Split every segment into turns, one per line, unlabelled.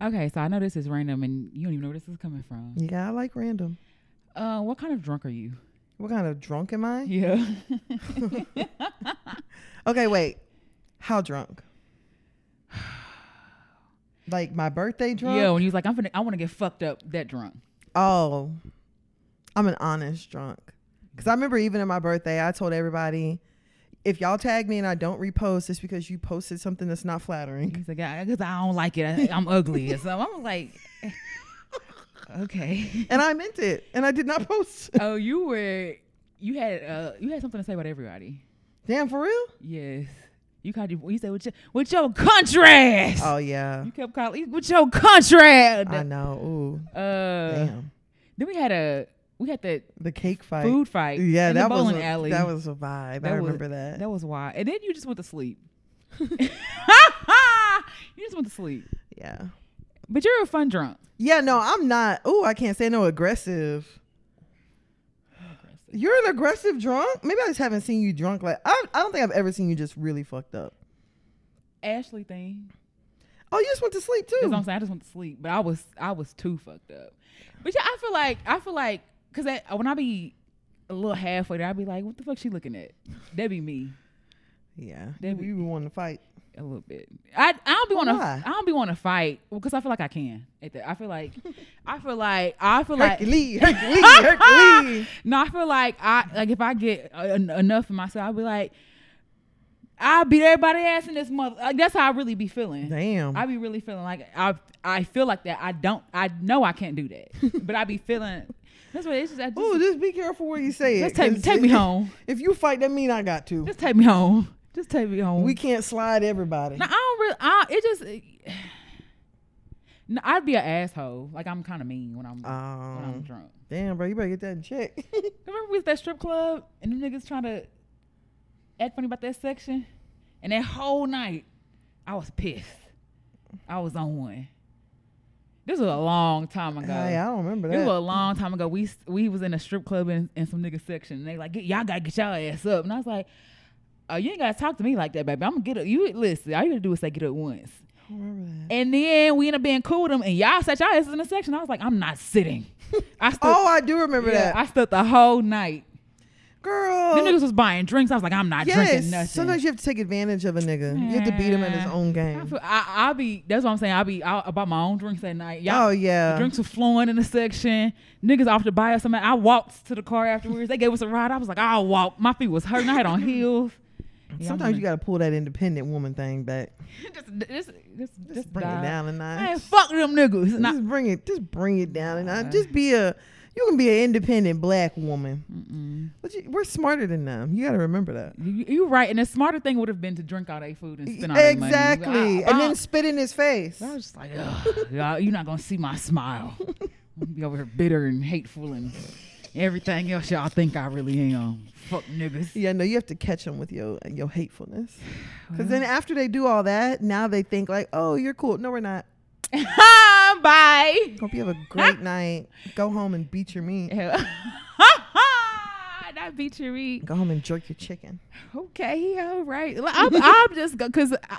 Okay, so I know this is random, and you don't even know where this is coming from.
Yeah, I like random.
Uh, what kind of drunk are you?
What kind of drunk am I?
Yeah.
Okay, wait. How drunk? Like my birthday drunk?
Yeah, when you was like, I'm finna, I want to get fucked up. That drunk.
Oh, I'm an honest drunk. Because I remember even at my birthday, I told everybody, if y'all tag me and I don't repost, it's because you posted something that's not flattering.
He's like, because I don't like it. I, I'm ugly or something. I'm like, okay.
And I meant it. And I did not post.
Oh, you were, you had, uh, you had something to say about everybody.
Damn, for real?
Yes. You called you. You said with your with your country ass.
Oh, yeah.
You kept calling with your country. ass.
I know. Ooh,
Uh,
damn.
Then we had a we had that
The cake fight.
food fight.
Yeah,
in the
that was
bowling
a,
alley.
that was a vibe. I
That was-
remember that.
That was why. And then you just went to sleep. you just went to sleep.
Yeah.
But you're a fun drunk.
Yeah, no, I'm not. Ooh, I can't say no aggressive. You're an aggressive drunk? Maybe I just haven't seen you drunk. Like I, I don't think I've ever seen you just really fucked up.
Ashley thing.
Oh, you just went to sleep
That's what I'm
too.
saying. I just went to sleep, but I was I was too fucked up. But yeah, I feel like I feel like because when I be a little halfway there, I'd be like, "What the fuck she looking at?" That'd be me
Yeah,
That
you be wanting to fight.
a little bit. I I don't be want to
Why?
I don't be want to fight because I feel like I can. At that, I feel like I feel like I feel like
Hercules, Hercules, Hercules.
No, I feel like I like if I get uh, en- enough of myself, I'll be like, I beat everybody ass in this month. Like that's how I really be feeling.
Damn.
I be really feeling like I I feel like that. I don't. I know I can't do that, but I be feeling. That's what it's just. I just
Ooh, just be careful where you say it.
just take
'cause
take me home.
If you fight, that mean I got to.
Just take me home. Just take me home.
We can't slide everybody.
no, I don't really. I, it just. No, I'd be an asshole. Like I'm kind of mean when I'm when I'm
Um,
drunk.
damn, bro, you better get that in check.
Remember we was at that strip club and them niggas trying to act funny about that section? And that whole night, I was pissed. I was on one. This was a long time ago.
Hey, I don't remember
It was a
that.
long time ago. We we was in a strip club in, in some nigga section, and they like, "Get- y'all gotta get y'all ass up. And I was like, oh, you ain't gotta talk to me like that, baby. I'm gonna get up. You listen. All you gotta do is say get up once.
I don't remember that.
And then we end up being cool with them, and y'all sat y'all asses in the section. I was like, I'm not sitting. I stood.
Oh, I do remember
yeah,
that,
I stood the whole night.
girl.
Them niggas was buying drinks. I was like, I'm not drinking nothing.
Sometimes you have to take advantage of a nigga. You have to beat him in his
Nah.
own
I,
game.
feel, I, I be. That's what I'm saying. I be out about my own drinks that night. Y'all,
oh yeah.
drinks were flowing in the section. Niggas off to buy us something. I walked to the car afterwards. They gave us a ride. I was like, I'll walk. My feet was hurting. I had on heels. Yeah, I'm
Sometimes you gotta pull that independent woman thing back.
gonna- just, just, just, just
Just bring
die.
it down a
Man,
notch.
fuck them niggas. Nah,
Just bring it. Just bring it down a notch.
Nah.
Just be a. You can be an independent black woman.
mm-mm.
But you, we're smarter than them. You gotta remember that.
you, you right. And the smarter thing would have been to drink all their food and spend all their money. Ah, uh-uh.
Exactly.
But I- but
and
I-
then spit in his face.
So I was just like, Ugh, y'all, you're not gonna see my smile. I'm gonna be over here bitter and hateful and everything else y'all think I really am. Fuck niggas.
Yeah, no, you have to catch them with your your hatefulness. Because then after they do all that, now they think like, oh, you're cool. No, we're not.
Bye.
Hope you have a great night. Go home and beat your meat.
That beat your read.
Go home and jerk your chicken.
Okay, all right. Like, I'm, I'm just because I,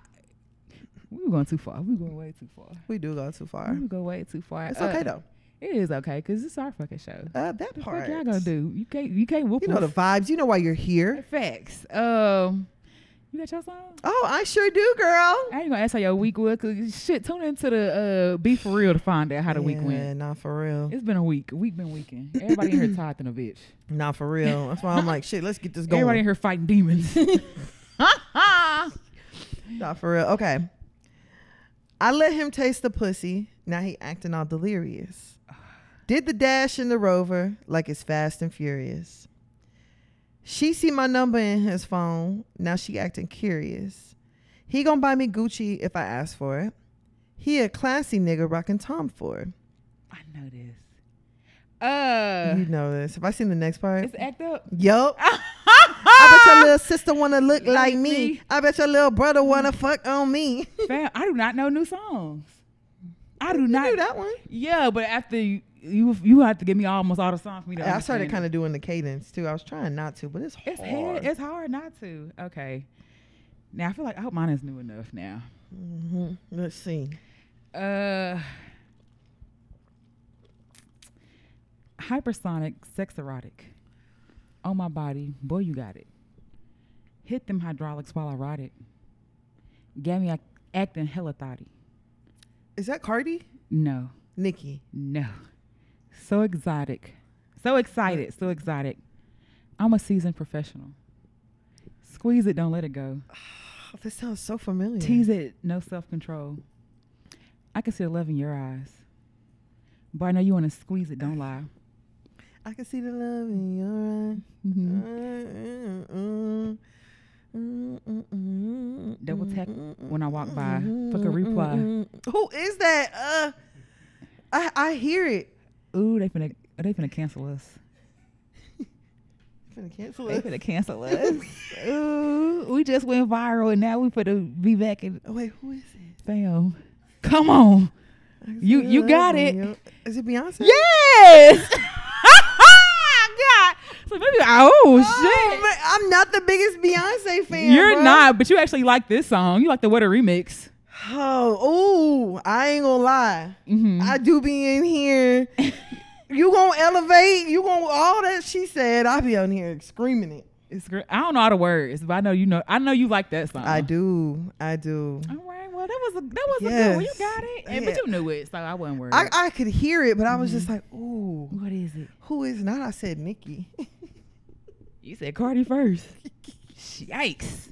we were going too far. We were going way too far.
We do go too far.
We were going way too far.
It's
Uh,
okay though.
It is okay because it's our fucking show.
Uh, that
What
part.
y'all gonna do? You can't. You can't whoop.
You know the
whoop.
vibes. You know why you're here.
facts. Um, you got your song.
Oh, I sure do, girl.
I ain't gonna ask how your week was. 'cause shit, tune into the uh, Be For Real to find out how the week
Yeah,
went.
Not for real.
It's been a week. A week been weekend. Everybody in here tied than a bitch.
Not for real. That's why I'm like, shit. Let's get this going.
Everybody in here fighting demons.
Not for real. Okay. I let him taste the pussy. Now he acting all delirious. Did the dash in the rover like it's fast and furious. She see my number in his phone. Now she acting curious. He gonna buy me Gucci if I ask for it. He a classy nigga rocking Tom Ford.
I know this. Uh,
you know this. Have I seen the next part?
it's act up.
Yup. I bet your little sister wanna look like me. I bet your little brother wanna fuck on me.
Fam, I do not know new songs. I do
You
not.
knew that one.
Yeah, but after you, you, you have to give me almost all the songs for me to.
I started
understand
kind of doing the cadence too. I was trying not to, but it's hard.
it. It's hard. It's hard not to. Okay. Now I feel like I hope mine is new enough now.
hmm Mm-hmm. Let's see.
Uh, hypersonic, sex erotic. On my body, boy, you got it. Hit them hydraulics while I ride it. Got me ac- acting hella thotty.
Is that Cardi?
No,
Nikki.
no. So exotic. So excited. So exotic. I'm a seasoned professional. Squeeze it, don't let it go.
Oh, this sounds so familiar.
Tease it, no self control. I can see the love in your eyes. But I know you want to squeeze it, don't lie.
I can see the love in your eye. Mm-hmm.
Mhm.
Mm-mm-mm. Mm-mm-mm.
Double tap when I walk by. Fuck a reply.
Mm-mm-mm. Mm-hmm. Who is that? Uh, I I hear it.
Ooh, they finna, they finna cancel us.
Finna cancel
They
it.
finna cancel us. Ooh, we just went viral and now we finna be back in
Oh, wait, who is it?
fam. Come on.
I can
You-
see the
you
love
got
in
it.
your- Is it Beyonce?
Yes. God. So maybe oh
Oh,
shit.
man, I'm not the biggest Beyonce fan.
You're
bruh.
not, but you actually like this song. You like the What a Remix.
Oh, ooh, I ain't gonna lie.
Mm-hmm.
I do be in here. you gonna elevate? You gonna all that she said? I be on here screaming it.
It's great. I don't know all the words, but I know you know. I know you like that song.
I do. I do.
All right. Well, that was a that was a good one. You
Yes.
got it, and,
Yeah.
but you knew it, so I wasn't worried.
I, I could hear it, but I was just like, ooh,
what is it?
who is not? I said Nikki.
You said Cardi first. Yikes!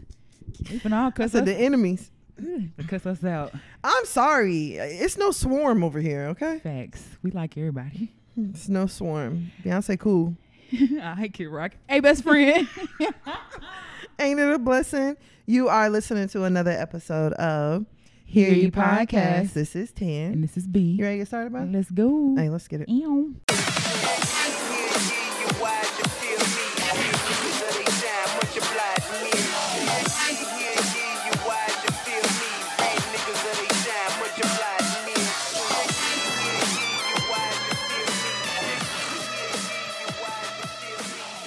We finna all
I
cuss us,
said
Mm,
the enemies.
finna cuss us out.
I'm sorry. It's no swarm over here, okay?
Facts. We like everybody.
It's no swarm. Beyonce cool.
I hate Kid Rock. Hey, best friend.
Ain't it a blessing? You are listening to another episode of Hear,
Hear
You
You
Podcast.
Podcast.
This is 10.
and this is B.
You ready to get started, bro?
Let's go.
Hey, let's get it.
Ew.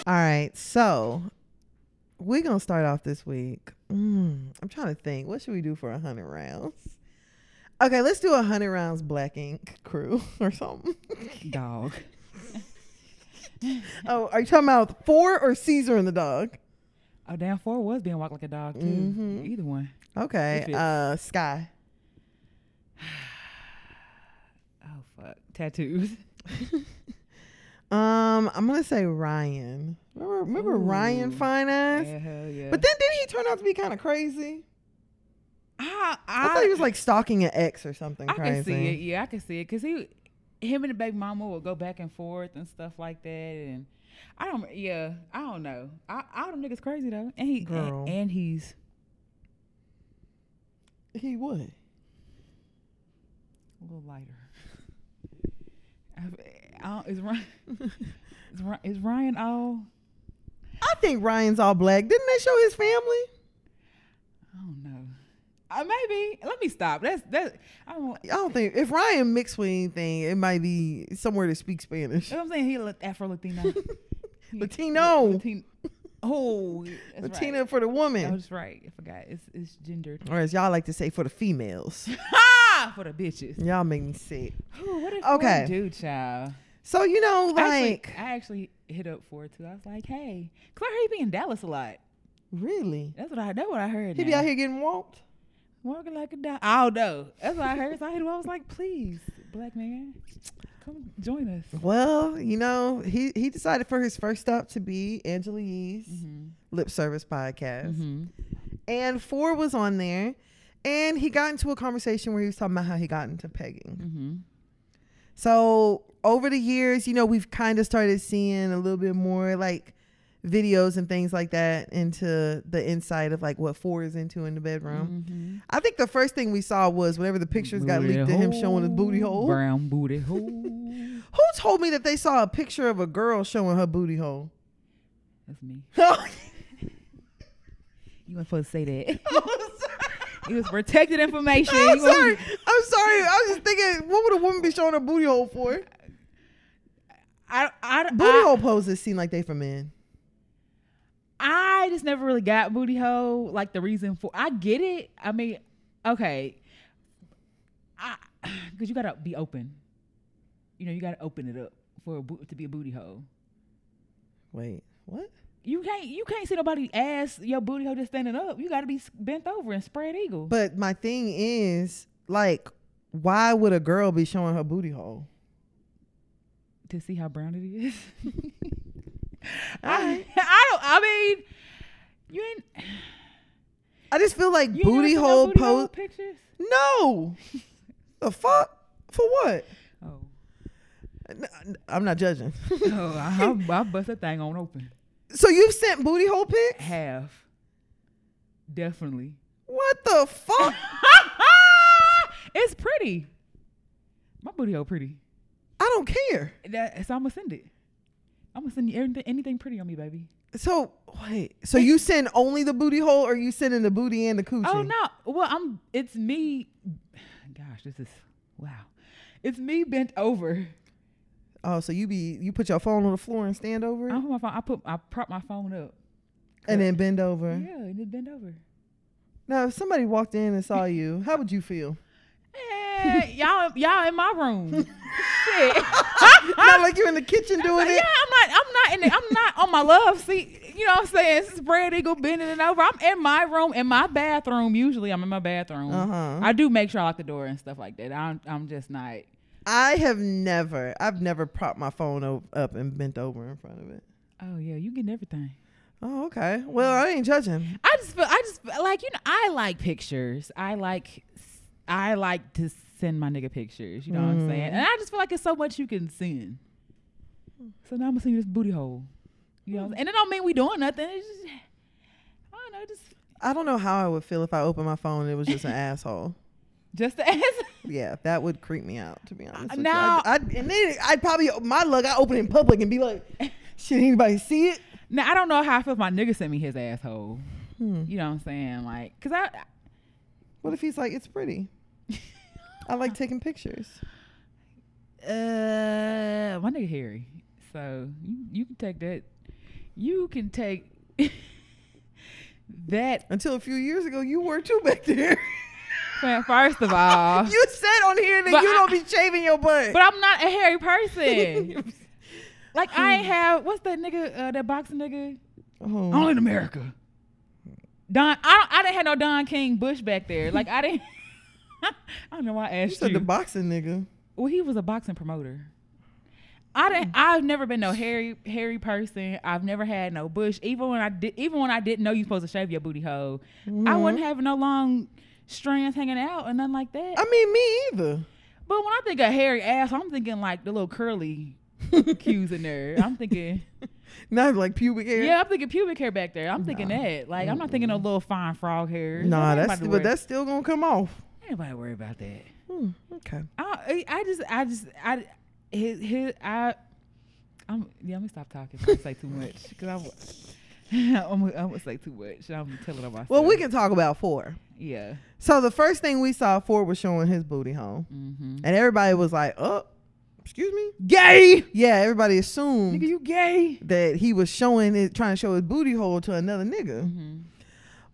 All right, so we're gonna start off this week. Mm, I'm trying to think. What should we do for a hundred rounds? Okay, let's do a hundred rounds black ink crew or something.
Dog.
oh, are you talking about four or Caesar and the dog?
Oh, down four was being walked like a dog too.
Mhm.
Either one. If
Okay,
it's-
uh, Sky.
Oh fuck. Tattoos.
Um, I'm gonna say Ryan. Remember, remember Ryan
Ooh.
Fine ass?
Yeah, hell yeah.
But then didn't he turn out to be kind of crazy?
I,
I,
I,
thought he was like stalking an ex or something
I
crazy.
can see it. Yeah, I can see it because he, him and the baby mama would go back and forth and stuff like that. And I don't. Yeah, I don't know. I, all them niggas crazy though. And he
Girl.
and, and he's
He would.
a little lighter. I've- I don't, is Ryan is, Ry- is Ryan all?
I think Ryan's all black. Didn't they show his family?
I don't know. Uh, maybe. Let me stop. That's that. I don't.
I don't think if Ryan mixed with anything, it might be somewhere to speak Spanish.
You know what I'm saying he looked Afro Latino.
Latino.
Latino. Oh, that's
Latina
Right.
for the
I
woman,
was right. I forgot. It's it's gendered.
or as y'all like to say, for the females.
Ha! For the bitches.
y'all make me sick.
Ooh, what if
Okay.
we do, child?
So you know, like
Actually, I actually hit up for it too. I was like, hey, cause I heard he be in Dallas a lot.
really,
That's what I. That's what I heard.
he be
now.
out here getting walked.
walking like a dog. I don't know. That's what I heard. So I, hit him, I was like, please, black man, come join us.
Well, you know, he he decided for his first stop to be Angela Yee's
Mm-hmm.
lip service podcast, and four was on there, and he got into a conversation where he was talking about how he got into pegging.
Mm-hmm.
So over the years, you know, we've kind of started seeing a little bit more like videos and things like that into the inside of like what four is into in the bedroom.
Mm-hmm.
I think the first thing we saw was whenever the pictures got leaked to him showing his booty hole.
Brown booty hole.
Who told me that they saw a picture of a girl showing her booty hole?
That's me.
I
You weren't supposed to say that.
was sorry.
It was protected information.
I'm
You wasn't-
sorry. I'm sorry. I was just thinking, what would a woman be showing her booty hole for?
I, I,
Booty
I-
hole poses seem like they for men.
I just never really got booty hole. Like the reason for I get it. I mean, okay. I because you gotta be open. You know, you gotta open it up for a bo- to be a booty hole.
Wait, what?
You can't you can't see nobody ass your booty hole just standing up. You gotta be s- bent over and spread eagle.
But my thing is, like, why would a girl be showing her booty hole?
to see how brown it is. I,
Alright.
I don't. I mean, you ain't
I just feel like
you ain't never seen
booty
no
hole
booty
post.
pictures.
No, the fuck for what?
Oh,
N- n- I'm not judging.
oh I, I, I bust that thing on open.
so you've sent booty hole pics?
Have definitely.
What the fuck?
it's pretty. My booty hole pretty.
I don't care.
That, so I'm gonna send it. I'm gonna send you anything, anything pretty on me, baby.
So wait, so you send only the booty hole, or you sending the booty and the coochie?
Oh no! Well, I'm. It's me. Gosh, this is wow. It's me bent over.
Oh, so you be you put your phone on the floor and stand over it,
I put my phone. I put. I prop my phone up.
and then bend over.
Yeah, and it bent over.
Now, if somebody walked in and saw you, how would you feel?
Eh, y'all, y'all in my room. Shit.
Not like you're in the kitchen doing
yeah,
it.
I'm not. I'm not in. The, I'm not on my love seat. You know what I'm saying? Spread eagle bending it over. I'm in my room, in my bathroom. Usually, I'm in my bathroom.
Uh-huh.
I do make sure I lock the door and stuff like that. I'm. I'm just not.
I have never, I've never propped my phone o- up and bent over in front of it.
Oh yeah, you getting everything.
Oh, okay. Well, I ain't judging.
I just feel I just feel like you know I like pictures. I like I like to send my nigga pictures. You know what I'm saying?
Mm-hmm.
And I just feel like it's so much you can send. So now I'm gonna send you this booty hole. You know, what I'm saying? and it don't mean we doing nothing. It's just I don't know, just
I don't know how I would feel if I opened my phone and it was just an asshole.
just the ass.
Yeah, that would creep me out, to be honest. with you.
now-
I'd, I'd- and then I'd probably, my luck, I open it in public and be like, should anybody see it?
Now I don't know how I feel if my nigga sent me his asshole.
Hmm.
You know what I'm saying? Like, cause I
What if he's like, it's pretty? I like taking pictures.
uh my nigga Harry. So you, you can take that. You can take that
Until a few years ago, you were too back there.
Man, first of all,
you said on here that
But
you
I-
don't be shaving your butt.
but I'm not a hairy person. like I ain't have what's that nigga uh, that boxing nigga?
Oh.
Only in America. Don, I don't, I didn't have no Don King Bush back there. Like I didn't. I don't know why I
You
asked you.
said the boxing nigga.
well, he was a boxing promoter. I
Hmm.
didn't. I've never been no hairy hairy person. I've never had no bush. Even when I did, even when I didn't know you supposed to shave your booty hole,
Mm-hmm.
I wasn't having no long strands hanging out and nothing like that.
I mean, me
But when I think of hairy ass, I'm thinking like the little curly
either.
cues in there. I'm thinking,
Not like pubic hair.
yeah, I'm thinking pubic hair back there. I'm thinking that. Like, I'm not thinking no little fine frog hair.
Nah,
Ain't
that's
nobody
but
worry-
that's still gonna come off.
ain't nobody worry about that.
Hmm, okay.
I, I just, I just, I, his, his, I, I'm, yeah, I'm gonna stop talking. if I say too much because I'm, I'm, gonna- I'm gonna say too much. I'm telling on myself.
Well, we can talk about four.
yeah.
So the first thing we saw, Ford was showing his booty home,
Mm-hmm.
and everybody was like, "Oh, excuse me."
Gay,
Yeah, everybody
nigga,
assumed
you gay?
that he was showing it, trying to show his booty hole to another nigga.
Mm-hmm.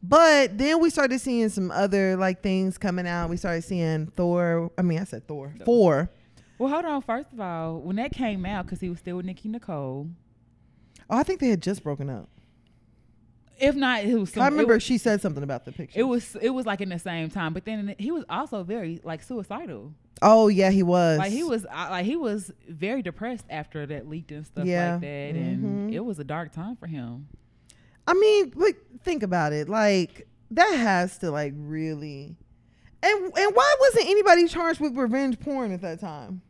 But then we started seeing some other like things coming out. We started seeing Thor. I mean, I said Thor.
Thor.
Four.
Well, hold on. First of all, when that came out, because he was still with Nicki Nicole.
Oh, I think they had just broken up.
If not, it was. Some,
I remember
It was,
she said something about the picture.
it was. It was like in the same time, but then he was also very like suicidal.
Oh yeah, he was.
Like he was. uh, Like he was very depressed after that leaked and stuff
Yeah.
like that,
Mhm.
and it was a dark time for him.
I mean, but think about it. Like that has to like really. And and why wasn't anybody charged with revenge porn at that time?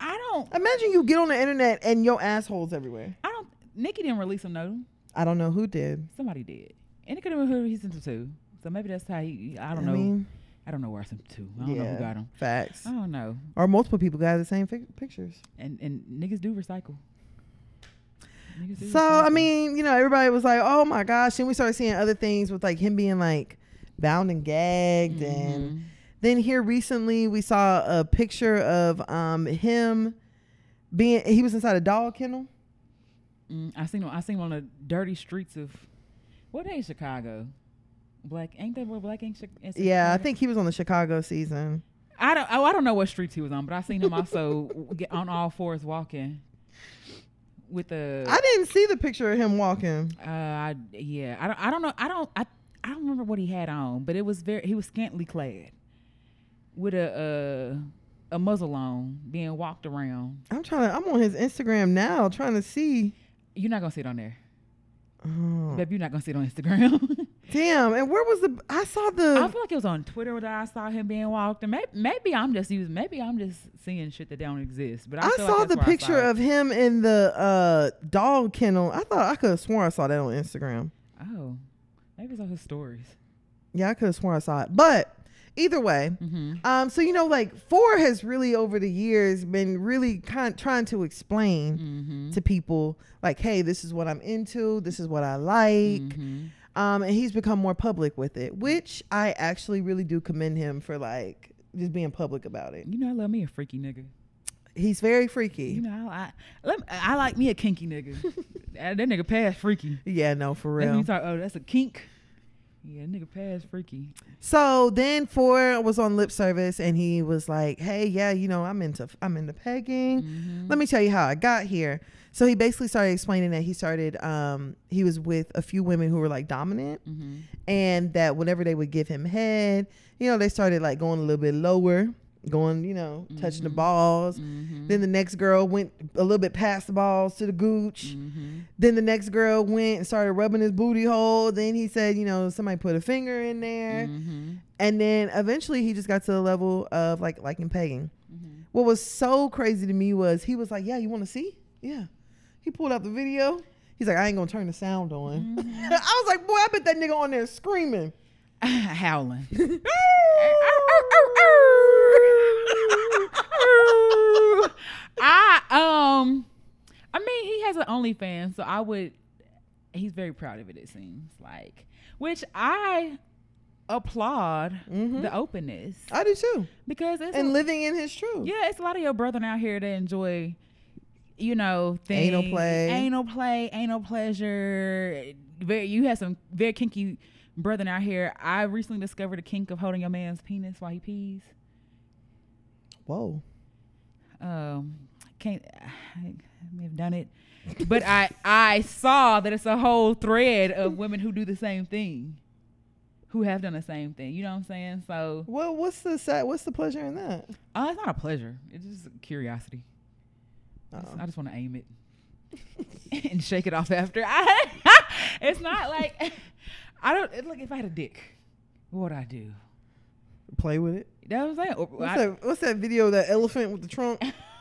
I don't.
Imagine you get on the internet and your assholes everywhere.
I don't. Nicki didn't release him. No,
I don't know who did.
somebody did, and it could have been who he's into too. So maybe that's how he. I don't know.
mean,
I don't know where I sent him to. I don't know
yeah,
who got him.
Facts.
I don't know.
Or multiple people got the same fic- pictures.
And and niggas do recycle. Niggas do
So I
recycle.
mean, you know, everybody was like, "Oh my gosh!" And we started seeing other things with like him being like bound and gagged, and
Mhm.
then here recently we saw a picture of um him being he was inside a dog kennel.
Mm, I seen him. I seen him on the dirty streets of what they in Chicago? Black ain't that where Black ain't Chi- in Chicago?
Yeah, I think he was on the Chicago season.
I don't. Oh, I don't know what streets he was on, but I seen him also get on all fours walking with the.
I didn't see the picture of him walking.
uh, I, yeah. I don't. I don't know. I don't. I. I don't remember what he had on, but it was very. He was scantily clad, with a uh, a muzzle on, being walked around.
I'm trying to. I'm on his Instagram now, trying to see.
You're not gonna see it on there,
Oh.
babe. You're not gonna see it on Instagram.
Damn. And where was the? I saw the.
I feel like it was on Twitter that I saw him being walked, and maybe, maybe I'm just using. Maybe I'm just seeing shit that don't exist. But I,
I
feel like
saw
that's
the
where I
picture
saw it.
of him in the uh, dog kennel. I thought I could have sworn I saw that on Instagram.
Oh, maybe it's on his stories.
Yeah, I could have sworn I saw it. But either way,
Mm-hmm.
um, so you know, like four has really over the years been really kind trying to explain
Mm-hmm.
to people like, hey, this is what I'm into, this is what I like,
hmm
um, and he's become more public with it, which I actually really do commend him for like just being public about it.
You know, I love me a freaky nigga.
He's very freaky.
You know, I, I, let me- I like me a kinky nigga. Uh, that nigga pass freaky.
yeah, no, for
That's when
real.
you talk, oh, that's a kink. Yeah, that nigga pass freaky.
So then Four was on lip service and he was like, "Hey, yeah, you know, I'm into I'm into pegging.
Mhm.
Let me tell you how I got here." So he basically started explaining that he started um he was with a few women who were like dominant
Mhm.
and that whenever they would give him head, you know, they started like going a little bit lower, going, you know, touching the balls.
Mhm.
Then the next girl went a little bit past the balls to the gooch.
Mhm.
Then the next girl went and started rubbing his booty hole. Then he said, you know, somebody put a finger in there.
Mhm.
And then eventually he just got to the level of like liking pegging.
Mhm.
What was so crazy to me was he was like, Yeah, you wanna see? Yeah. He pulled out the video. He's like, I ain't gonna turn the sound on.
Mm-hmm.
I was like, boy, I bet that nigga on there screaming.
Howling. I um, I mean, he has an OnlyFans, so I would. He's very proud of it. It seems like, which I applaud
Mhm.
the openness
I do too.
because it's
And
a,
living in his truth.
yeah, it's a lot of your brethren out here that enjoy, you know, things,
Anal play.
anal play, anal pleasure. Very, you have some very kinky brethren out here. I recently discovered a kink of holding your man's penis while he pees.
Whoa.
um can't I may have done it but i i saw that it's a whole thread of women who do the same thing who have done the same thing you know what i'm saying so
Well, what's the sad, what's the pleasure in that?
uh, it's not a pleasure it's just curiosity I just-
Oh.
i just want to aim it and shake it off after I, it's not like i don't it, like if i had a dick what would i do
Play with it.
that was like or-
What's
I-
that what's that video of that elephant with the trunk?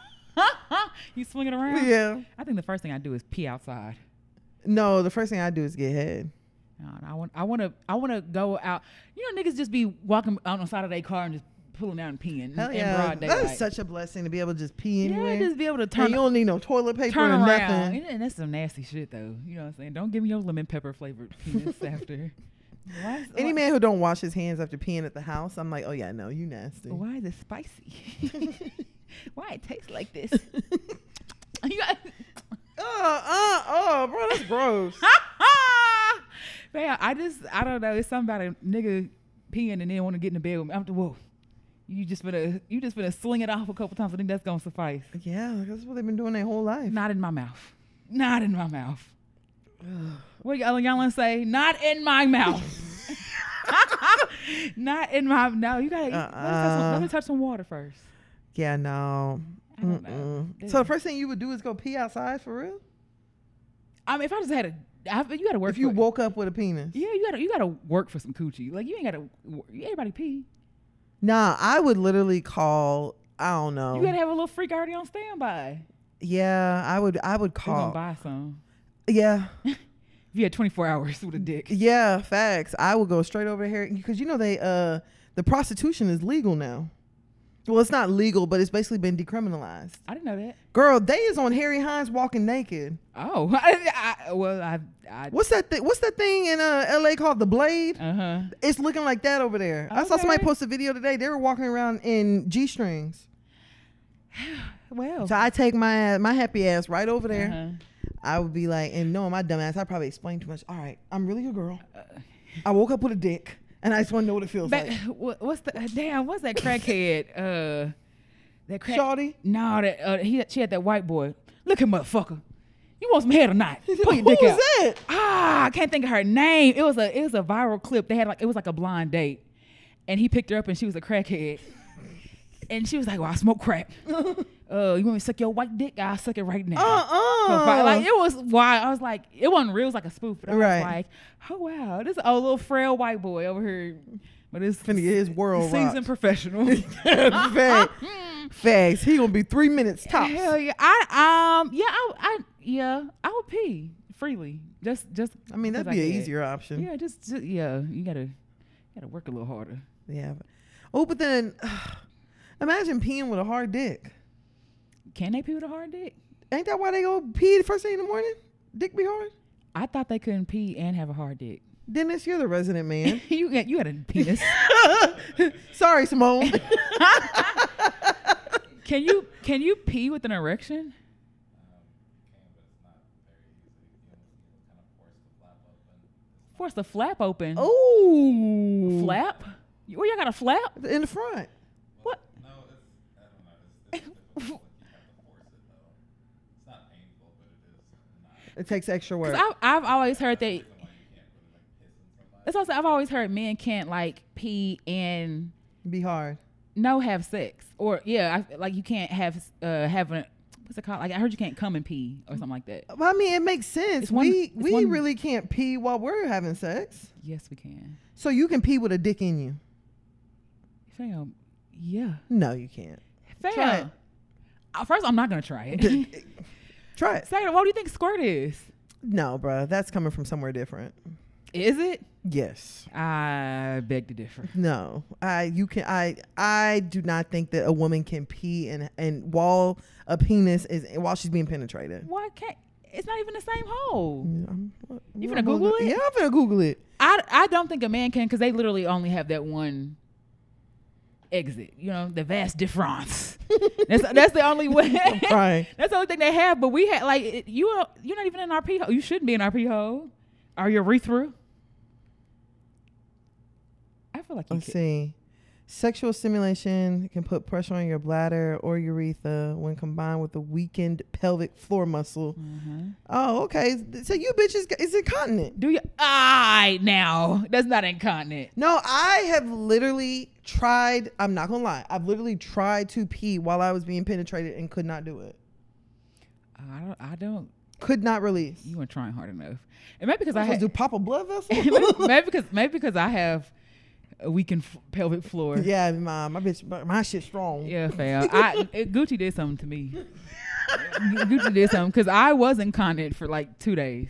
you swing it around
yeah.
i think the first thing i do is pee outside
No, the first thing I do is get head.
God, I want I want to I want to go out. You know, niggas just be walking out on the side of their car and just pulling out and peeing
Hell
in
yeah.
broad
That
daylight.
is such a blessing to be able to just pee anywhere.
yeah, just be able to
And
turn
you don't need no toilet paper
turn
or
around.
nothing.
And that's some nasty shit though. You know what I'm saying? Don't give me your lemon pepper flavored penis after. Why is,
Any
why,
man who don't wash his hands after peeing at the house, I'm like, oh yeah, no, you nasty.
Why is it spicy? why it tastes like this? You got-
Uh, uh, uh, bro, that's gross.
But yeah, I just I don't know. It's something about a nigga peeing and then want to get in the bed with me. I'm the whoa. You just gonna you just gonna sling it off a couple times. I think that's gonna suffice.
yeah, that's what they've been doing their whole life.
Not in my mouth. Not in my mouth. What y'all, y'all gonna say? Not in my mouth. Not in my no. You gotta let, me touch some, let
Uh-uh.
me touch some water first.
Yeah, no.
I don't know.
Mm-mm.
Dude.
So the first thing you would do is go pee outside for real?
I mean, if I just had a, I, you gotta work.
If you
for,
woke up with a penis.
yeah, you gotta you gotta work for some coochie. Like you ain't gotta. wor- Everybody pee.
Nah, I would literally call I don't know.
You gotta have a little freak already on standby.
yeah, I would I would
We're gonna
call
buy some.
Yeah.
If you had 24 hours with a dick.
Yeah, facts. I would go straight over here because you know they uh the prostitution is legal now. Well, it's not legal, but it's basically been decriminalized.
I didn't know that.
Girl, they is on Harry Hines walking naked.
Oh, I, I, well, I, I
What's that? Th- what's that thing in uh, L.A. called the Blade?
uh huh.
It's looking like that over there. I saw somebody
Okay.
post a video today. They were walking around in g-strings.
Well,
So I take my my happy ass right over there.
uh-huh.
I would
Uh,
be like, and knowing my dumb ass, I probably explained too much. All right, I'm really a girl. I woke up with a dick. and I just want to know what it feels
Back,
like.
what, what's the damn? What's that crackhead? Uh, that crack.
Shawty?
No, that uh, he she had that white boy. Look at motherfucker. You want some head or not? Put your
Who
dick
was
out.
that?
Ah, I can't think of her name. It was a it was a viral clip. They had like it was like a blind date, and he picked her up and she was a crackhead, and she was like, "Well, I smoke crack. uh, you want me to suck your white dick? I'll suck it right now."
Uh-uh.
Like it was wild. I was like, it wasn't real. It was like a spoof. But I
Right.
was like, oh wow, this old little frail white boy over here. But it's
Finna get his world
seasoned
rocked.
professional.
Fact. Facts. He gonna be three minutes tops.
Hell yeah. I um yeah I, I yeah I would pee freely. Just just
I mean, that'd
'cause
be an
could.
easier option. Yeah.
Yeah, just, ju- yeah. You gotta you gotta work a little harder.
but- Oh, but then imagine peeing with a hard dick.
Can they pee with a hard dick?
Ain't that why they go pee the first thing in the morning? Dick be hard.
I thought they couldn't pee and have a hard dick.
Dennis, you're the resident man.
you got you got a penis.
Sorry, Simone.
can you can you pee with an erection? Um, Force the flap open.
oh,
flap? You- Where y'all got a flap?
in the front.
What?
No, it's I don't know. It's, it's difficult. Like, you have to force it though. It's not painful, but it is not.
It takes extra work.
'Cause I've, I've always heard that.
Reason why you can't really like piss in somebody.
That's also I've always heard men can't like pee and
be hard.
no have sex or yeah I, like you can't have uh have a what's it called like I heard you can't come and pee or something like that.
But I mean, it makes sense.
It's one-
we
it's
we
one-
really can't pee while we're having sex.
Yes, we can.
So you can pee with a dick in you.
Fam, yeah.
No, you can't.
Fam.
Try it.
Uh, First, I'm not gonna try it.
Try it.
Second, what do you think squirt is?
No, bruh, that's coming from somewhere different.
Is it?
Yes.
I beg to differ.
No, I you can I I do not think that a woman can pee and and while a penis is while she's being penetrated.
Why can't? It's not even the same hole.
Yeah, I'm-
You
I'm
finna Google
gonna-
it?
Yeah, I'm gonna Google it.
I I don't think a man can because they literally only have that one exit. You know, the vast difference. that's that's the only way.
crying.
That's the only thing they have. But we had like it- you are- you're not even in our pee hole. You shouldn't be in our pee hole. Are you urethra? I feel like you
Let's
could.
see. Sexual stimulation can put pressure on your bladder or urethra when combined with a weakened pelvic floor muscle.
Mm-hmm.
Oh, okay. So you bitches, it's incontinent.
Do you? I now. That's not incontinent.
No, I have literally tried. I'm not gonna lie. I've literally tried to pee while I was being penetrated and could not do it.
I don't. I don't.
Could not release.
You weren't trying hard enough. And maybe because I
I supposed
had,
to pop a blood vessel.
maybe because maybe because I have a weakened f- pelvic floor. Yeah,
yeah, my my bitch, my- my shit strong.
fam. I it- Gucci did something to me. Gu- Gucci did something because I was incontinent for like two days.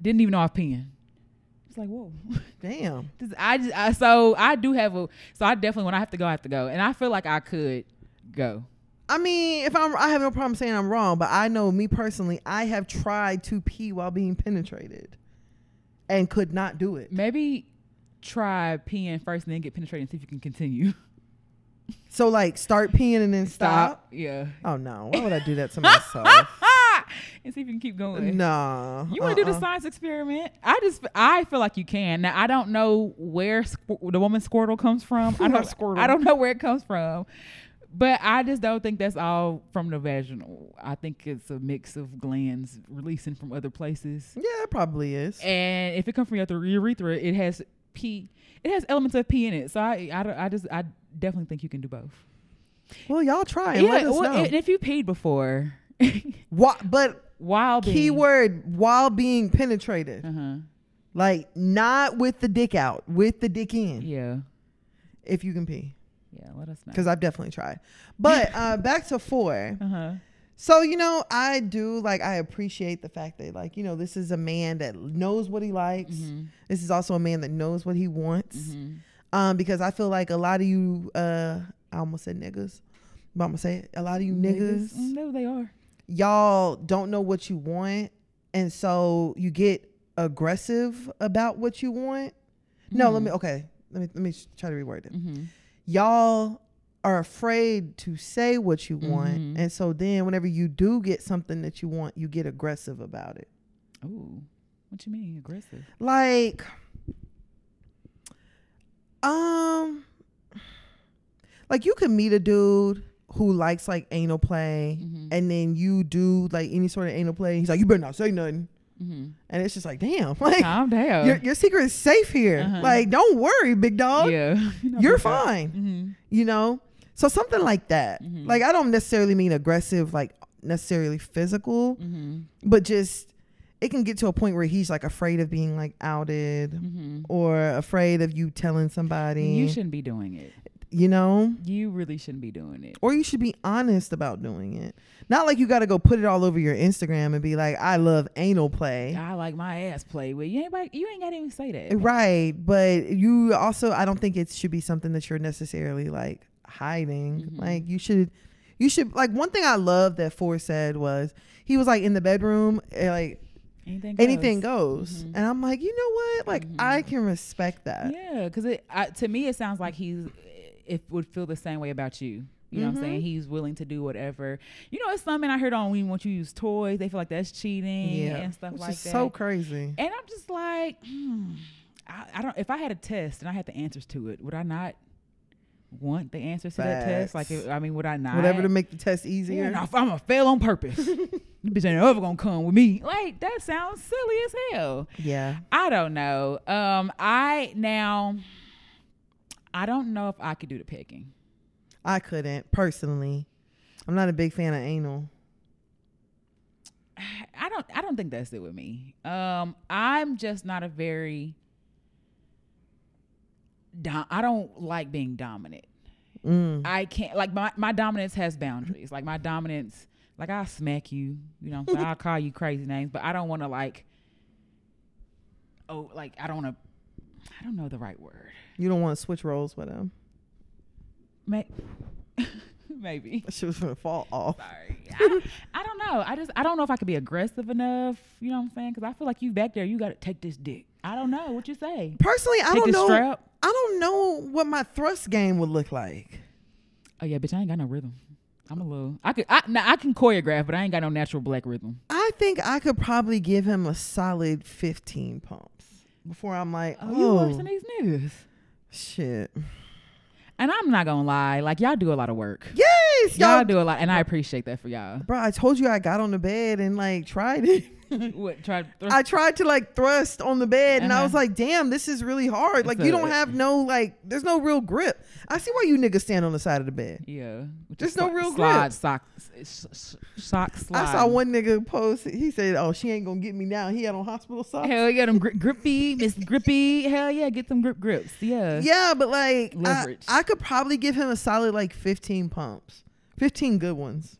Didn't even know I was peeing. It's like whoa.
Damn.
This- I just I, so I do have a so I definitely when I have to go I have to go and I feel like I could go.
I mean, if I'm, I have no problem saying I'm wrong, but I know me personally, I have tried to pee while being penetrated, and could not do it.
Maybe try peeing first and then get penetrated and see if you can continue.
So like, start peeing and then stop.
Yeah.
Oh no, why would I do that to myself?
Ah! And see if you can keep going.
nah.
You want to do
uh-uh.
the science experiment? I just I feel like you can. Now I don't know where squ- the woman squirtle comes from. I
Her
don't
squirtle.
I don't know where it comes from. But I just don't think that's all from the vaginal. I think it's a mix of glands releasing from other places.
Yeah, it probably is.
And if it comes from your th- urethra, it has pee. It has elements of pee in it. So I I, don't- I just I definitely think you can do both.
Well, y'all try and let us
well,
know.
and if you peed before,
Wha- but
while being
keyword while being penetrated,
Uh huh.
like not with the dick out, with the dick in,
Yeah.
if you can pee,
Yeah. Let us know.
because I've definitely tried. But uh, back to four.
Uh huh.
So you know, I do like I appreciate the fact that like you know this is a man that knows what he likes.
Mm-hmm.
This is also a man that knows what he wants. Um, because I feel like a lot of you, uh, I almost said niggas, but I'm gonna say it. a lot of you niggas
Mm, there they are.
y'all don't know what you want and so you get aggressive about what you want no let me okay let me let me sh- try to reword it y'all are afraid to say what you want and so then whenever you do get something that you want you get aggressive about it
Ooh. What you mean aggressive?
like Um, like you could meet a dude who likes like anal play,
Mhm.
and then you do like any sort of anal play. He's like, you better not say nothing,
Mm-hmm.
and it's just like, damn, like
Calm down.
your your secret is safe here.
Uh-huh.
Like, don't worry, big dog.
yeah. You know
You're
about that.
fine.
Mhm.
You know, so something like that.
Mhm.
Like, I don't necessarily mean aggressive, like necessarily physical,
Mhm.
but just it can get to a point where he's like afraid of being like outed.
Mhm.
Or afraid of you telling somebody,
You shouldn't be doing it.
you know,
You really shouldn't be doing it.
or you should be honest about doing it. Not like you got to go put it all over your Instagram and be like, "I love anal play."
I like my ass played with. You ain't like, you ain't gotta even say that.
Right, but you also I don't think it should be something that you're necessarily like hiding.
Mhm.
Like you should you should like one thing I love that Ford said was he was like in the bedroom and like
Anything.
anything
goes.
goes.
Mhm.
And I'm like, "You know what? Like
Mhm.
I can respect that."
Yeah, because it I, to me it sounds like he's it would feel the same way about you. You know what I'm
Mm-hmm.
saying? He's willing to do whatever. You know, it's something I heard on when want you use toys. They feel like that's cheating and stuff
Which
like
is
that.
so crazy.
and I'm just like, hmm, I, I don't. If I had a test and I had the answers to it, would I not want the answers to that test? Like,
Facts.
if- I mean, would I not?
Whatever to make the test easier.
Yeah, no, I'm gonna fail on purpose. you bitch ain't ever gonna come with me. Like that sounds silly as hell.
yeah.
I don't know. Um, I now, I don't know if I could do the picking.
I couldn't personally. I'm not a big fan of anal.
I don't. I don't think that's it with me. Um, I'm just not a very. Dom- I don't like being dominant.
Mm.
I can't like my my dominance has boundaries. Like my dominance, like I'll smack you. You know, what I'm saying? I'll call you crazy names, but I don't want to like. Oh, like I don't want to. I don't know the right word.
You don't want to switch roles with him.
May- Maybe.
That shit was gonna fall off.
Sorry. I, I don't know. I just I don't know if I could be aggressive enough. You know what I'm saying? Because I feel like you back there, you got to take this dick. I don't know what you say.
Personally, I
Take
don't
this
know.
strap.
I don't know what my thrust game would look like.
Oh yeah, bitch. I ain't got no rhythm. I'm a little. I could. I now I can choreograph, but I ain't got no natural black rhythm.
I think I could probably give him a solid 15 pumps before I'm like,
Oh, you
oh,
worse than these niggas.
shit.
And I'm not gonna lie. Like y'all do a lot of work.
Yes, y'all.
Y'all do a lot, and I appreciate that for y'all.
Bro, I told you I got on the bed and like tried it.
what try? to throw-
I tried to like thrust on the bed and I
Uh-huh.
was like, damn, this is really hard. Like,
It's
you
a-
don't have no, like, there's no real grip. I see why you niggas stand on the side of the bed.
yeah. With
There's
your
no real
slide
grip.
sock. s- s- s- Sock slide.
I saw one nigga post, he said, oh, she ain't gonna get me now. He had on hospital socks.
Hell yeah, them gri- grippy, Miss Grippy. Hell yeah, get them grip grips. Yeah.
Yeah, but like I,
Leverage.
I could probably give him a solid like 15 pumps, 15 good ones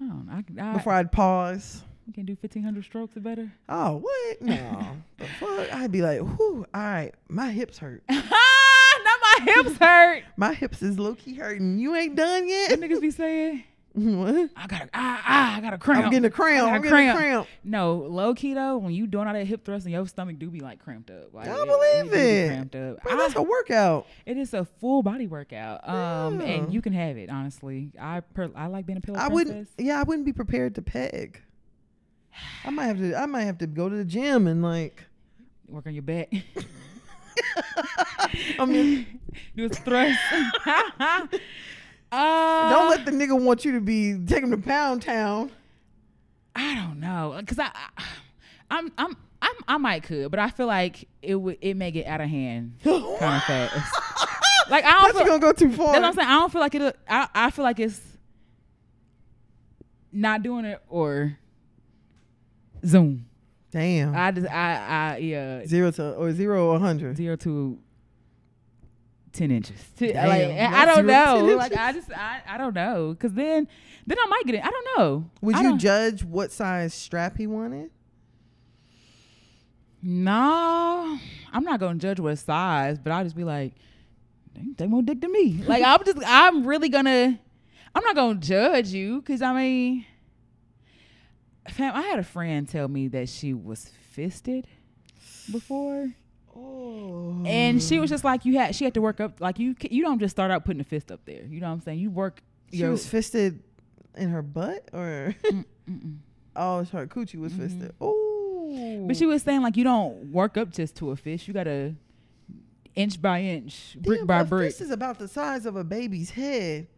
I don't know. I, can- I,
before I'd pause.
you can do 1,500 strokes or better.
Oh, what? No, the fuck! I'd be like, whew, all right, my hips hurt.
Not my hips hurt.
My hips is low key hurting. You ain't done
Them
yet.
niggas be saying,
What?
I got a, ah, ah, I got a cramp.
I'm getting a cramp.
I
I'm
got
getting a cramp.
No, low key though, when you doing all that hip thrust and your stomach do be like cramped up. Like,
I
it-
believe
do be
it.
Cramped up.
Bro, that's
I-
a workout.
it is a full body workout. Um,
Yeah.
and you can have it honestly. I per, I like being a pillow
I
princess.
wouldn't. Yeah, I wouldn't be prepared to peg. I might have to. I might have to go to the gym and like.
Work on your back.
I mean,
do a thrust. uh,
don't let the nigga want you to be take him to Pound Town.
I don't know, cause I, I I'm, I'm, I'm, I might could, but I feel like it would, it may get out of hand kind of fast. Like I don't
That's
feel,
gonna go too far.
that's what I'm saying. I don't feel like it. I, I feel like it's not doing it or Zoom.
Damn.
I just, I, I, yeah,
zero to or zero or a hundred.
zero to ten inches. T-
Damn,
like I I
that's
don't
zero to 10
know. Like
inches.
I just, I, I don't know, cause then, then I might get it. I don't know.
Would
I
you
don't-
judge what size strap he wanted?
No, I'm not gonna judge what size, but I'll just be like, they take more dick than me. Like I'm just, I'm really gonna, I'm not gonna judge you, cause I mean, fam, I had a friend tell me that she was fisted before,
Oh.
and she was just like, you had, she had to work up, like you, ca- you don't just start out putting a fist up there. You know what I'm saying? You work.
she
your-
was fisted in her butt, or
Mm-mm.
oh, her coochie was fisted. Oh,
But she was saying like you don't work up just to a fish. You gotta inch by inch, brick
Damn,
by
her
brick.
fist is about the size of a baby's head.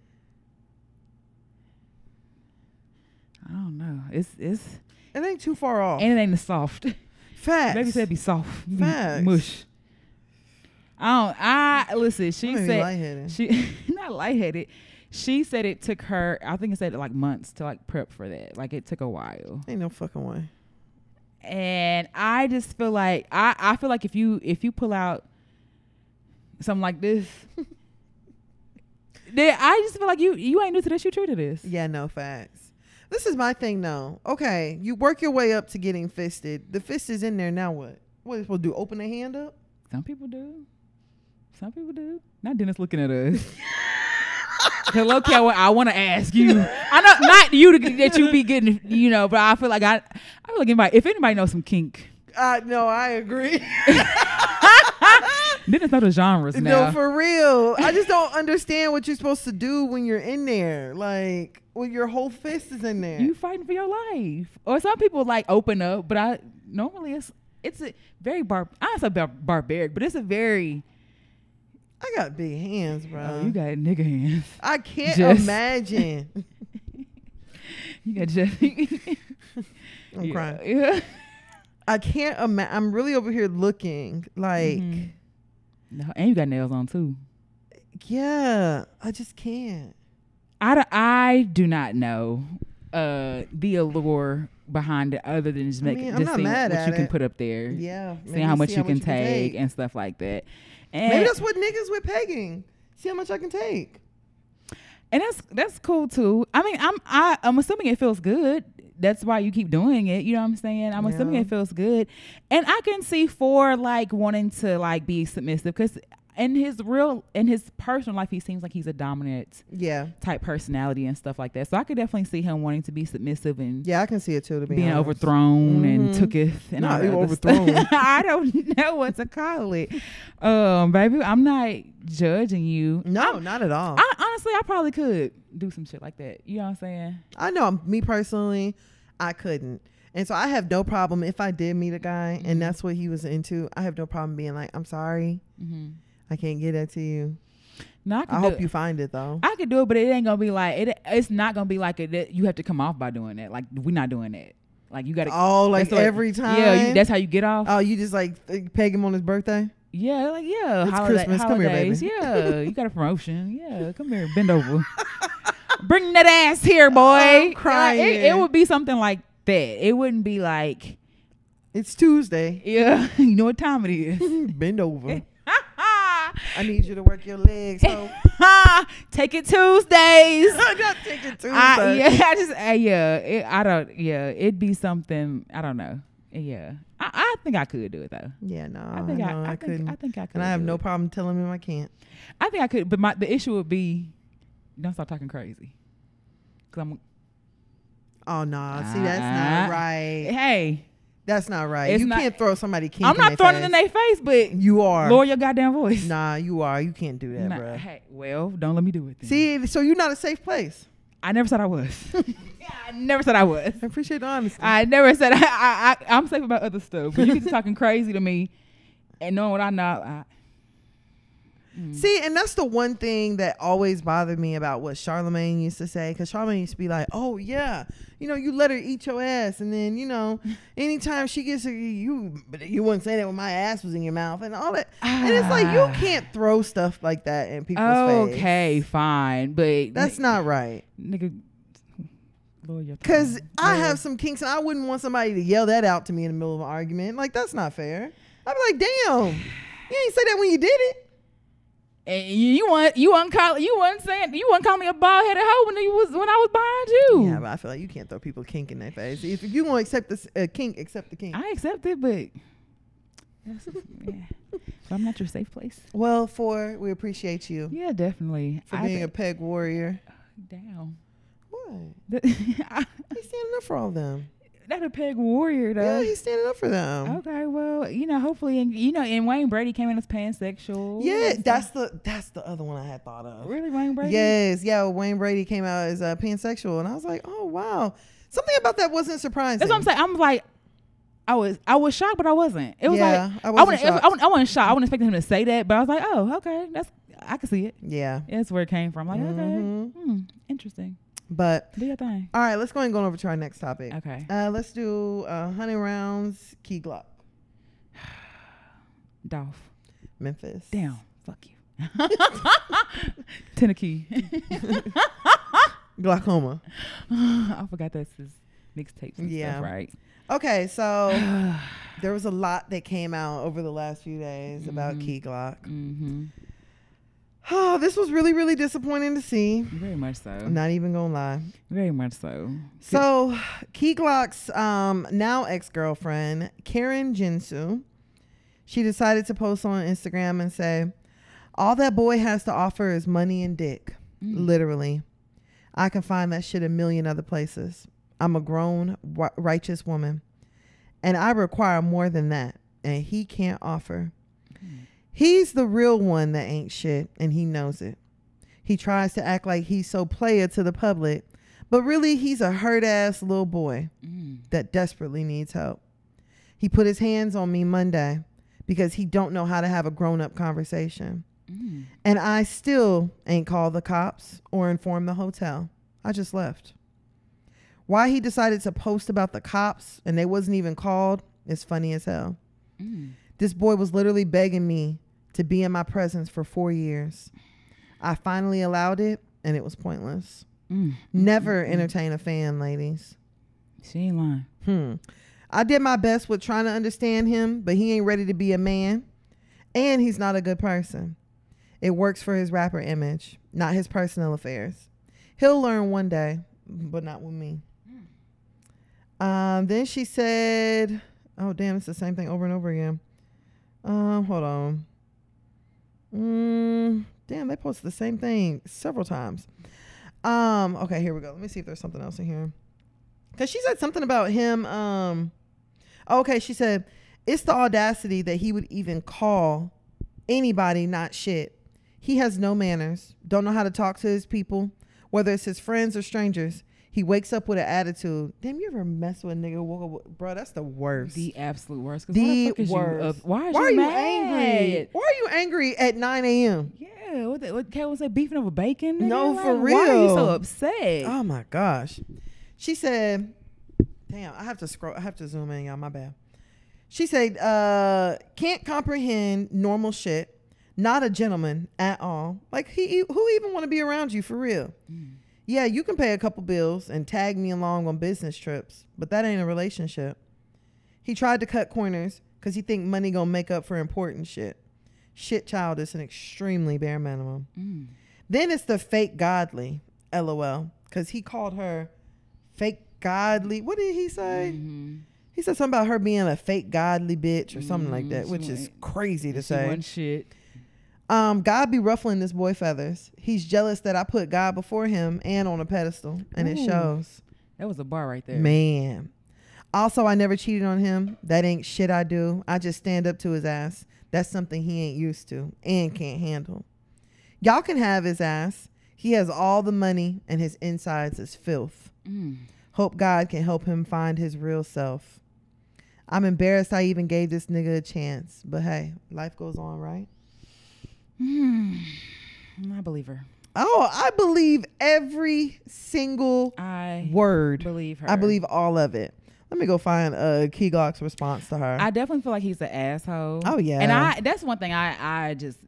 I don't know. It's it's
It ain't too far off.
and it ain't as soft.
Facts.
Baby said be soft, be
Facts.
mush. I don't. I listen. She
That made me
said
lightheaded.
she not lightheaded. She said it took her. I think it said like months to like prep for that. Like it took a while.
Ain't no fucking way.
and I just feel like I, I feel like if you if you pull out something like this, then I just feel like you you ain't new to this. You true to this.
Yeah, no facts. This is my thing though. Okay, you work your way up to getting fisted. The fist is in there. Now what? What are you supposed to do? Open the hand up?
Some people do. Some people do. Not Dennis looking at us. Hello, Cal. I want to ask you. I know not you to, that you be getting, you know, but I feel like I, I feel like anybody. If anybody knows some kink,
Uh, no, I agree.
Dennis know the genres now.
No, for real. I just don't understand what you're supposed to do when you're in there. Like when your whole fist is in there.
you fighting for your life. Or some people like open up, but I normally it's it's a very bar. I don't say bar- barbaric, but it's a very
I got big hands, bro.
oh, you got nigga hands.
I can't
Just-
imagine.
You got just
I'm
yeah,
crying.
Yeah.
I can't imagine. I'm really over here looking like,
Mhm. No, and you got nails on too.
yeah, I just can't.
I do, I do not know uh the allure behind it other than just
I
make
mean, I'm
just
not
seeing
mad
what
at
you can
it.
put up there.
Yeah.
Seeing how much you can take and stuff like that. And eh.
Maybe that's what niggas with pegging. See how much I can take.
and that's that's cool too. I mean, I'm I, I'm assuming it feels good. That's why you keep doing it. You know what I'm saying? I'm assuming
Yeah.
it feels good, and I can see for like wanting to like be submissive because in his real in his personal life, he seems like he's a dominant
Yeah.
type personality and stuff like that. So I could definitely see him wanting to be submissive and
Yeah, I can see it too, to be
being
honest.
overthrown and
Mhm.
tooketh and
Nah,
all that
you
other stuff.
overthrown.
I don't know what to call it, um, baby. I'm not judging you.
No, not at all.
I honestly, I probably could do some shit like that. You know what I'm saying?
I know um, me personally, I couldn't. And so I have no problem if I did meet a guy and that's what he was into. I have no problem being like, I'm sorry,
Mm-hmm.
I can't get that to you.
No, I, could
I
do
hope
it.
you find it though.
I could do it, but it ain't gonna be like it. It's not gonna be like it. that You have to come off by doing that. Like we're not doing that. Like you gotta.
oh, like
that's what-
every time.
Yeah, you, that's how you get off.
oh, you just like th- peg him on his birthday.
yeah, like yeah.
It's Christmas. Come here,
holidays.
baby.
Yeah, you got a promotion. Yeah, come here, bend over. Bring that ass here, boy. Like, it- it,
Oh, crying.
would be something like that. It wouldn't be like
It's Tuesday.
yeah. You know what time it is. Ah.
Bend over. I need you to work your legs. So
Take it Tuesdays.
I got ticket Tuesday.
I, yeah, I just I, yeah, it, I don't yeah, it'd be something I don't know. Yeah, I, I think I could do it though.
Yeah, no,
I think I,
Oh,
I,
no, I,
think
couldn't.
I think I could.
and I have
do
no
it.
problem telling him I can't.
I think I could, but my the issue would be don't stop talking crazy. Cause I'm
Oh no, see that's not
Ah.
right.
hey,
That's not right.
It's
you
not-
can't throw somebody kink.
I'm not
in
throwing
their
it in
face.
their face, but
You are.
lower your goddamn voice.
Nah, you are. You can't do that,
Nah,
bro.
hey, well, don't let me do it. Then.
See, so you're not a safe place.
I never said I was. I never said I was.
I appreciate the honesty.
I never said I, I, I I'm safe about other stuff. But you keep talking crazy to me, and knowing what I know, I,
See, and that's the one thing that always bothered me about what Charlemagne used to say. Because Charlemagne used to be like, "Oh yeah, you know, you let her eat your ass, and then you know, anytime she gets a, you, but you wouldn't say that when my ass was in your mouth and all that." And it's like you
Ah.
can't throw stuff like that in people's face.
Okay, fine, but
that's not right.
ni- nigga. Lord, your
Cause
tongue.
I
Lord.
have some kinks, and I wouldn't want somebody to yell that out to me in the middle of an argument. Like that's not fair. I'd be like, "Damn, you ain't say that when you did it."
And you, you want you want call you want saying you want call me a bald headed hoe when you was when I was behind you.
Yeah, but I feel like you can't throw people kink in their face. If you want to accept this uh, kink, accept the kink.
I accept it, but that's- yeah. If I'm not your safe place.
well, four, we appreciate you
Yeah, definitely.
for
I
being a
think-
peg warrior.
down.
What?
I-
He's standing up for all them.
Not a peg warrior
Yeah,
though.
he's standing up for them.
Okay, well, you know, hopefully, and you know, and Wayne Brady came in as pansexual.
Yeah,
and
that's
stuff.
the that's the other one I had thought of.
really Wayne Brady.
Yes, yeah. Wayne Brady came out as uh, pansexual, and I was like, oh wow, something about that wasn't surprising.
That's what I'm saying. I'm like, I was I was shocked, but I wasn't. It was
Yeah,
like
I
I
wasn't
wasn't.
shocked.
I wasn't, I wasn't shocked. I wasn't expecting him to say that, but I was like, oh, okay, that's I can see it.
Yeah.
That's where it came from. Like,
Mhm.
okay, hmm, interesting.
But
Do your thing.
all right, let's go and go over to our next topic.
Okay.
Uh, let's do uh, 100 rounds, Key Glock,
Dolph.
Memphis.
Damn. Fuck you. Tennessee.
Glaucoma.
I forgot that's his mixtapes and
Yeah.
stuff, right?
Okay, so there was a lot that came out over the last few days about Key Glock.
mm-hmm.
Oh, this was really, really disappointing to see.
Very much so.
I'm not even gonna lie.
Very much so.
So, Key Glock's um, now ex girlfriend, Karen Jinsu, she decided to post on Instagram and say, All that boy has to offer is money and dick. Literally. I can find that shit a million other places. I'm a grown, wi- righteous woman, and I require more than that, and he can't offer. He's the real one that ain't shit, and he knows it. He tries to act like he's so player to the public, but really, he's a hurt ass little boy
Mm.
that desperately needs help. He put his hands on me Monday because he don't know how to have a grown up conversation.
Mm.
And I still ain't called the cops or informed the hotel. I just left. Why he decided to post about the cops and they wasn't even called is funny as hell.
Mm.
This boy was literally begging me to be in my presence for 4 years. I finally allowed it and it was pointless.
Mm.
Never entertain a fan, ladies.
She ain't lying.
Hmm. I did my best with trying to understand him, but he ain't ready to be a man. And he's not a good person. It works for his rapper image, not his personal affairs. He'll learn one day, but not with me. Um, then she said, Oh, damn, it's the same thing over and over again. Um, hold on. Mm, damn, they posted the same thing several times. Um, okay, here we go. Let me see if there's something else in here. Cause she said something about him. Um, okay, she said it's the audacity that he would even call anybody not shit. He has no manners. Don't know how to talk to his people, whether it's his friends or strangers. He wakes up with an attitude. Damn, you ever mess with a nigga? Woke up with, bro, that's the worst.
The absolute worst. 'cause why the
The
fuck is you up-
worst.
Why, is
Why
you
are you
mad?
angry? Why are you angry at 9 a.m.?
Yeah, what, the, what Kevin say? Beefing over bacon? nigga?
No, for
Like, Why are you so
real.
upset?
Oh my gosh. She said, damn, I have to scroll, I have to zoom in, y'all, my bad. She said, uh, can't comprehend normal shit, not a gentleman at all. Like he who even want to be around you for real? Yeah, you can pay a couple bills and tag me along on business trips, but that ain't a relationship. He tried to cut corners because he think money gonna make up for important shit. Shit child is an extremely bare minimum.
Mm.
Then it's the fake godly, lol, because he called her fake godly. What did he say?
Mhm.
He said something about her being a fake godly bitch or something like
Mhm,
that,
she
which is
went-
crazy to
She
say.
wasn't shit.
Um, God be ruffling this boy feathers. He's jealous that I put God before him and on a pedestal, and it
Ooh.
shows.
That was a bar right there.
Man. Also, I never cheated on him. That ain't shit I do. I just stand up to his ass. That's something he ain't used to and can't handle. Y'all can have his ass. He has all the money and his insides is filth.
Mm.
Hope God can help him find his real self. I'm embarrassed I even gave this nigga a chance, but hey, life goes on, right?
I believe her.
Oh, I believe every single
I
word.
believe her.
I believe all of it. Let me go find uh, Key Glock's response to her.
I definitely feel like he's an asshole.
Oh, yeah.
and I that's one thing I I just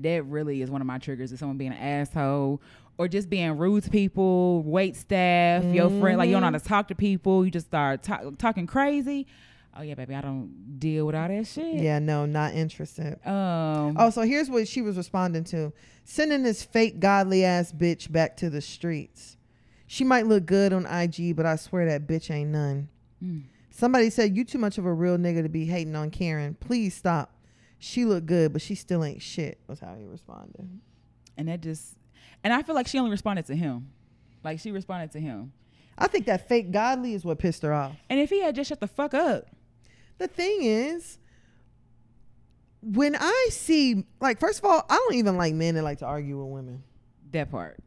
that really is one of my triggers is someone being an asshole or just being rude to people, wait staff, your friend, like you don't know how to
Mm-hmm.
talk to people, you just start ta- talking crazy. Oh yeah, baby, I don't deal with all that shit.
yeah, no, not interested.
Um,
Oh, so here's what she was responding to sending this fake godly ass bitch back to the streets. She might look good on IG, but I swear that bitch ain't none.
Mm.
Somebody said, You too much of a real nigga to be hating on Karen. Please stop. She look good, but she still ain't shit, was how he responded.
and that just and I feel like she only responded to him, like she responded to him.
I think that fake godly is what pissed her off.
And if he had just shut the fuck up,
The thing is, when I see, like, first of all, I don't even like men that like to argue with women.
that part.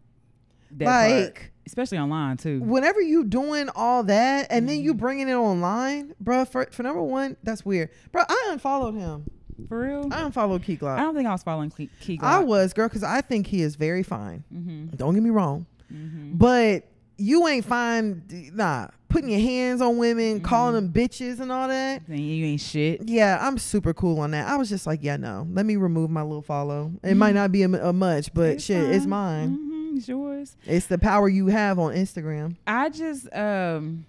That
like
part. especially online too.
whenever you doing all that and then you
Mm-hmm.
bringing it online, bruh, for, for number one, that's weird. Bruh, I unfollowed him.
For real,
I unfollowed Key Glock.
I don't think I was following Key. Key
I was, girl, because I think he is very fine.
Mm-hmm.
Don't get me wrong.
Mm-hmm.
But you ain't fine, d- nah, putting your hands on women,
Mm-hmm.
calling them bitches and all that.
Then you ain't shit.
Yeah, I'm super cool on that. I was just like, yeah, no, let me remove my little follow. It might not be a, m- a much, but shit, it's mine.
Mm-hmm, it's yours.
It's the power you have on Instagram.
I just um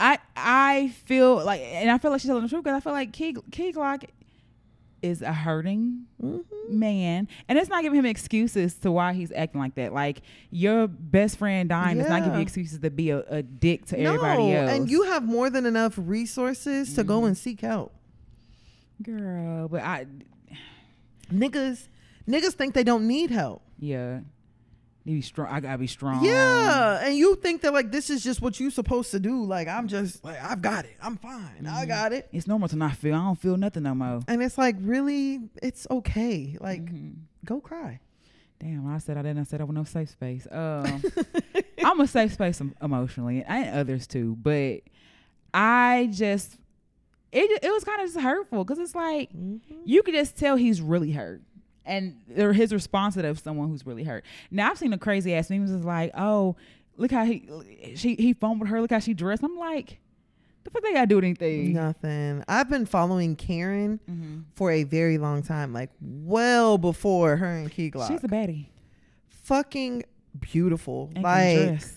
I I feel like and I feel like she's telling the truth because I feel like Key Key Glock is a hurting
Mm-hmm.
man. And it's not giving him excuses to why he's acting like that. Like your best friend dying is not giving
Yeah.
you excuses to be a, a dick to everybody else. Mm-hmm.
and you have more than enough resources to go and seek help.
girl, but I
Niggas, niggas think they don't need help.
yeah. You be strong I gotta be strong.
Yeah, and you think that like this is just what you supposed to do. Like I'm just like I've got it. I'm fine. I
Mm-hmm.
got it.
It's normal to not feel I don't feel nothing no more.
And it's like really, it's okay. Like
Mm-hmm.
go cry.
Damn, I said I didn't. I said I was no safe space. Um, I'm a safe space em- emotionally, and others too. But I just, it it was kind of just hurtful because it's like
Mm-hmm.
you could just tell he's really hurt, and or his response to that of someone who's really hurt. Now I've seen the crazy ass memes. Is like, oh, look how he she he fumbled her. Look how she dressed. I'm like, the fuck they gotta do with anything. Mm-hmm.
Nothing. I've been following Karen for a very long time, like well before her and Key Glock.
She's a baddie.
fucking beautiful.
And can
like
dress.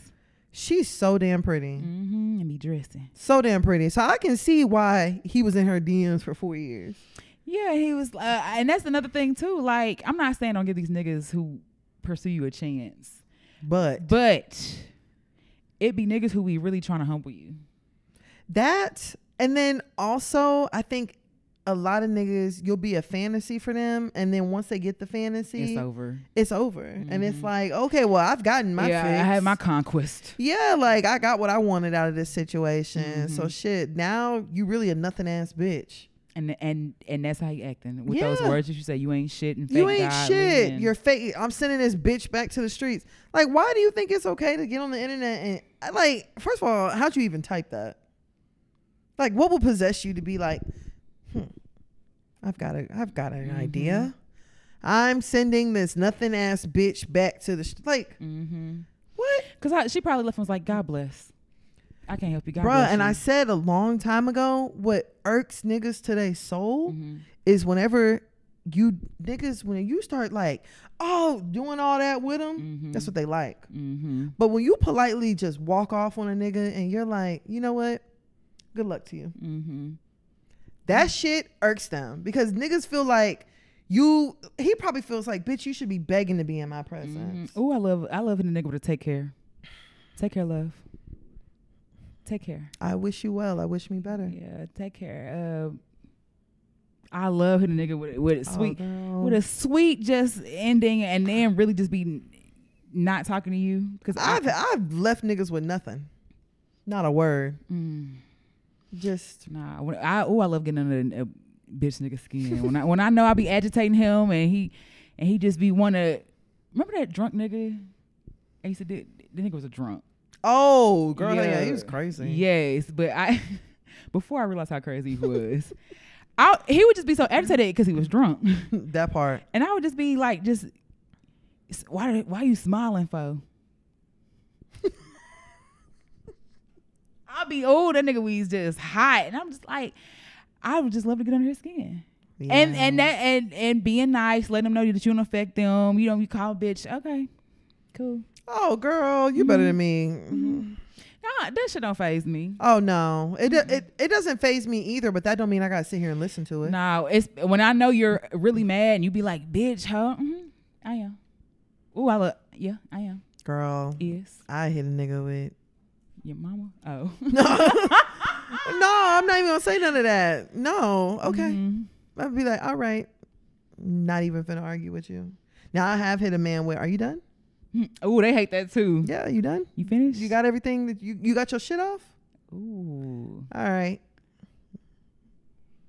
she's so damn pretty.
Mm-hmm, and be dressing.
So damn pretty. So I can see why he was in her DMs for four years.
Yeah, he was, uh, and that's another thing too. Like, I'm not saying don't give these niggas who pursue you a chance,
But
but it be niggas who be really trying to humble you.
that, and then also, I think a lot of niggas, you'll be a fantasy for them. And then once they get the fantasy, it's
it's
over.
over.
And it's like, okay, well, I've gotten my
yeah,
fix.
I had my conquest.
Yeah, like I got what I wanted out of this situation.
Mm-hmm.
So shit, now you really a nothing ass bitch.
And and and that's how you acting with those
Yeah.
words that you say. You ain't shit and
you
fake
ain't
godly
shit.
and-
You're fake. I'm sending this bitch back to the streets. Like, why do you think it's okay to get on the internet and I- like? First of all, how'd you even type that? Like, what will possess you to be like? Hmm, I've got a, I've got an
Mm-hmm.
idea. I'm sending this nothing ass bitch back to the sh- like
Mhm.
what,
Cause I, she probably left and was like, "God bless, I can't help you, God
bruh?
bless."
And
you."
I said a long time ago, what irks niggas to their soul
Mhm.
is whenever you niggas when you start like oh doing all that with them,
Mm-hmm.
that's what they like.
Mhm.
But when you politely just walk off on a nigga and you're like, you know what? Good luck to you.
Mhm. Mm-hmm.
That shit irks them because niggas feel like you, he probably feels like, bitch, you should be begging to be in my presence.
Oh, I love I love when a nigga with a take care, take care, love, take care.
I wish you well. I wish me better.
Yeah, take care. Uh, I love hitting a nigga with with a
Oh,
sweet
girl.
with a sweet just ending, and then really just be n- not talking to you because
I've, I've left niggas with nothing. Not a word.
mm,
Just,
nah. When I oh I love getting under a bitch nigga skin when I when I know I be agitating him and he and he just be wanna remember that drunk nigga. I used to do, the nigga was a drunk.
oh, girl, yeah, he
Yeah.
was crazy.
Yes, but I before I realized how crazy he was, I he would just be so agitated because he was drunk.
that part.
And I would just be like, just s- why do- why you smiling for? I'll be oh that nigga we's just hot, and I'm just like, I would just love to get under his skin. And
Yeah.
and that and and being nice, letting them know that you don't affect them. You know, you call bitch, okay, cool.
oh, girl, you better than me.
Mm-hmm. Nah, that shit don't phase me.
Oh no, it, it it doesn't phase me either. But that don't mean I gotta sit here and listen to it.
No, it's when I know you're really mad and you be like, bitch, huh? hmm I am. Ooh, I look. Yeah, I am.
Girl,
Is
I hit a nigga with.
your mama? Oh.
No, I'm not even gonna say none of that. No, okay.
Mhm.
I'd be like, all right, not even finna argue with you. Now I have hit a man with. Are you done?
Oh, they hate that too.
Yeah, you done?
You finished?
You got everything that you you got your shit off.
Ooh.
All right.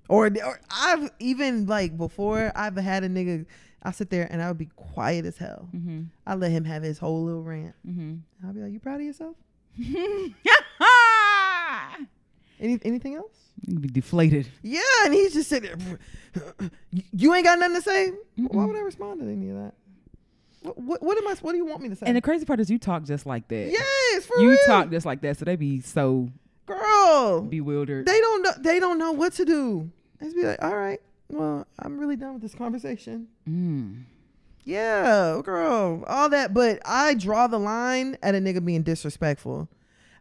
Or, or I've even like before I've had a nigga I'll sit there and I would be quiet as hell.
Mm-hmm.
I let him have his whole little rant.
Mm-hmm.
I'll be like, "You proud of yourself?
you
Any anything else?"
be deflated.
Yeah, and he's just sitting there. You ain't got nothing to say. Why
Mm-mm.
would I respond to any of that? What, what, what am I? What do you want me to say?
And the crazy part is you talk just like that.
yes, for
you
real.
talk just like that, so they be so
girl.
bewildered.
They don't know. They don't know what to do. I just be like, all right. Well, I'm really done with this conversation.
mm.
Yeah, girl, all that. But I draw the line at a nigga being disrespectful.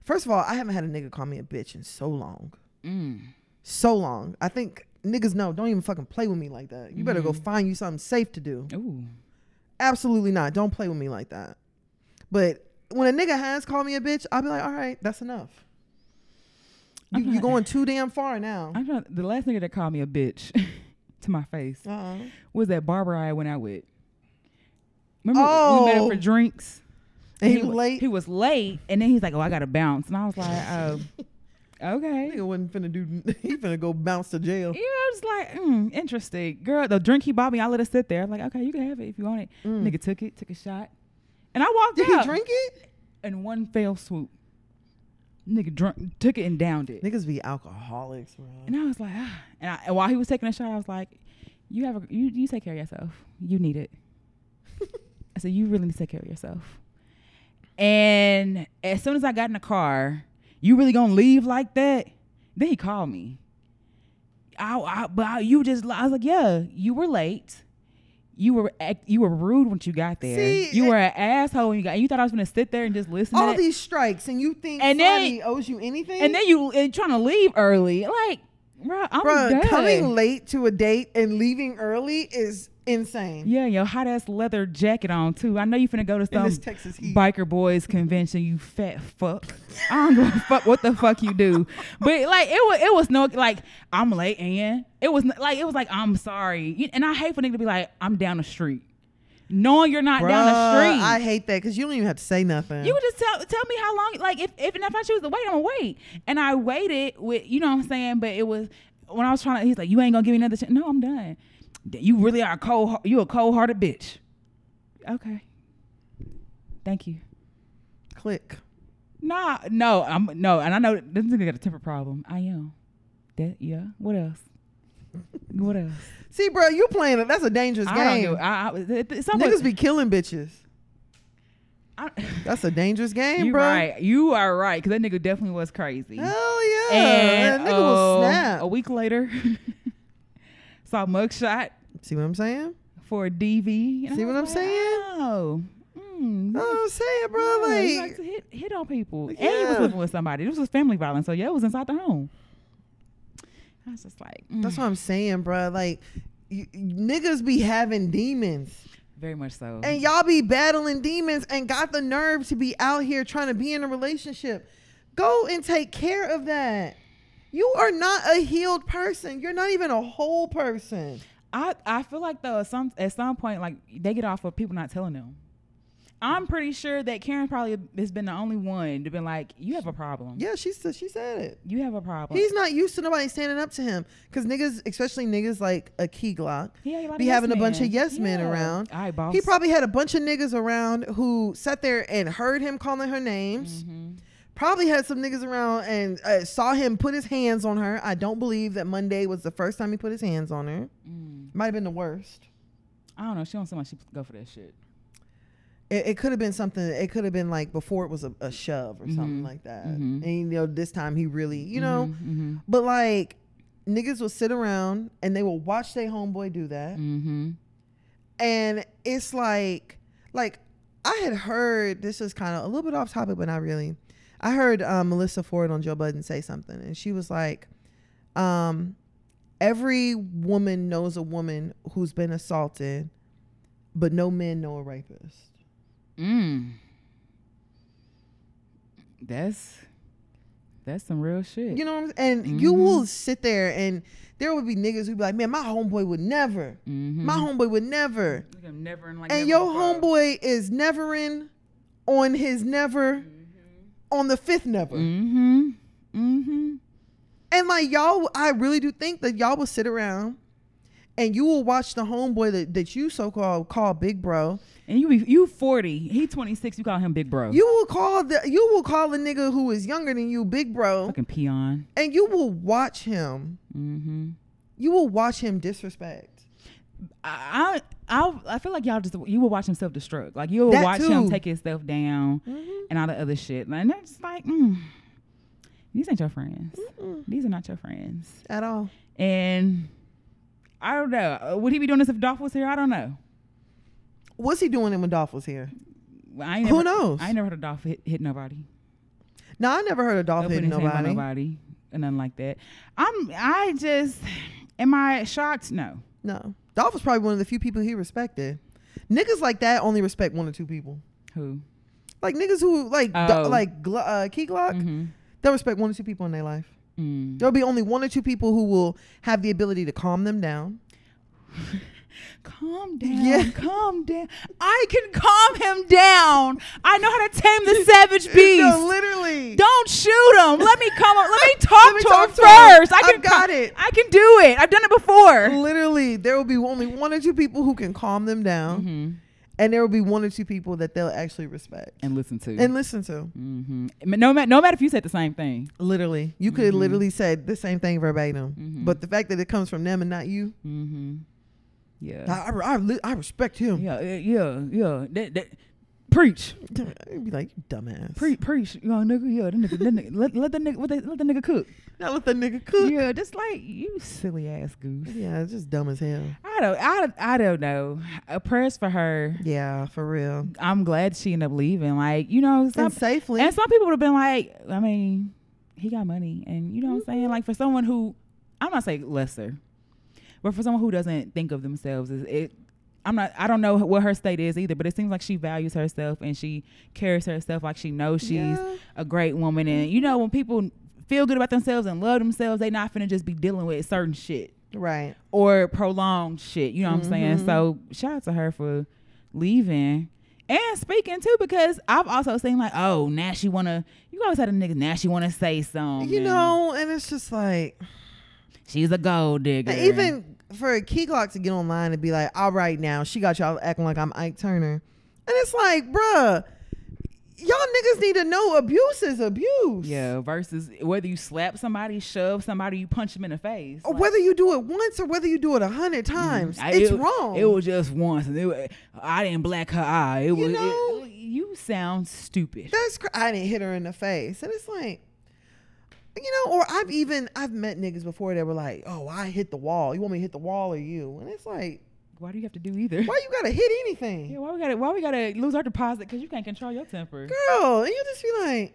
First of all, I haven't had a nigga call me a bitch in so long.
Mm.
So long. I think niggas know. Don't even fucking play with me like that. You better go
Mm-hmm.
find you something safe to do.
Ooh.
Absolutely not. Don't play with me like that. But when a nigga has called me a bitch, I'll be like, all right, that's enough.
I'm
You,
not-
you're going too damn far now.
I'm trying, the last nigga that called me a bitch to my face
Uh-uh.
was that barber I went out with. Remember we met
Oh.
up for drinks.
And he,
wa-
was late.
He was late, and then he's like, "Oh, I gotta bounce," and I was like, "Oh, okay."
nigga wasn't finna do. He finna go bounce to jail.
Yeah, I was like, mm, interesting. Girl, the drink he bought me, I let it sit there. I'm like, okay, you can have it if you want it. Nigga took it, took a shot. And I walked
Mm. Did
out
he drink it?
in one fell swoop. Nigga drunk, took it and downed it.
Niggas be alcoholics, bro.
And I was like, ah. And, I, and while he was taking a shot, I was like, you have a, you, you take care of yourself. You need it. I said, you really need to take care of yourself. And as soon as I got in the car, you really gonna leave like that? Then he called me. I, I but I, you just, li- I was like, yeah, you were late. You were act, you were rude when you got there.
See,
you
it-
were an asshole when you got. You thought I was gonna sit there and just listen. to
All
that?
these strikes, and you think
And then-
Friday owes you anything?
and then you and trying to leave early. Like, bro, I'm
Bruh,
done.
coming late to a date and leaving early is insane.
Yeah, your hot ass leather jacket on too. I know you finna go to
In
some
this Texas heat.
biker boys convention. You fat fuck. I don't give a fuck what the fuck you do. But like it was, it was no like I'm late and it was n- like it was like I'm sorry. You- And I hate for nigga to be like I'm down the street, knowing you're not down the
Bruh,
street.
I hate that because you don't even have to say nothing.
You would just tell tell me how long. Like if if and if I choose to wait, I'm gonna wait. And I waited with you know what I'm saying. But it was when I was trying to. He's like, you ain't gonna give me another chance. No, I'm done. D- You really are a cold. You a cold hearted bitch. Okay. Thank you.
click.
Nah, no, I'm no, and I know this nigga got a temper problem. I am. That yeah. What else? What else?
See, bro, you playing it. That's a dangerous
I don't
game.
do. I, I, th- th- some
Niggas be killing bitches.
I-
That's a dangerous game,
you
bro.
right. You are right. Cause that nigga definitely was crazy.
Hell yeah.
And
that nigga will
uh,
snap.
a week later, saw mugshot
See what I'm saying?
for a DV. and I
See what
was
I'm
like,
saying?
Oh, mm,
Know what I'm saying, bro.
yeah, he likes
Like,
to hit, hit on people.
Like,
And he was
yeah.
living with somebody. This was family violence, so yeah, it was inside the home. I was just like, mm,
that's what I'm saying, bro. Like, you, niggas be having demons.
very much so.
and y'all be battling demons and got the nerve to be out here trying to be in a relationship. Go and take care of that. You are not a healed person. You're not even a whole person.
I I feel like though at some at some point like they get off of people not telling them. I'm pretty sure that Karen probably has been the only one to been like, you have a problem.
Yeah, she said she said it.
You have a problem.
He's not used to nobody standing up to him because niggas, especially niggas like a key Glock,
yeah, he like
be
yes
having a bunch of
man.
yes men
Yeah.
around.
All right, boss.
He probably had a bunch of niggas around who sat there and heard him calling her names. Probably had some niggas around and uh, saw him put his hands on her. I don't believe that Monday was the first time he put his hands on her. Might have been the worst.
Mm. I don't know. She don't seem like she go for that shit.
It, it could have been something. It could have been like before it was a, a shove or something like that.
Mhm.
And you know, this time he really, you know,
Mm-hmm.
but like niggas will sit around and they will watch their homeboy do that.
Mm-hmm.
and it's like like i had heard this is kind of a little bit off topic but not really i heard um, melissa ford on joe budden say something and she was like um, every woman knows a woman who's been assaulted but no men know a rapist
Mm. That's that's some real shit.
you know what i'm and you will sit there and there would be niggas who'd be like man my homeboy would never
mm-hmm.
my homeboy would never
never in like
and your
never before.
homeboy is nevering on his never on the fifth never
Mm-hmm. Mm-hmm.
And like y'all, I really do think that y'all will sit around And you will watch the homeboy that, that you so called call big bro.
And you be you forty, he twenty six. You call him big bro.
You will call the you will call a nigga who is younger than you big bro,
fucking peon.
and you will watch him.
Mm-hmm.
You will watch him disrespect.
I I I feel like y'all just you will watch him self destruct. Like you'll
That
watch him
too. Mm-hmm.
take himself down and all the other shit. And that's just like, mm, these ain't your friends. These are not your friends.
At all.
And I don't know. Uh, Would he be doing this if Dolph was here? I don't know.
What's he doing when Dolph was here?
I ain't
Who
never,
knows?
I ain't never heard of Dolph hit, hit nobody.
No, I never heard of Dolph
Open
hitting
his hand by
nobody.
nobody. Or nothing like that. I'm. I just. Am I shocked? No.
No. Dolph was probably one of the few people he respected. Niggas like that only respect one or two people.
Who?
Like niggas who like do-
Oh.
like gl- uh, Key Glock,
Mm-hmm.
they'll respect one or two people in their life.
Mm.
There'll be only one or two people who will have the ability to calm them down.
Calm down.
Yeah.
Calm down. I can calm him down. I know how to tame the savage beast.
No, literally.
Don't shoot him. Let me come. Up. Let me talk
me
to
talk
him
to him.
first. I
I've
can
got
co-
it.
I can do it. I've done it before.
Literally, there will be only one or two people who can calm them down,
Mm-hmm.
and there will be one or two people that they'll actually respect
And listen to.
and listen to.
mm-hmm. No matter no matter if you said the same thing.
Literally, you
Mm-hmm.
could have literally said the same thing verbatim,
Mhm.
but the fact that it comes from them and not you,
Mm-hmm. Yeah.
I, I, I li- I respect him.
yeah. uh, Yeah. Yeah. That, that. Preach.
I'd be like, you dumbass.
Pre- preach. You know, nigga. Yeah. That nigga. That nigga let, let the nigga. What they, let the nigga cook.
Now let the nigga cook.
Yeah. Just like you, silly ass goose.
Yeah, it's just dumb as hell.
I don't. I. I don't know. A prayers for her.
Yeah, for real.
I'm glad she ended up leaving. Like you know. Some,
and safely.
And some people would have been like, I mean, he got money. And you know what I'm
Mm-hmm.
saying? Like for someone who, I'm not saying lesser, but for someone who doesn't think of themselves as it, I'm not, I don't know what her state is either, but it seems like she values herself and she carries herself like she knows she's
Yeah.
a great woman. And you know, when people feel good about themselves and love themselves, they not finna just be dealing with certain shit
right.
or prolonged shit. You know what I'm saying?
Mm-hmm.
So shout out to her for leaving. And speaking too, because I've also seen like, oh, now she wanna you always had a nigga, now she wanna say something.
You know, and it's just like
She's a gold digger.
even for a key clock to get online and be like, all right now, she got y'all acting like I'm Ike Turner. And it's like, bruh, y'all niggas need to know abuse is abuse.
Yeah, versus whether you slap somebody, shove somebody, you punch them in the face.
Or
Like,
whether you do it once or whether you do it a hundred times.
Mm-hmm. I-
it's
it-
wrong.
It was just once. And it wa- I didn't black her eye. It was it-
know?
you sound stupid.
That's cr- I didn't hit her in the face, and it's like, you know, or I've even I've met niggas before that were like, "Oh, I hit the wall. You want me to hit the wall or you?" And it's like,
why do you have to do either?
why you gotta hit
Yeah,
anything,
why we gotta why we gotta lose our deposit because you can't control your temper.
girl? And you just be like,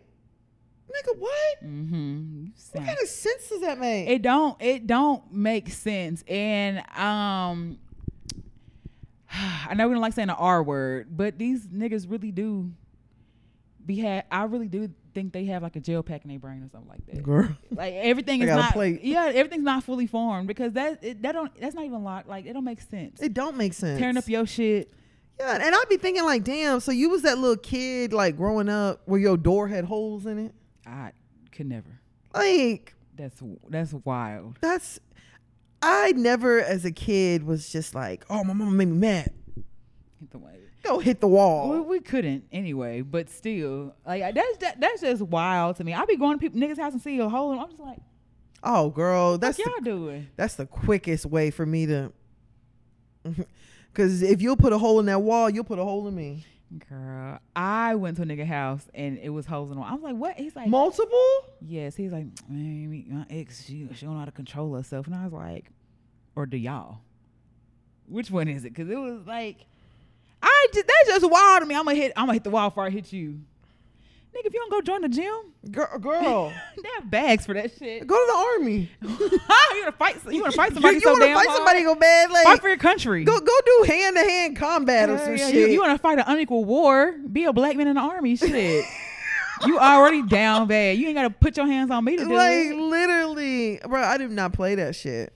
"Nigga, what?
Mm-hmm. You
What
sound
kind of sense does that make?"
it don't it don't make sense and um i know we don't like saying the r word but these niggas really do be ha i really do think they have like a jail pack in their brain or something like that
girl,
like everything
They
is
got a
not
plate.
yeah everything's not fully formed because that it, that don't that's not even locked like it don't make sense
it don't make sense.
tearing up your shit
yeah, and I'd be thinking like, "Damn, so you was that little kid like growing up where your door had holes in it?
i could never
Like,
that's that's wild
that's I never as a kid was just like, oh, my mama made me mad.
the way
Go hit the wall.
We, we couldn't anyway, but still, like I- that's that, that's just wild to me. I be going to people niggas' house and see a hole, and I'm just like,
Oh, girl,
"What
that's the,
y'all doing?"
that's the quickest way for me to. Because if you'll put a hole in that wall, you'll put a hole in me.
Girl, I went to a nigga house and it was holes in the wall. I was like, "What?" He's like,
Multiple?
"Yes." He's like, "Man, me- my ex, she she don't know how to control herself," and I was like, "Or do y'all?" Which one is it? Because it was like, I just that's just wild to me. I'm gonna hit I'm gonna hit the wall before I hit you, nigga. If you don't go join the gym,
Girl, girl
they have bags for that shit.
go to the army.
you wanna fight? You wanna fight somebody?
you
so
want to
damn
fight
hard?
somebody go bad?
fight
Like,
for your country.
go, go do hand to hand combat or
Yeah,
some
yeah, you-
shit.
You, want to fight an unequal war? Be a black man in the army. Shit, you already down bad. You ain't gotta put your hands on me to do
like
it.
literally bro i do not play that shit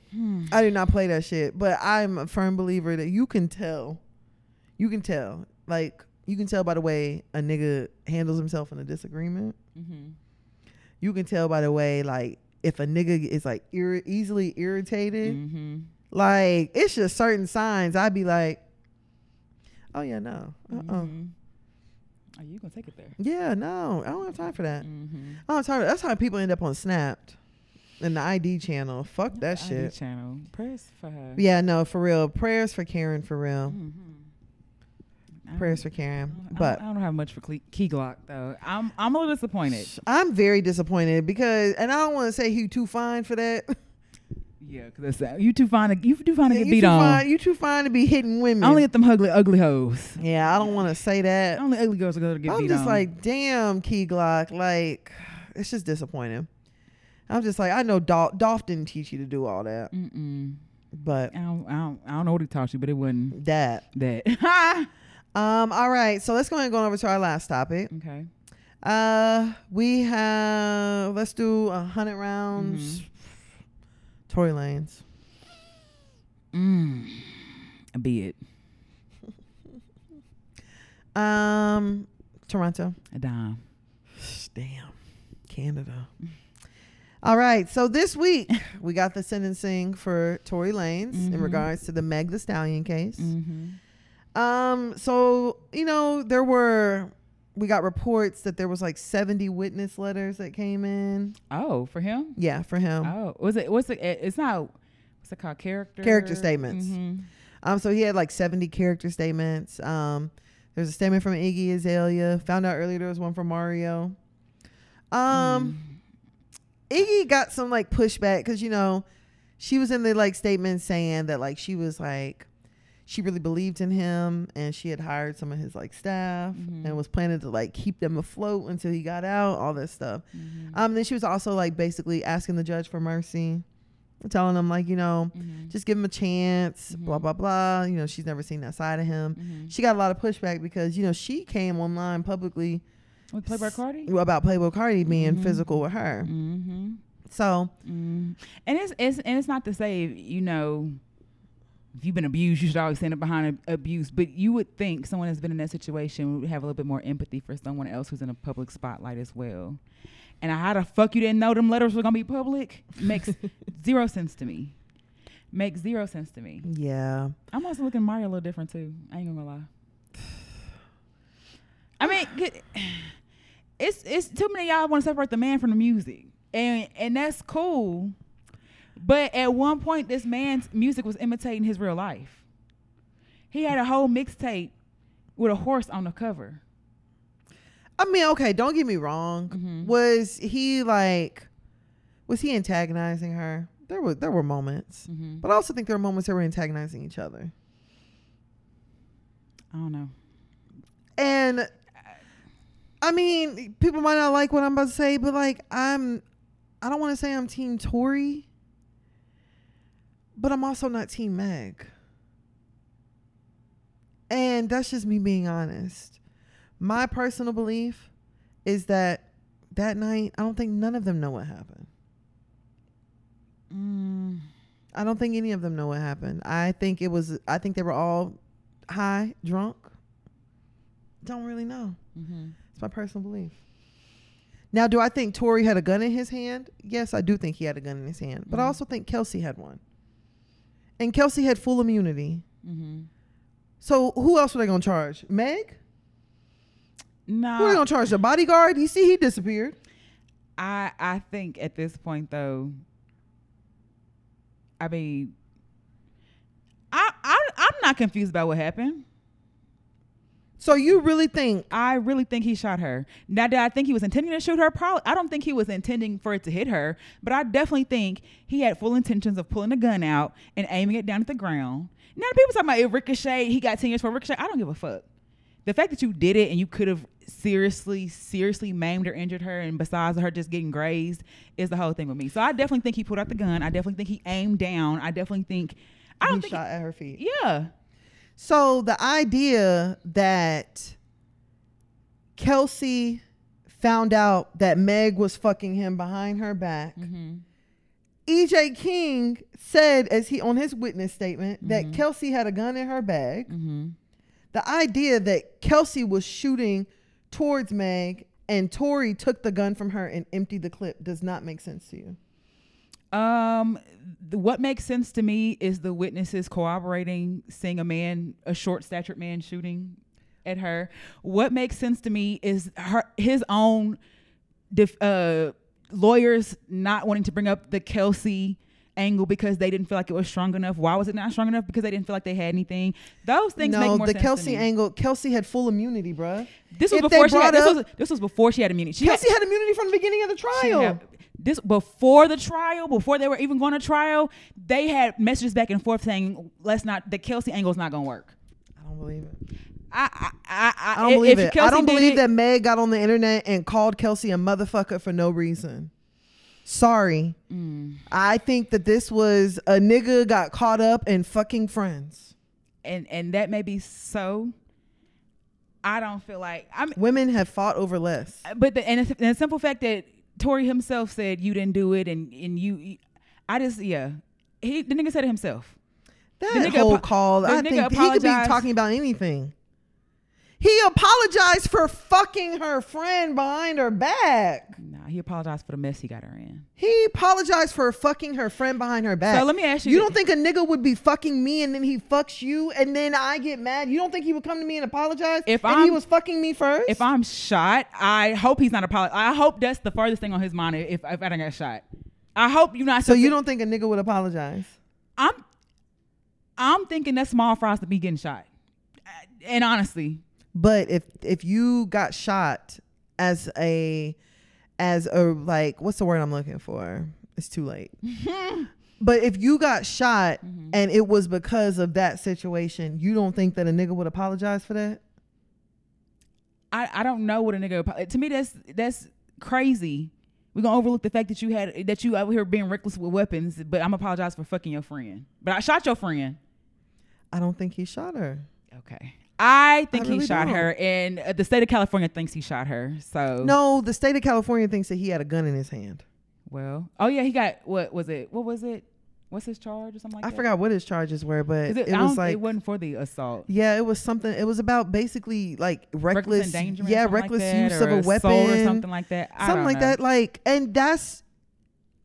i do not play that shit but i'm a firm believer that you can tell you can tell like you can tell by the way a nigga handles himself in a disagreement
Mhm.
you can tell by the way like if a nigga is like ir- easily irritated
Mhm.
Like it's just certain signs. I'd be like, oh yeah, no, uh,
Mhm.
uh
Are Mm-hmm. Oh, you gonna take it there?
yeah, no, I don't have time for that.
Mm-hmm.
I don't have time. That's how people end up on Snapped and the ID channel. Fuck that shit.
Channel prayers for her.
Yeah, no, for real. Prayers for Karen, for real.
Mm-hmm.
Prayers for Karen. But
I don't have much for Cle- Key Glock though. I'm I'm a little disappointed.
I'm very disappointed because, and I don't want to say he too fine for that.
Yeah, because that's you too fine to you do fine to
you
get beat
too
on.
Fine, you too fine to be hitting women.
I only get them ugly ugly hoes.
yeah, I don't want to say that.
Only ugly girls are gonna get
I'm
beat
just
on.
like, damn, Key Glock. Like, it's just disappointing. I'm just like, I know Dolph, Dolph didn't teach you to do all that,
Mm-mm.
but
I don't, I don't I don't know what he taught you, but it wasn't
that.
that.
Um, all right, so let's go ahead and go over to our last topic.
okay.
Uh, we have let's do a hundred rounds. Tory Lanes.
Mm. Be it
Um, Toronto.
a dime.
Damn, Canada. All right, so this week we got the sentencing for Tory Lanez in
Mhm.
regards to the Meg the Stallion case.
Mm-hmm.
Um, so you know there were we got reports that there was like seventy witness letters that came in.
Oh, for him.
Yeah, for him.
Oh, was it? What's it? It's not. What's it called? Character.
Character statements.
Mhm.
Um, so he had like seventy character statements. Um, there's a statement from Iggy Azalea. Found out earlier there was one from Mario. Um. Iggy got some like pushback because you know she was in the like statement saying that like she was like she really believed in him and she had hired some of his like staff
Mhm.
and was planning to like keep them afloat until he got out all this stuff
Mhm.
um then she was also like basically asking the judge for mercy telling him like you know
Mhm.
just give him a chance blah
Mhm.
blah blah you know she's never seen that side of him
Mhm.
she got a lot of pushback because you know she came online publicly
With Playboy Cardi.
about playboy cardi being
Mhm.
physical with her
Mm-hmm.
so
Mm. And it's, it's and it's not to say you know if you've been abused, you should always stand up behind ab- abuse. But you would think someone that's been in that situation would have a little bit more empathy for someone else who's in a public spotlight as well. And how the fuck you didn't know them letters were gonna be public makes zero sense to me. Makes zero sense to me.
Yeah.
I'm also looking at Mario a little different too. I ain't gonna lie. I mean, get- it's it's too many of y'all want to separate the man from the music, and and that's cool. But at one point, this man's music was imitating his real life. He had a whole mixtape with a horse on the cover.
I mean, okay, don't get me wrong.
Mhm.
Was he like was he antagonizing her? There were there were moments.
Mm-hmm.
But I also think there were moments that were antagonizing each other.
I don't know.
And I mean, people might not like what I'm about to say, but like I'm I don't want to say I'm team Tory, but I'm also not team Meg. And that's just me being honest. My personal belief is that that night, I don't think none of them know what happened.
Mm.
I don't think any of them know what happened. I think it was I think they were all high, drunk. Don't really know.
Mm-hmm.
It's my personal belief. Now, do I think Tory had a gun in his hand? Yes, I do think he had a gun in his hand. But I
Mhm.
also think Kelsey had one. And Kelsey had full immunity.
Mm-hmm.
So who else were they gonna charge? Meg? who are they
No,
gonna charge? The bodyguard? You see, he disappeared.
I I think at this point though, I mean, I I I'm not confused about what happened.
So you really think
I really think he shot her. Now, did I think he was intending to shoot her? Probably. I don't think he was intending for it to hit her, but I definitely think he had full intentions of pulling a gun out and aiming it down at the ground. Now, the people talking about it ricocheted. He got ten years for ricochet. I don't give a fuck. The fact that you did it and you could have seriously, seriously maimed or injured her, and besides her just getting grazed, is the whole thing with me. So I definitely think he pulled out the gun. I definitely think he aimed down. I definitely think. I don't
he
think.
shot at her feet?
yeah.
So the idea that Kelsey found out that Meg was fucking him behind her back.
Mm-hmm.
EJ King said as he on his witness statement that Kelsey had a gun in her bag.
Mm-hmm.
The idea that Kelsey was shooting towards Meg and Tori took the gun from her and emptied the clip does not make sense to you.
Um, th- what makes sense to me is the witnesses corroborating seeing a man, a short-statured man, shooting at her. What makes sense to me is her his own def- uh, lawyers not wanting to bring up the Kelsey angle because they didn't feel like it was strong enough. Why was it not strong enough? Because they didn't feel like they had anything. Those things make
no,
more
the
sense
Kelsey
to me.
angle. Kelsey had full immunity, bruh.
This was
if they
before she had,
brought
this, was,
up-
this was before she had immunity. She had-
Kelsey had immunity from the beginning of the
she
trial.
have- this before the trial, before they were even going to trial, they had messages back and forth saying, "Let's not the Kelsey angle's not going to work."
I don't believe it.
I I I,
I don't believe
if
it. I
Kelsey
don't
did
believe
it-
that Meg got on the internet and called Kelsey a motherfucker for no reason. Sorry.
Mm.
I think that this was a nigga got caught up in fucking friends.
and and that may be so. I don't feel like I'm,
Women have fought over less.
but the and, it's- and the simple fact that Tory himself said you didn't do it, and and you, I just yeah, he the nigga said it himself.
That
The nigga
whole
apo-
call,
the
I
nigga
think he could be
apologized.
talking about anything. He apologized for fucking her friend behind her back.
Nah, he apologized for the mess he got her in.
He apologized for fucking her friend behind her back.
So let me ask you
You
thi-
don't think a nigga would be fucking me and then he fucks you and then I get mad? You don't think he would come to me and apologize?
If
and he
I'm-
was fucking me first?
If I'm shot, I hope he's not apolog. I hope that's the furthest thing on his mind. If if I don't get shot, I hope you're not.
so you don't think a nigga would apologize?
I'm I'm thinking that's small fries to be getting shot. Uh, And honestly,
But if if you got shot as a as a like what's the word I'm looking for? It's too late. but if you got shot
Mm-hmm.
and it was because of that situation, you don't think that a nigga would apologize for that?
I, I don't know what a nigga apo- to me that's that's crazy. We're gonna overlook the fact that you had that you out here being reckless with weapons, but I'm apologize for fucking your friend. But I shot your friend.
I don't think he shot her.
Okay. I think
really
he shot
don't.
her, and uh, the state of California thinks he shot her. So
No, the state of California thinks that he had a gun in his hand.
Well, oh yeah, he got what was it? What was it? What's his charge or something like
I
that?
forgot what his charges were, but
'Cause
it,
It, I don't-
was like
it wasn't for the assault.
yeah, it was something. It was about basically like reckless,
endangerment,
yeah,
something like
reckless
that,
use
or
of a
assault
weapon
or something like that. I
something
don't
like
know.
that. Like, and that's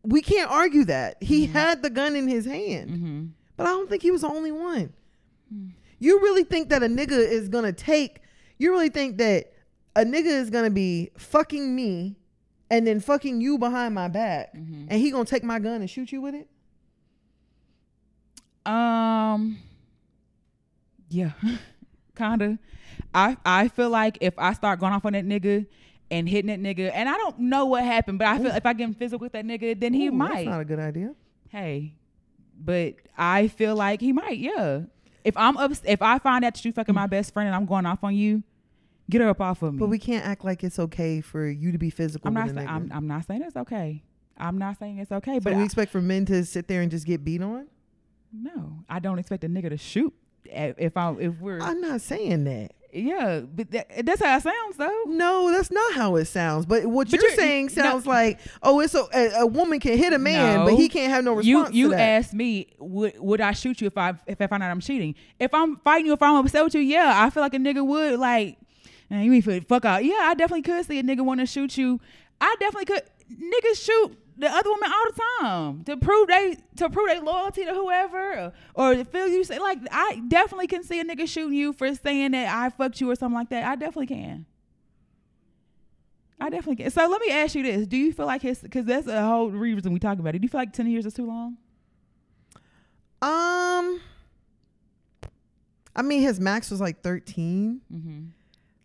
we can't argue that
Mm-hmm.
he had the gun in his hand,
Mhm.
but I don't think he was the only one.
Mm.
You really think that a nigga is gonna take? You really think that a nigga is gonna be fucking me, and then fucking you behind my back,
Mm-hmm.
and he gonna take my gun and shoot you with it?
Um. Yeah, kinda. I I feel like if I start going off on that nigga and hitting that nigga, and I don't know what happened, but I feel if I get physical with that nigga, then he
Ooh, That's
might.
not a good idea.
hey, but I feel like he might. Yeah. If I'm ups- if I find out that you fucking my best friend and I'm going off on you, get her up off of me.
But we can't act like it's okay for you to be physical.
I'm not.
with a
sa-
nigga.
I'm, I'm not saying it's okay. I'm not saying it's okay.
so
But
we
I-
expect for men to sit there and just get beat on.
no, I don't expect a nigga to shoot at- if I if we're
I'm not saying that.
yeah. But that, that's how it sounds though.
No, that's not how it sounds. But what
But
you're,
you're-
saying
no.
sounds like, oh, it's a, a, a woman can hit a man, but
No.
he can't have no response.
You you
to that.
asked me would would I shoot you if I if I find out I'm cheating? If I'm fighting you, if I'm upset with you, yeah, I feel like a nigga would like. "Man, you ain't finna fuck out. Yeah, I definitely could see a nigga want to shoot you. I definitely could. Niggas shoot the other woman all the time to prove they to prove they loyalty to whoever or, or to feel you say like I definitely can see a nigga shooting you for saying that I fucked you or something like that. I definitely can. I definitely can. So let me ask you this: Do you feel like his? Because that's a whole reason we talk about it. Do you feel like ten years is too long?
Um, I mean, his max was like 13,
Mm-hmm.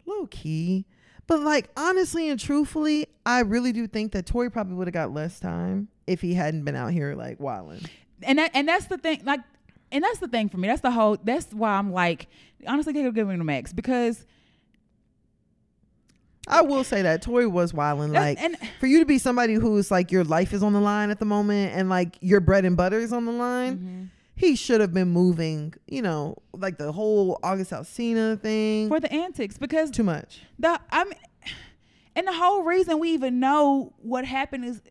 low key. But like honestly and truthfully, I really do think that Tori probably would have got less time if he hadn't been out here like wilding.
And that, and that's the thing, like, and that's the thing for me. That's the whole. That's why I'm like, honestly, they could give him the max because
I will say that Tori was wilding.
That's-
Like
and-
for you to be somebody who's like your life is on the line at the moment, and like your bread and butter is on the line.
Mm-hmm.
He should have been moving. You know, like the whole August Alsina thing.
for the antics because
Too much.
the I mean, and the whole reason we even know what happened is,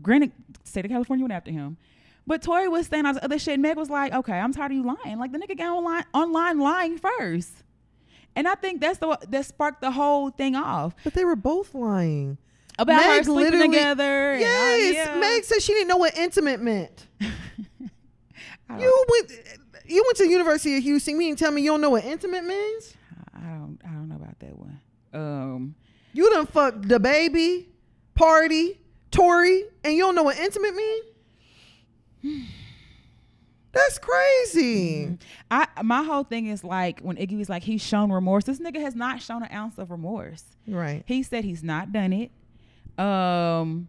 granted, state of California went after him. But Tori was saying all this other shit. and Meg was like, "Okay, I'm tired of you lying. Like the nigga got online, online lying first, and I think that's the that sparked the whole thing off.
But they were both lying.
about her
Meg
sleeping
literally-
together. and all-
Yes,
yeah.
Meg said she didn't know what intimate meant.
I don't,
You went, you went to University of Houston. You mean tell me you don't know what intimate means?
I don't. I don't know about that one. Um,
You done fucked the baby, party, Tory, and you don't know what intimate mean? That's crazy.
I my whole thing is like when Iggy was like he's shown remorse. This nigga has not shown an ounce of remorse.
Right.
He said he's not done it. Um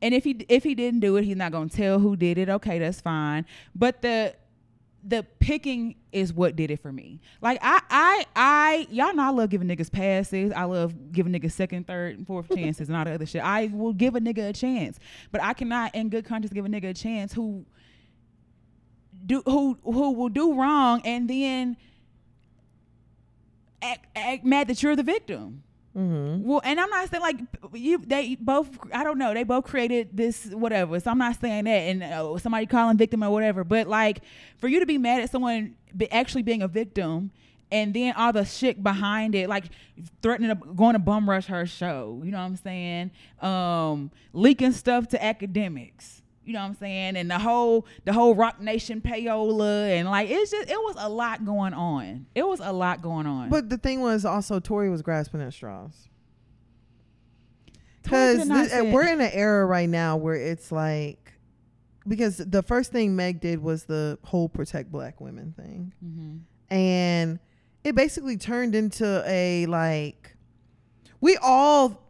and if he if he didn't do it, he's not going to tell who did it. Okay, that's fine. But the the picking is what did it for me. Like I I I y'all know I love giving niggas passes. I love giving niggas second, third, and fourth chances and all the other shit. I will give a nigga a chance, but I cannot in good conscience give a nigga a chance who do who who will do wrong and then act, act mad that you're the victim.
Mm-hmm.
Well, and I'm not saying like you. They both. I don't know. They both created this whatever. So I'm not saying that. And uh, somebody calling victim or whatever. But like for you to be mad at someone be actually being a victim, and then all the shit behind it, like threatening to going to bum rush her show. You know what I'm saying? Um, leaking stuff to academics. You know what I'm saying? And the whole the whole Rock Nation payola and like it's just it was a lot going on. It was a lot going on.
But the thing was also Tory was grasping at straws.
Tory could've
Because
not said-
we're in an era right now where it's like, because the first thing Meg did was the whole protect black women thing.
Mhm.
and it basically turned into a like we all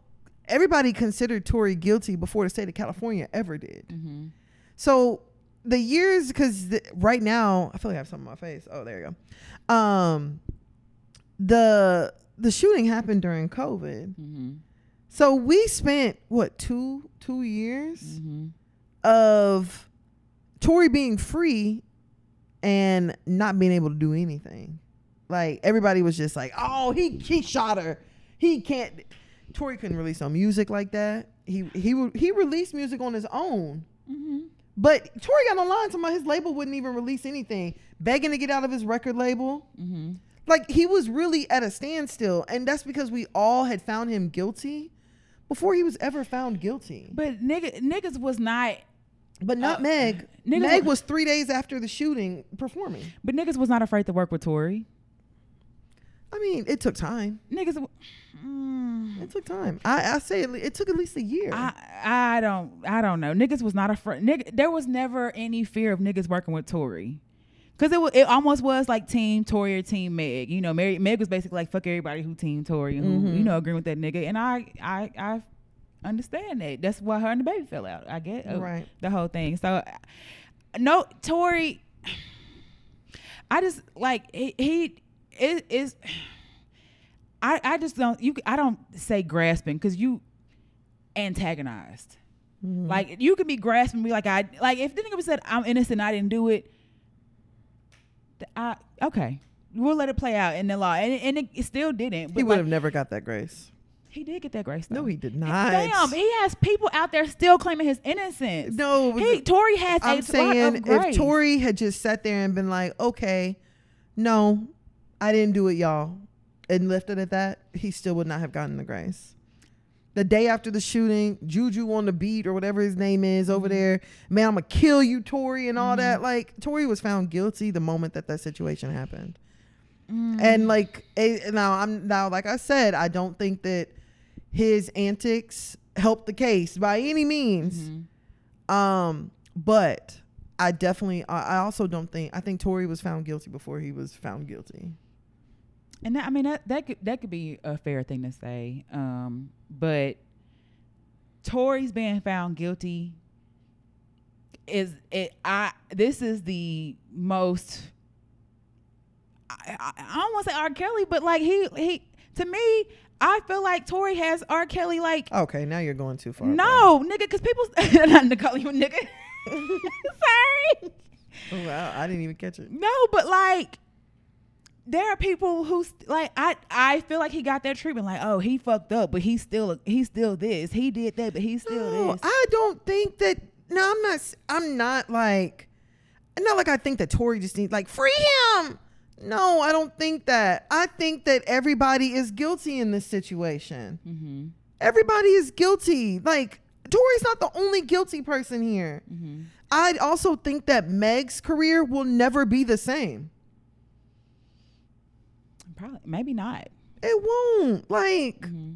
everybody considered Tory guilty before the state of California ever did.
Mhm.
So the years because right now I feel like I have something on my face. Oh, there you go. Um, the the shooting happened during COVID,
Mhm.
so we spent what two two years
Mhm.
of Tory being free and not being able to do anything. Like everybody was just like, "Oh, he he shot her. He can't." Tory couldn't release no music like that. He he would- he released music on his own,
Mhm.
but Tory got online talking about his label wouldn't even release anything, begging to get out of his record label.
Mm-hmm.
Like he was really at a standstill, and that's because we all had found him guilty before he was ever found guilty.
But nigga, niggas was not.
But not
Uh,
Meg.
niggas
Meg
wa-
was three days after the shooting performing.
But niggas was not afraid to work with Tory.
I mean, it took time.
Niggas. w- Mm,
It took time. I, I say it, it took at least a year.
I I don't I don't know. Niggas was not afraid. Nigga, there was never any fear of niggas working with Tory. Cause it, wa- it almost was like Team Tory or Team Meg, you know. Mary, Meg was basically like fuck everybody who Team Tory and who you know agreeing with that nigga. And I, I, I understand that. That's why her and the baby fell out. I get uh,
Right.
the whole thing. So no, Tory. I just like he, he it is. I I just don't you I don't say grasping because you antagonized.
Mm-hmm.
Like you can be grasping me like I like if the nigga said I'm innocent I didn't do it. th- I okay we'll let it play out in the law and and it, it still didn't. But
he would
like,
have never got that grace.
he did get that grace. Though.
No, he did not.
Damn, he has people out there still claiming his innocence.
no,
he Tory has. a
I'm
lot of
saying if
grace.
Tory had just sat there and been like, okay, no, I didn't do it, y'all, and left it at that, he still would not have gotten the grace. The day after the shooting, Juju on the beat or whatever his name is over
Mm-hmm.
there, man, I'm gonna kill you, Tory, and all that. Like, Tory was found guilty the moment that that situation happened.
Mm.
And like, eh, now I'm now, like I said, I don't think that his antics helped the case by any means.
Mm-hmm.
Um, but I definitely, I, I also don't think, I think Tory was found guilty before he was found guilty.
And that, I mean that that could that could be a fair thing to say. Um, but Tory's being found guilty is it I this is the most I, I, I don't want to say R. Kelly, but like he he to me, I feel like Tory has R. Kelly like
Okay, now you're going too far. bro.
no nigga because people not Nicole you a nigga sorry
Ooh, Oh, I, I didn't even catch it.
no, but like there are people who st- like I I feel like he got that treatment like oh he fucked up but he's still he's still this he did that but he's still
No,
this.
I don't think that, no, I'm not, s- I'm not like, not like I think that Tory just needs, like, free him. No, I don't think that. I think that everybody is guilty in this situation.
mm-hmm.
Everybody is guilty. Like Tori's not the only guilty person here.
Mm-hmm.
I also think that Meg's career will never be the same.
Probably, maybe not.
It won't. Like
Mm-hmm.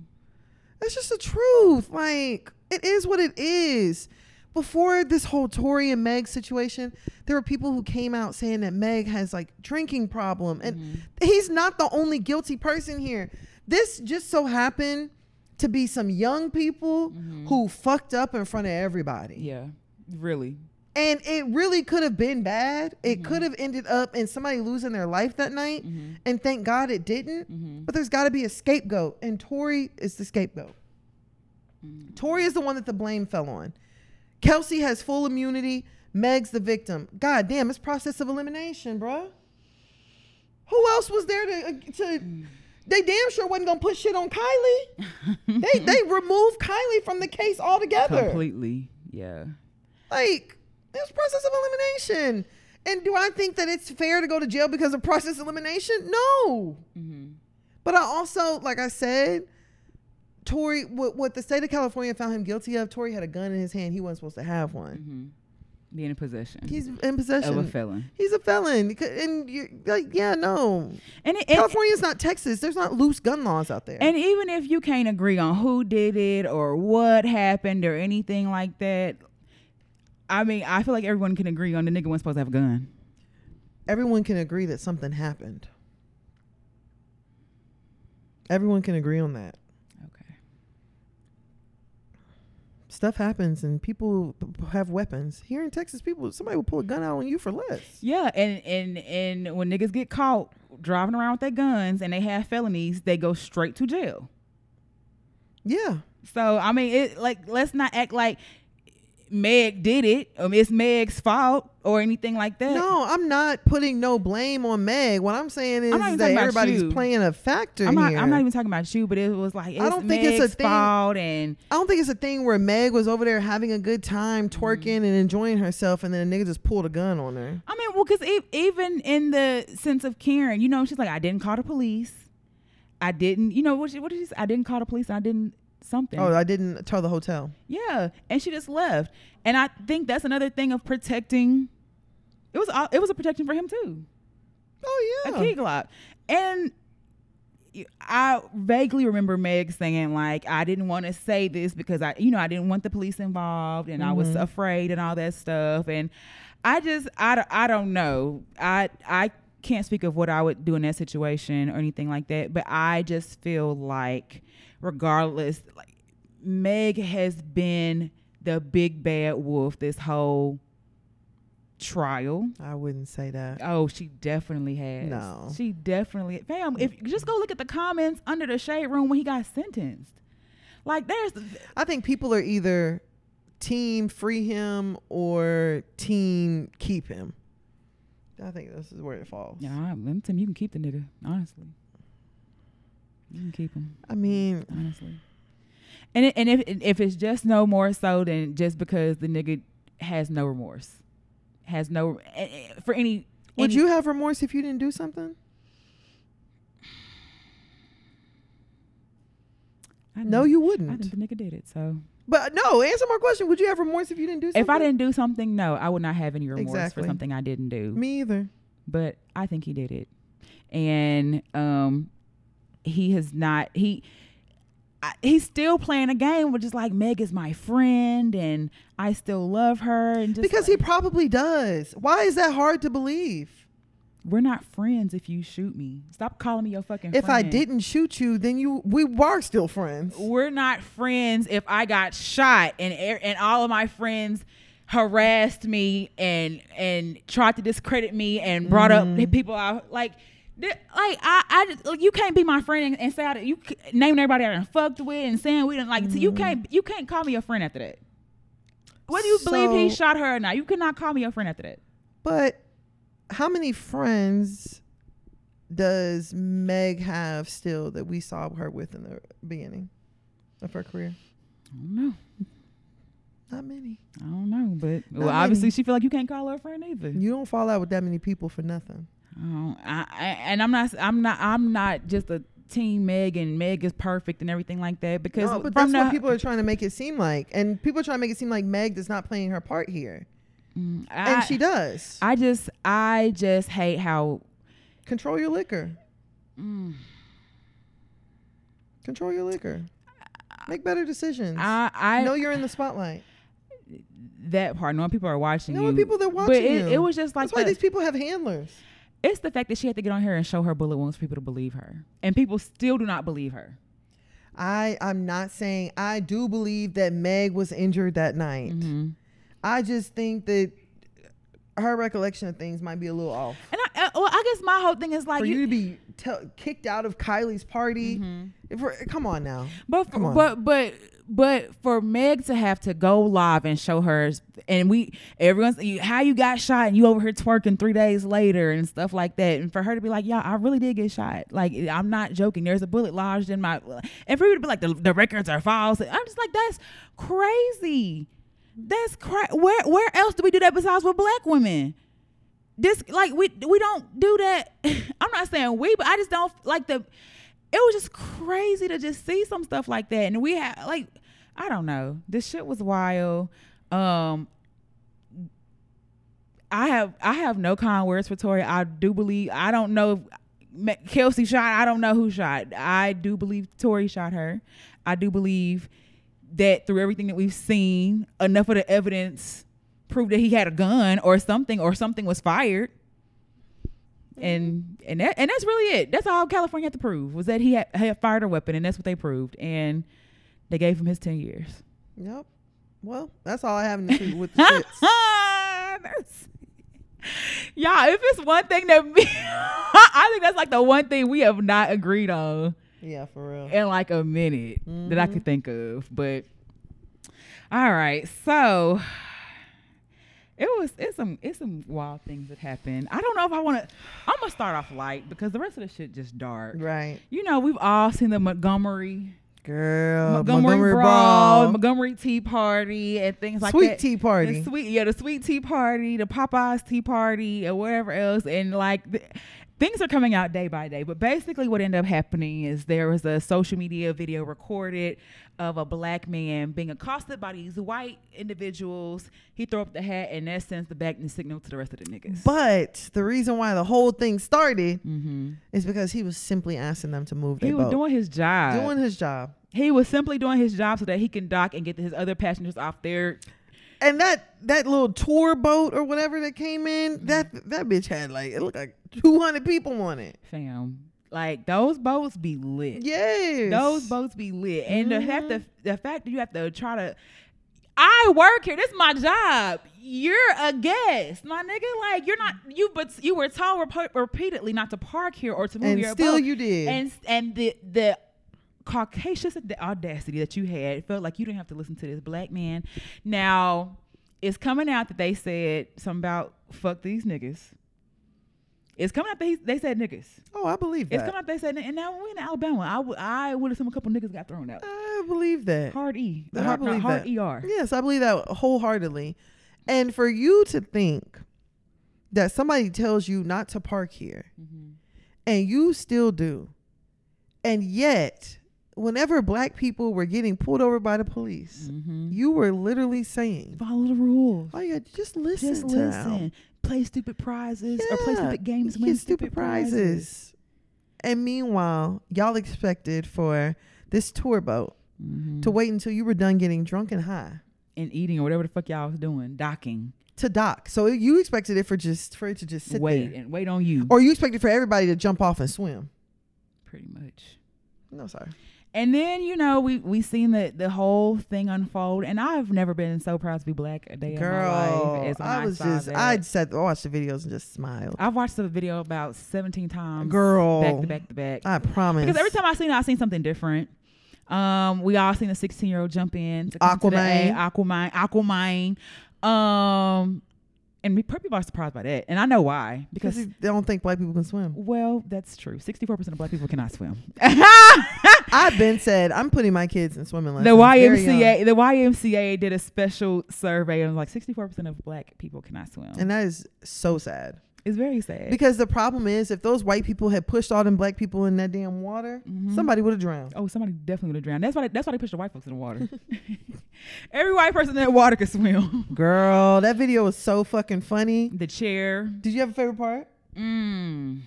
That's just the truth. Like, it is what it is. Before this whole Tory and Meg situation, there were people who came out saying that Meg has like drinking problem, and he's not the only guilty person here. This just so happened to be some young people who fucked up in front of everybody.
Yeah, really.
And it really could have been bad. It could have ended up in somebody losing their life that night. And thank God it didn't. But there's got to be a scapegoat. And Tori is the scapegoat. Tori is the one that the blame fell on. Kelsey has full immunity. Meg's the victim. God damn, it's process of elimination, bruh. Who else was there to. uh, to They damn sure wasn't gonna put shit on Kylie. They they removed Kylie from the case altogether.
Completely. Yeah.
Like, there's process of elimination. And do I think that it's fair to go to jail because of process elimination? No.
Mm-hmm.
But I also, like I said, Tory, what, what the state of California found him guilty of, Tory had a gun in his hand. He wasn't supposed to have one.
Mm-hmm. Being in possession
He's in
of a
possession.
felon.
He's a felon. You could- And you're like, yeah, no.
And it, and,
California's not Texas. There's not loose gun laws out there.
and even if you can't agree on who did it or what happened or anything like that, I mean, I feel like everyone can agree on the nigga wasn't supposed to have a gun.
Everyone can agree that something happened. Everyone can agree on that.
Okay.
stuff happens and people p- p- have weapons here in texas people somebody will pull a gun out on you for less
Yeah, and and and when niggas get caught driving around with their guns and they have felonies, they go straight to jail.
yeah
So I mean, it like let's not act like Meg did it. Um, it's Meg's fault or anything like that.
no i'm not putting no blame on meg what i'm saying is
I'm not even
that
talking about
everybody's
you.
playing a factor
I'm not.
here
I'm not even talking about you, but it was like it's I don't think it's a
thing-
fault, and
i don't think it's a thing where meg was over there having a good time
Mm-hmm.
twerking and enjoying herself and then a nigga just pulled a gun on her
I mean, well, because even in the sense of Karen, you know, she's like, I didn't call the police. I didn't, you know, what, she, what did she say? I didn't call the police. And I didn't something.
oh i didn't tell the hotel
Yeah, and she just left. And I think that's another thing of protecting. It was all- it was a protection for him too.
oh yeah
A key glock. And you- I vaguely remember Meg saying like I didn't want to say this because I you know I didn't want the police involved and I was afraid and all that stuff and I just I, d- I don't know. I I can't speak of what I would do in that situation or anything like that, but I just feel like regardless like Meg has been the big bad wolf this whole trial.
i wouldn't say that
Oh, she definitely has.
No.
she definitely. Fam, if just go look at the comments under the shade room when he got sentenced. Like there's,
i think people are either team free him or team keep him i think this is where it falls
yeah, I'm, I'm telling you, you can keep the nigga. Honestly, you can keep him.
i mean
Honestly, and it, and if if it's just no more so than just because the nigga has no remorse, has no eh, eh, for any.
Would
any-
you have remorse if you didn't do something?
I
No,
think-
you
I think
wouldn't.
the nigga did it. So
But no, answer my question. Would you have remorse if you didn't do something?
if I didn't do something, no, I would not have any remorse
Exactly.
for something I didn't do.
me either.
but I think he did it. And um he has not he I, he's still playing a game which is like Meg is my friend and I still love her and just
Because he probably does. Why is that hard to believe?
we're not friends if you shoot me. Stop calling me your fucking
If I
friend.
didn't shoot you, then you we were still friends.
we're not friends if I got shot and e- and all of my friends harassed me and and tried to discredit me and brought up the people out like th- like I, I just, like, you can't be my friend and, and say I, done- you c- name everybody I done fucked with and saying we didn't like so you can't you can't call me a friend after that. Whether you believe he
So-
shot her or not, you cannot call me a friend after that.
But how many friends does Meg have still that we saw her with in the beginning of her career?
I don't know.
Not many.
I don't know, but well,
many.
obviously she feel like you can't call her a friend either.
You don't
Um,
fall out with that many people for nothing.
I don't- I, I, and I'm not. I'm not. I'm not just a Team Meg and Meg is perfect and everything like that because
No, but
from
that's what
the-
people are trying to make it seem like, and people are trying to make it seem like Meg is not playing her part here,
Mm, I,
and she does.
I just I just hate how
Control your liquor.
mm,
Control your liquor. Make better decisions.
I I
know you're in the spotlight.
that part knowing people are watching
Knowing
you,
people that watching
but it,
you.
it was just like
That's why
the-
these people have handlers.
it's the fact that she had to get on here and show her bullet wounds for people to believe her and people still do not believe her
I I'm not saying I do believe that Meg was injured that night.
Mhm.
I just think that her recollection of things might be a little off.
and I, I well I guess my whole thing is like
For
you- Mm-hmm.
you to be tell kicked out of Kylie's party, if we're- come on now.
But for,
Come on.
but but but for Meg to have to go live and show hers, and we everyone's you, how you got shot and you over here twerking three days later and stuff like that, and for her to be like, "Yeah, I really did get shot. Like I'm not joking. There's a bullet lodged in my," and for you to be like, "The, the records are false." I'm just like, that's crazy. That's cra- where where else do we do that besides with black women? this like we we don't do that. I'm not saying we, but I just don't like the. It was just crazy to just see some stuff like that, and we had like I don't know. This shit was wild. Um, I have I have no kind words for Tori. I do believe I don't know if Ma- Kelsey shot. I don't know who shot. I do believe Tori shot her. I do believe that through everything that we've seen, enough of the evidence proved that he had a gun or something, or something was fired. And and that and that's really it. That's all California had to prove was that he had, had fired a weapon, and that's what they proved. And they gave him his ten years.
Yep. Well, that's all I have in the tweet with the shits.
That's- Y'all, if it's one thing that me, I think that's like the one thing we have not agreed on
Yeah, for real.
in like a minute that I could think of. But all right, so it was it's some it's some wild things that happened. I don't know if I want to. I'm gonna start off light because the rest of the shit just dark.
Right.
You know, we've all seen the Montgomery
Girl.
Montgomery, brawl, Montgomery Tea Party, and things like
Sweet
that.
tea party.
The sweet, yeah, the sweet tea party, the Popeyes tea party, or whatever else, and like th- things are coming out day by day. But basically, what ended up happening is there was a social media video recorded of a black man being accosted by these white individuals. He threw up the hat, and that sends the back and signal to the rest of the niggas.
But the reason why the whole thing started
Mhm.
is because he was simply asking them to move
He
their
was
boat.
doing his job.
doing his job.
he was simply doing his job so that he can dock and get his other passengers off their
And that that little tour boat or whatever that came
Mm-hmm.
in, that that bitch had like it looked like two hundred people on it.
fam. Like those boats be lit.
Yes. Mm-hmm.
Those boats be lit. And the fact the, the fact that you have to try to I work here. This is my job. You're a guest, my nigga. Like you're not you, but you were told repo repeatedly not to park here or to move
And
your
still
boat.
you did.
And and the the caucasus the audacity that you had felt like you didn't have to listen to this black man. Now it's coming out that they said something about fuck these niggas. It's coming out that he, they said niggas.
Oh, I believe
It's
that.
coming out they said, and now we in Alabama. I would I would assume a couple niggas got thrown out.
I believe that.
Hard E,
I
hard, no,
believe
hard
that.
ER.
Yes, I believe that wholeheartedly. And for you to think that somebody tells you not to park here
Mm-hmm.
and you still do. And yet, whenever black people were getting pulled over by the police, you were literally saying,
Mm-hmm. Follow the rules.
Oh yeah, just listen
Just
to them."
listen. Play stupid prizes or play
Yeah,
stupid games.
you
Win
get stupid prizes. And meanwhile, y'all expected for this tour boat
Mhm.
to wait until you were done getting drunk and high
and eating or whatever the fuck y'all was doing. Docking.
to dock. So you expected it for just for it to just sit
wait
there,
and wait on you.
or you expected for everybody to jump off and swim.
Pretty much.
No, sorry.
And then you know we we seen the the whole thing unfold, and I've never been so proud to be black a day in my
Girl,
life as when I,
I was
saw
just
that.
I sat I watched the videos and just smiled.
I've watched the video about seventeen times.
Girl,
back to back to back.
I promise.
Because every time I seen it, I seen something different. Um, we all seen the 16 year old jump in. to come to the A, Aquaman. Aquaman. Um, and we probably are surprised by that. And I know why.
because
Because,
they don't think black people can swim.
well, that's true. 64% of black people cannot swim.
I've been said I'm putting my kids in swimming
The
lessons. very young.
YMCA, the YMCA did a special survey and was like 64% of black people cannot swim.
and that is so sad.
It's very sad.
Because the problem is, if those white people had pushed all them black people in that damn water,
Mhm.
somebody would have drowned.
Oh, somebody definitely would have drowned. That's why. They, that's why they push the white folks in the water. Every white person in that water could swim.
Girl, that video was so fucking funny.
The chair.
Did you have a favorite part?
Mm.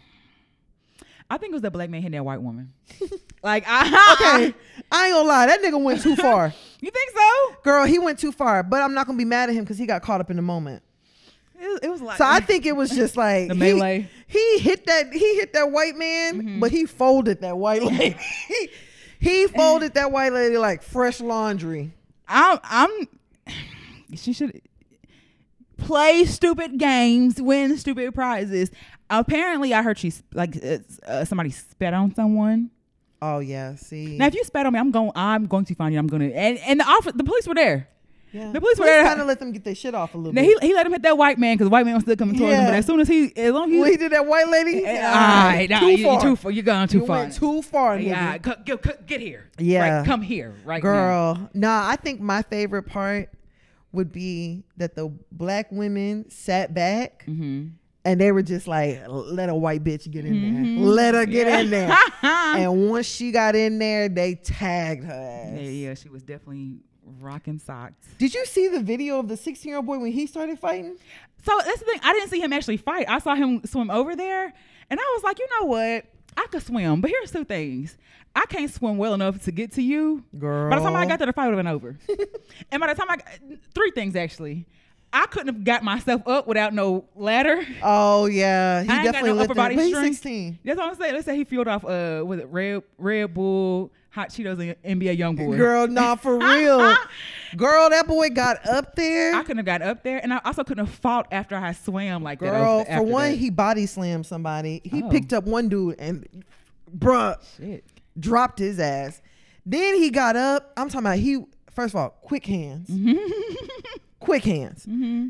I think it was the black man hitting that white woman. like, I,
Okay, I ain't gonna lie, that nigga went too far.
you think so?
Girl, he went too far, but I'm not gonna be mad at him because he got caught up in the moment.
It, it was like
So I think it was just like
The
he-
melee. Mm-hmm.
He, hit that he hit that white man, but he folded that white lady. he, he folded that white lady like fresh laundry.
I'm. I'm she should play stupid games, win stupid prizes. Apparently, I heard she sp- like uh, s- uh, somebody spat on someone.
Oh yeah, see.
Now, if you spat on me, I'm going. I'm going to find you. I'm going to. And and the office, the police were there.
yeah.
the police were there-
kind of let them get their shit off a little
Now
bit.
he, he let him hit that white man because white man was still coming towards him. But
Yeah.
as soon as he, as long as he,
when he did that white lady, he
Eh,
said,
all right, nah,
too
you,
far.
you too far. You're gone too
You
far.
went too far, nigga.
yeah, c- c- c- get here.
Yeah.
right, come here right now.
Girl, nah, I think my favorite part would be that the black women sat back
Mm-hmm.
and they were just like, let a white bitch get in
Mm-hmm.
there. Let her get in there. and once she got in there, they tagged her ass.
Yeah, yeah, she was definitely rocking socks.
Did you see the video of the 16 year old boy when he started fighting?
So that's the thing. I didn't see him actually fight. I saw him swim over there, and I was like, you know what? I could swim, but here's two things. I can't swim well enough to get to you.
Girl.
By the time I got there, the fight would have been over. and by the time I, got, three things actually, I couldn't have got myself up without no ladder.
Oh, yeah. He
I ain't got
definitely
no
let
upper
them-
body
but he's
strength.
16.
That's what I'm saying. Let's say he fueled off uh was it Red Red Bull, Hot Cheetos, and NBA YoungBoy.
Girl, nah, for real. Girl, that boy got up there.
I couldn't have got up there, and I also couldn't have fought after I swam like that.
Girl,
after
for one,
that.
he body slammed somebody. He
Oh.
picked up one dude and, bruh,
shit.
dropped his ass. Then he got up. I'm talking about he. First of all, quick hands.
Mm-hmm.
quick hands.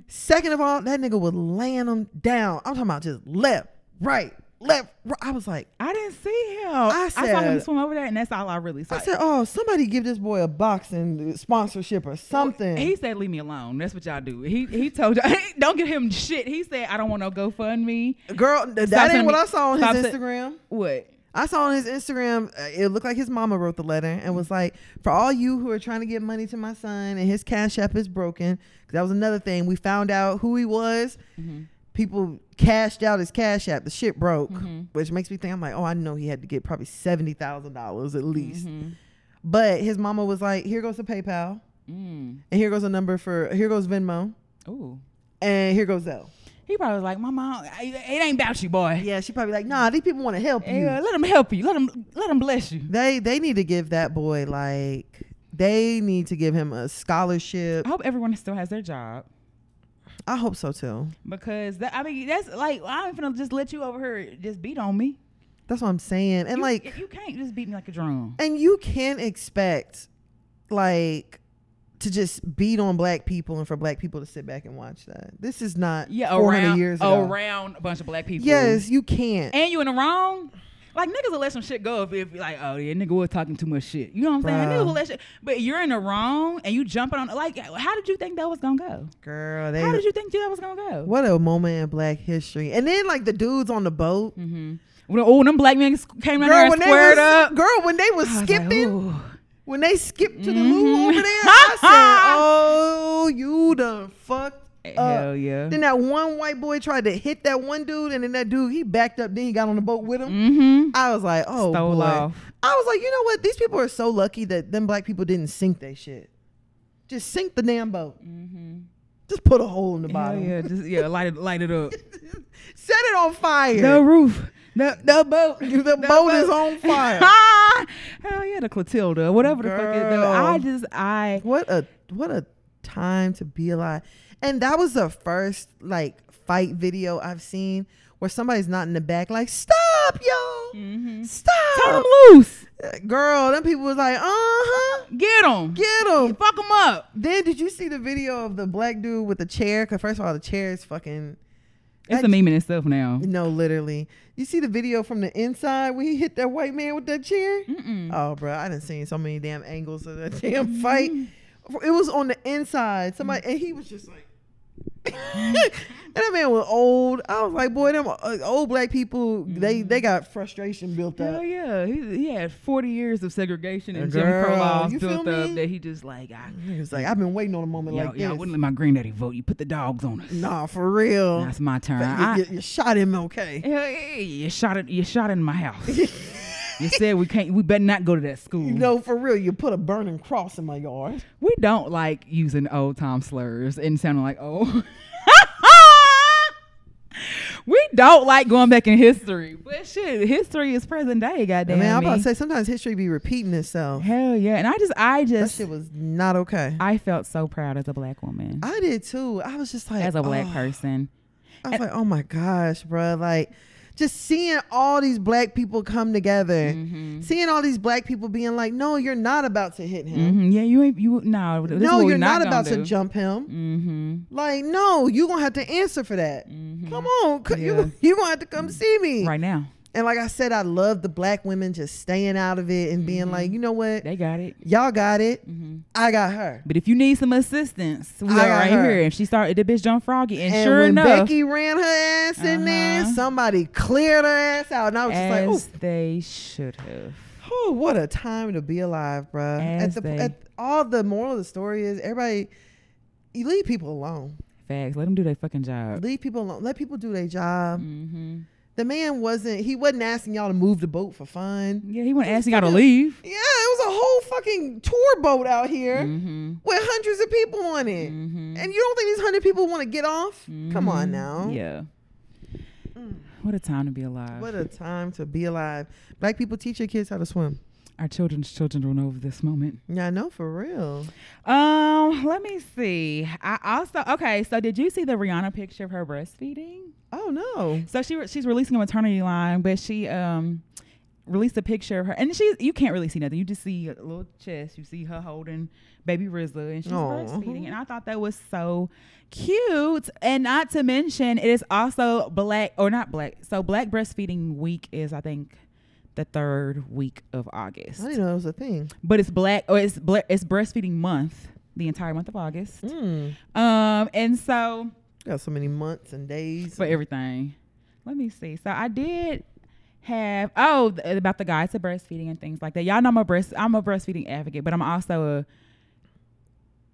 Second of all, that nigga was laying him down. I'm talking about just left, right, left. Right. I was like,
I didn't see him.
I
I, saw him
said-
swim over there, and that's all I really saw.
I said, oh, somebody give this boy a boxing sponsorship or something.
He said, "Leave me alone." That's what y'all do. He he told y'all, "Don't give him shit." He said, "I don't want no GoFundMe."
Girl, th-
Stop
that ain't
sending
what
me-
I saw on
stop
his
sen-
Instagram.
What?
I saw on his Instagram, uh, it looked like his mama wrote the letter and was like, for all you who are trying to get money to my son and his cash app is broken, 'cause that was another thing. We found out who he was. People cashed out his cash app. The shit broke, which makes me think, I'm like, oh, I know he had to get probably $70,000 at least. But his mama was like, here goes the PayPal
Mm.
and here goes a number for, here goes Venmo
Ooh.
and here goes Zelle.
He probably was like, "My mom, I- it ain't about you, boy.
Yeah, she probably like, nah, these people want to help you.
Yeah, let him help you. Let him let him bless you."
They they need to give that boy like they need to give him a scholarship.
I hope everyone still has their job.
I hope so too.
Because that, I mean, that's like I ain't finna just let you over here just beat on me.
That's what I'm saying. And
You-
like
you can't just beat me like a drum.
and you can't expect like to just beat on black people and for black people to sit back and watch that. This is not
Yeah,
400
around
years ago.
around a bunch of black people.
Yes, you can't.
and you in the wrong. Like niggas will let some shit go if, if like oh yeah nigga was talking too much shit. You know what I'm saying?
Bruh.
Niggas will let shit, but you're in the wrong and you jumping on like how did you think that was gonna go?
Girl, they
How did you think that was gonna go?
What a moment in black history. And then like the dudes on the boat.
Mm-hmm. When, oh, them black men s- came down there and
Girl, when they was,
squared up.
girl, when they was
I was like,
skipping,
ooh.
When they skipped to the
Mm-hmm.
loo over there, I said, "Oh, you done fucked
Hell
up."
yeah.
Then that one white boy tried to hit that one dude, and then that dude he backed up. Then he got on the boat with him.
Mm-hmm.
I was like, "Oh
Stole
boy!"
off.
I was like, "You know what? These people are so lucky that them black people didn't sink their shit. Just sink the damn boat. Just put a hole in the
Mm-hmm. Hell
bottom.
yeah, just yeah, light it light it up.
Set it on fire.
the roof, the the boat,
The boat is on fire.
Ah! Hell yeah, the Clotilda, whatever the fuck. It, the,
Girl.
I just I
What a what a time to be alive. And that was the first like fight video I've seen where somebody's not in the back like stop y'all.
turn Mm-hmm. them
Stop. Uh,
loose,
Girl, them people was like, "Uh-huh.
get them,
Get him."
fuck them up.
Then did you see the video of the black dude with the chair? Cause first of all, the chair is fucking
It's
That-
a meme in itself now.
no, literally. You see the video from the inside when he hit that white man with that chair?
Mm-mm. Mm-hmm.
Oh, bro, I done seen so many damn angles of that damn fight. It was on the inside. Somebody and he was just like, And that man was old. I was like, boy, them uh, old black people, they they got frustration built
Mm-hmm. Hell
up.
yeah, he, he had forty years of segregation and Jim Crow
Girl,
laws
you
built
feel
up
me?
that he just like, I,
He was like, I've been waiting on a moment
y'all,
like
y'all
this.
wouldn't let my granddaddy vote. You put the dogs on us.
Nah, for real.
That's my turn.
You-
I,
you, you shot him okay.
Hell yeah, you shot it. You shot in my house. you said we can't. We better not go to that school.
You know, for real, you put a burning cross in my yard.
we don't like using old time slurs and sounding like oh. we don't like going back in history, but shit, history is present day. Goddamn
man, I'm
me.
about to say sometimes history be repeating itself.
Hell yeah, and I just, I
That
just,
shit was not okay. I,
I felt so proud as a black woman,
did too. I was just like,
as a black
oh.
person.
I was like, oh my gosh, bro. Like, just seeing all these black people come together,
Mm-hmm.
seeing all these black people being like, no, you're not about to hit him.
hmm Yeah, you ain't you. No, this is
No,
what we
you're not,
gonna
about to
do.
jump him.
Mhm.
Like, no, you're going to have to answer for that. Come on.
Mm-hmm.
c-
Yeah.
You, you're going to have to come see me.
Right now,
And like I said, I love the black women just staying out of it and being like,
Mm-hmm.
you know what?
they got it.
Y'all got it.
Mm-hmm.
I got her.
But if you need some assistance, we
I
are
got
right
her.
here. And she started the bitch John Froggy, and,
And
sure
when
enough,
Becky ran her ass in there,
Uh-huh.
somebody cleared her ass out. And I was just like, oh,
as they should have.
Oh, what a time to be alive, bruh.
As
At the
they-
at all the moral of the story is everybody you leave people alone.
Facts. Let them do their fucking job.
Leave people alone. Let people do their job.
Mm-hmm.
The man wasn't he wasn't asking y'all to move the boat for fun.
Yeah, he went ask you got to leave.
Yeah, it was a whole fucking tour boat out here
Mm-hmm.
with hundreds of people on it.
Mhm.
And you don't think these hundred people want to get off? Come on now.
Mm-hmm. Yeah. What a time to be alive.
Mm. What a time to be alive. Black people teach your kids how to swim.
Our children's children will know of this moment.
Yeah, I know for real.
Um, let me see. I also okay. So did you see the Rihanna picture of her breastfeeding?
Oh no.
So she re- she's releasing a maternity line, but she um released a picture of her, and she's you can't really see nothing. You just see a little chest. You see her holding baby Rizla, and she's
Aw.
breastfeeding. And I thought that was so cute. And not to mention, it is also black or not black. So Black Breastfeeding Week is I think the third week of August,
I didn't know it was a thing.
but it's black or it's bla- it's breastfeeding month, the entire month of August.
Mm.
Um, and so.
Got so many months and days.
for everything. Let me see. So I did have oh th- about the guides to breastfeeding and things like that. Y'all know I'm a breast I'm a breastfeeding advocate, but I'm also a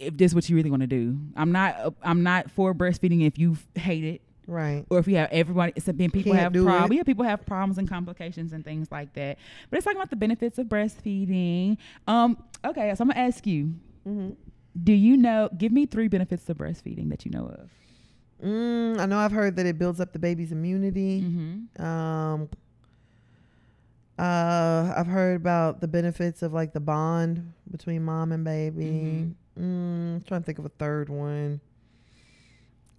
if this is what you really want to do. I'm not a, I'm not for breastfeeding if you f- hate it
right.
or if you have everybody it's been people
Can't
have
do
problems
it.
yeah people have problems and complications and things like that but it's talking about the benefits of breastfeeding um okay so i'm gonna ask you Mm-hmm.
Mhm.
do you know give me three benefits of breastfeeding that you know of
Mm, I know I've heard that it builds up the baby's immunity.
mm-hmm.
Um, uh, I've heard about the benefits of like the bond between mom and baby.
Mm-hmm.
Mm, I'm trying to think of a third one.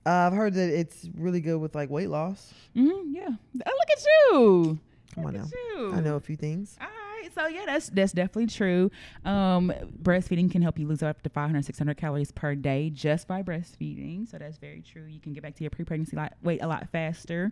Uh, I've heard that it's really good with like weight loss.
Mm-hmm, yeah. Oh, look at you.
Come on
Look
now.
at you.
I know a few things.
All right. So yeah, that's that's definitely true. Um, breastfeeding can help you lose up to 500, 600 calories per day just by breastfeeding. So that's very true. You can get back to your pre-pregnancy li- weight a lot faster.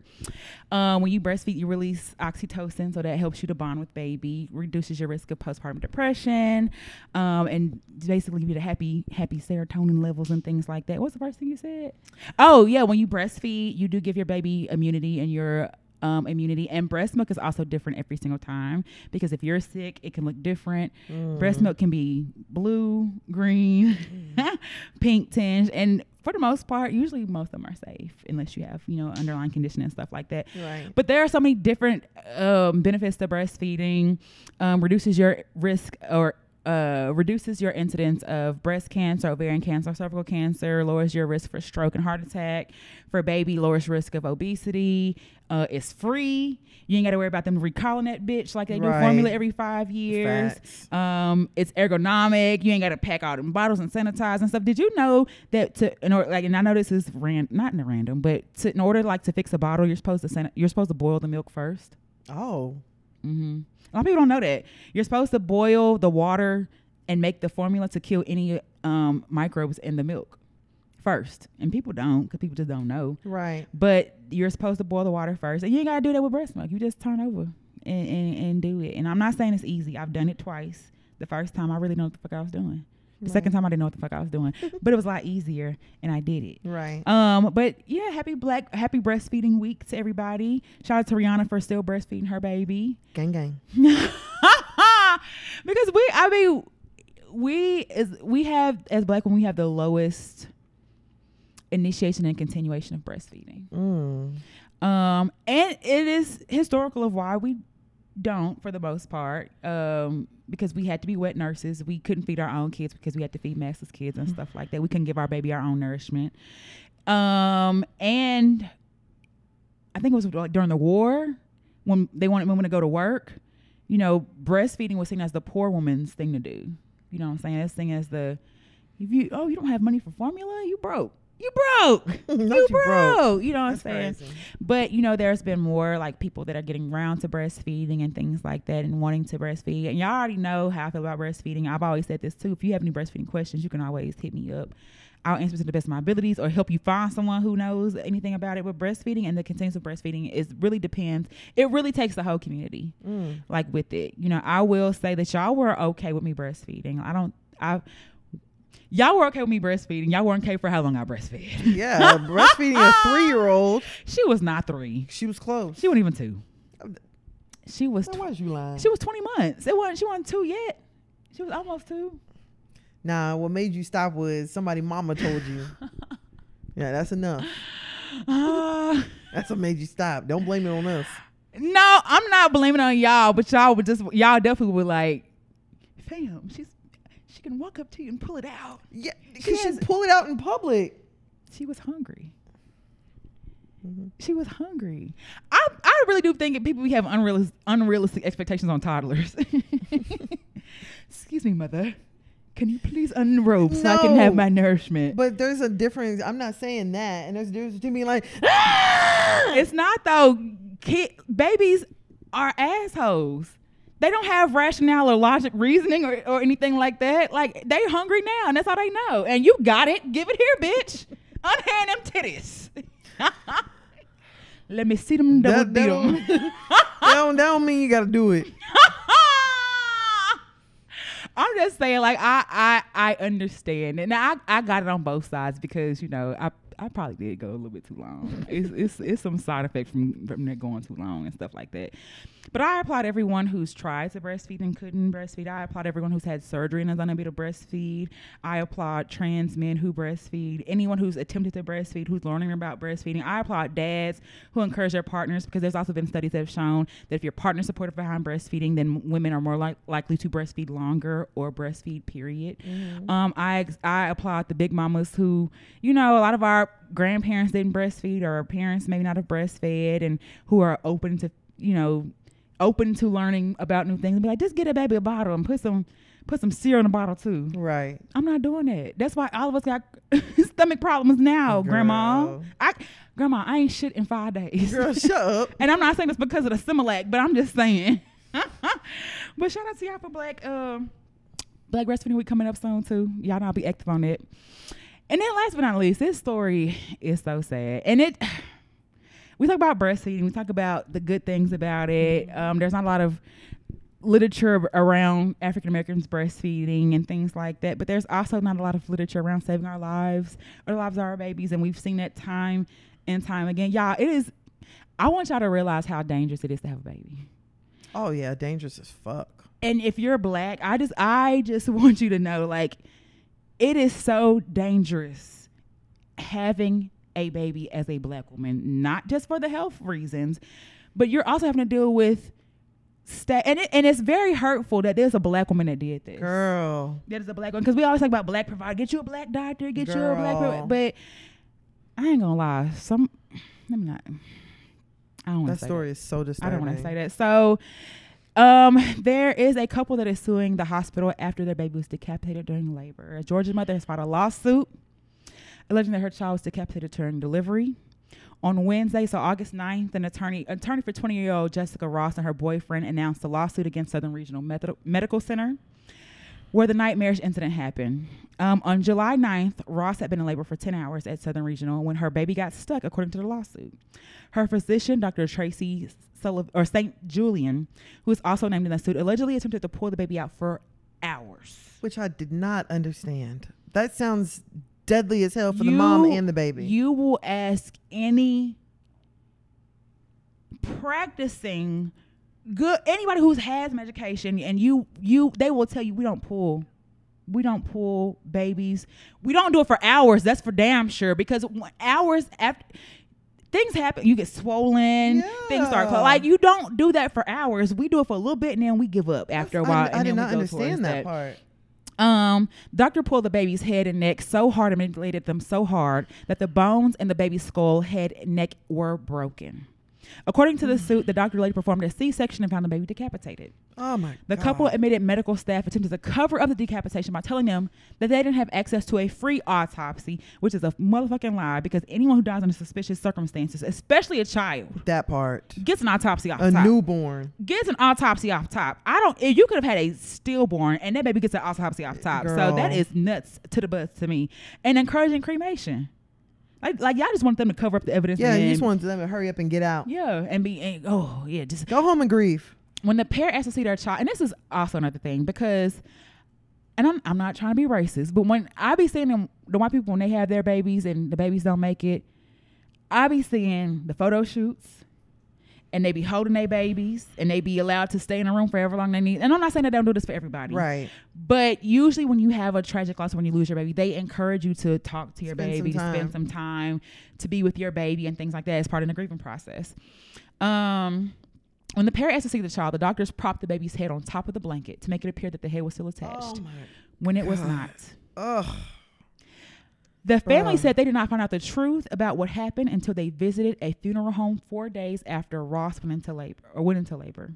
Um, when you breastfeed, you release oxytocin, so that helps you to bond with baby, reduces your risk of postpartum depression, um, and basically you get a happy, happy serotonin levels and things like that. What's the first thing you said? Oh yeah, when you breastfeed, you do give your baby immunity and your um, immunity and breast milk is also different every single time because if you're sick it can look different breast milk can be blue green pink tinge and for the most part usually most of them are safe unless you have you know underlying condition and stuff like that
Right.
but there are so many different um, benefits to breastfeeding um, reduces your risk or uh, reduces your incidence of breast cancer, ovarian cancer, cervical cancer, lowers your risk for stroke and heart attack. For baby, lowers risk of obesity. Uh, it's free. You ain't got to worry about them recalling that bitch like they do
Right.
formula every five years.
Facts.
Um, it's ergonomic. You ain't got to pack all them bottles and sanitize and stuff. Did you know that to in order like and I know this is ran not in a random, but to, in order like to fix a bottle, you're supposed to san- you're supposed to boil the milk first.
Oh,
Mm-hmm. A lot of people don't know that you're supposed to boil the water and make the formula to kill any um, microbes in the milk first, and people don't because people just don't know.
right.
But you're supposed to boil the water first, and you ain't gotta do that with breast milk. You just turn over and, and, and do it. And I'm not saying it's easy. I've done it twice. The first time, I really don't know what the fuck I was doing. The second time I didn't know what the fuck I was doing, but it was a lot easier and I did it.
Right.
Um, but yeah, happy black, happy breastfeeding week to everybody. Shout out to Rihanna for still breastfeeding her baby.
gang gang.
because we, I mean, we is we have as black women we have the lowest initiation and continuation of breastfeeding.
Mm.
Um, and it is historical of why we don't, for the most part, um, because we had to be wet nurses. We couldn't feed our own kids because we had to feed Max's kids
Mm-hmm.
and stuff like that. We couldn't give our baby our own nourishment. Um, and I think it was like during the war when they wanted women to go to work. You know, breastfeeding was seen as the poor woman's thing to do. You know what I'm saying? That's seen as the if you oh you don't have money for formula, you broke. You broke.
Not
you
you
broke.
broke.
Oh, You know what
That's
I'm saying?
crazy.
But you know, there's been more like people that are getting around to breastfeeding and things like that and wanting to breastfeed. And y'all already know how I feel about breastfeeding. I've always said this too. If you have any breastfeeding questions, you can always hit me up. I'll answer to the best of my abilities or help you find someone who knows anything about it. But breastfeeding and the continuous of breastfeeding is really depends. It really takes the whole community
Mm.
like with it. You know, I will say that y'all were okay with me breastfeeding. I don't I y'all were okay with me breastfeeding. Y'all weren't okay for how long I breastfed.
Yeah, uh, breastfeeding a three year old.
she was not three.
She was close.
She wasn't even two. She was
Um, Why
tw-
was you lying?
she was twenty months. It wasn't she wasn't two yet. She was almost two.
Nah, what made you stop was somebody mama told you. yeah, that's enough.
Uh,
That's what made you stop. Don't blame it on us.
no, I'm not blaming it on y'all, but y'all would just y'all definitely were like, fam, she's she can walk up to you and pull it out.
Yeah,
She
because she
has-
pull it out in public.
She was hungry.
Mhm.
She was hungry. I, I really do think that people we have unrealistic, unrealistic expectations on toddlers. Excuse me, mother. Can you please unrobe so I can have
No.
my nourishment?
But there's a difference. I'm not saying that. And there's a difference between being like,
It's not though. Kid, babies are assholes. They don't have rationale or logic, reasoning, or, or anything like that. Like they hungry now, and that's all they know. And you got it. Give it here, bitch. Unhand them titties. Let me see them double
that, that,
beat 'em.
don't, that, don't, that don't mean you got to do it.
I'm just saying, like I I I understand, and I I got it on both sides because you know I I probably did go a little bit too long. it's it's it's some side effect from from that going too long and stuff like that. But I applaud everyone who's tried to breastfeed and couldn't breastfeed. I applaud everyone who's had surgery and is unable to breastfeed. I applaud trans men who breastfeed. Anyone who's attempted to breastfeed, who's learning about breastfeeding. I applaud dads who encourage their partners because there's also been studies that have shown that if your partner's supportive behind breastfeeding, then women are more like, likely to breastfeed longer or breastfeed. Period. Um, I ex- I applaud the big mamas who, you know, a lot of our grandparents didn't breastfeed or our parents maybe not have breastfed and who are open to you know open to learning about new things and be like, just get a baby a bottle and put some put some cereal in the bottle too.
Right.
I'm not doing that. That's why all of us got stomach problems now, Grandma.
Girl.
I Grandma, I ain't shit in five days.
Girl, shut up.
and I'm not saying this because of the Similac, but I'm just saying. but shout out to y'all for Black um Black Breastfeeding Week coming up soon too. Y'all know I'll be active on it. And then last but not least, this story is so sad. And it we talk about breastfeeding, we talk about the good things about it.
Mm-hmm.
Um, there's not a lot of literature around African Americans breastfeeding and things like that, but there's also not a lot of literature around saving our lives or the lives of our babies, and we've seen that time and time again. Y'all, it is. I want y'all to realize how dangerous it is to have a baby.
Oh, yeah. Dangerous as fuck.
And if you're black, I just I just want you to know like it is so dangerous having a baby as a black woman, not just for the health reasons, but you're also having to deal with sta and it, and it's very hurtful that there's a black woman that did this.
Girl.
That is a black one because we always talk about black provider. Get you a black doctor. Get you a black.
Girl.
Provider. But I ain't gonna lie. Some let me not. I don't want
That
to
story is so
I
disturbing.
don't want to say that. So, um, there is a couple that is suing the hospital after their baby was decapitated during labor. A Georgia mother has filed a lawsuit alleging that her child was decapitated during delivery. On Wednesday, so August 9th, an attorney attorney for 20 year old Jessica Ross and her boyfriend announced a lawsuit against Southern Regional Method- Medical Center where the nightmarish incident happened. Um, on July 9th, Ross had been in labor for 10 hours at Southern Regional when her baby got stuck, according to the lawsuit. Her physician, Dr. Tracy Sullivan, or St. Julian, who is also named in the suit, allegedly attempted to pull the baby out for hours.
which I did not understand. That sounds deadly as hell for the mom
You-
and the baby.
You will ask any practicing good anybody who's has medication and you you they will tell you we don't pull we don't pull babies we don't do it for hours that's for damn sure because when- hours after things happen you get swollen things start
Yeah.
clo- like you don't do that for hours we do it for a little bit and then we give up after a
I-
while
I,
and
did
then
not
we go towards
understand that part.
um, doctor pulled the baby's head and neck so hard and manipulated them so hard that the bones in the baby's skull, head, and neck were broken. According to the suit, the doctor later performed a C-section and found the baby decapitated.
Oh my
The
god.
couple admitted medical staff attempted to cover up the decapitation by telling them that they didn't have access to a free autopsy, which is a motherfucking lie because anyone who dies under suspicious circumstances, especially a child,
that part.
gets an autopsy off
A
top
newborn.
gets an autopsy off top. I don't. You could have had a stillborn, and that baby gets an autopsy off top.
Girl.
So that is nuts to the butts to me, and encouraging cremation. Like, like y'all just want them to cover up the evidence.
Yeah,
and
you just
then-
wanted them to hurry up and get out.
Yeah, and be and, oh yeah, just
Go home and grieve.
when the pair asked to see their child, and this is also another thing because, and I'm, I'm not trying to be racist, but when I be seeing them, the white people when they have their babies and the babies don't make it, I be seeing the photo shoots, and they be holding their babies, and they be allowed to stay in a room forever long they need. And I'm not saying that they don't do this for everybody,
Right.
But usually when you have a tragic loss, when you lose your baby, they encourage you to talk to your
Spend some
baby, to
time.
spend some time, to be with your baby, and things like that as part of the grieving process. Um, when the pair asked to see the child, the doctors propped the baby's head on top of the blanket to make it appear that the head was still attached
Oh my.
when it was
God.
not.
Ugh.
The family
Bruh.
said they did not find out the truth about what happened until they visited a funeral home four days after Ross went into labor or went into labor.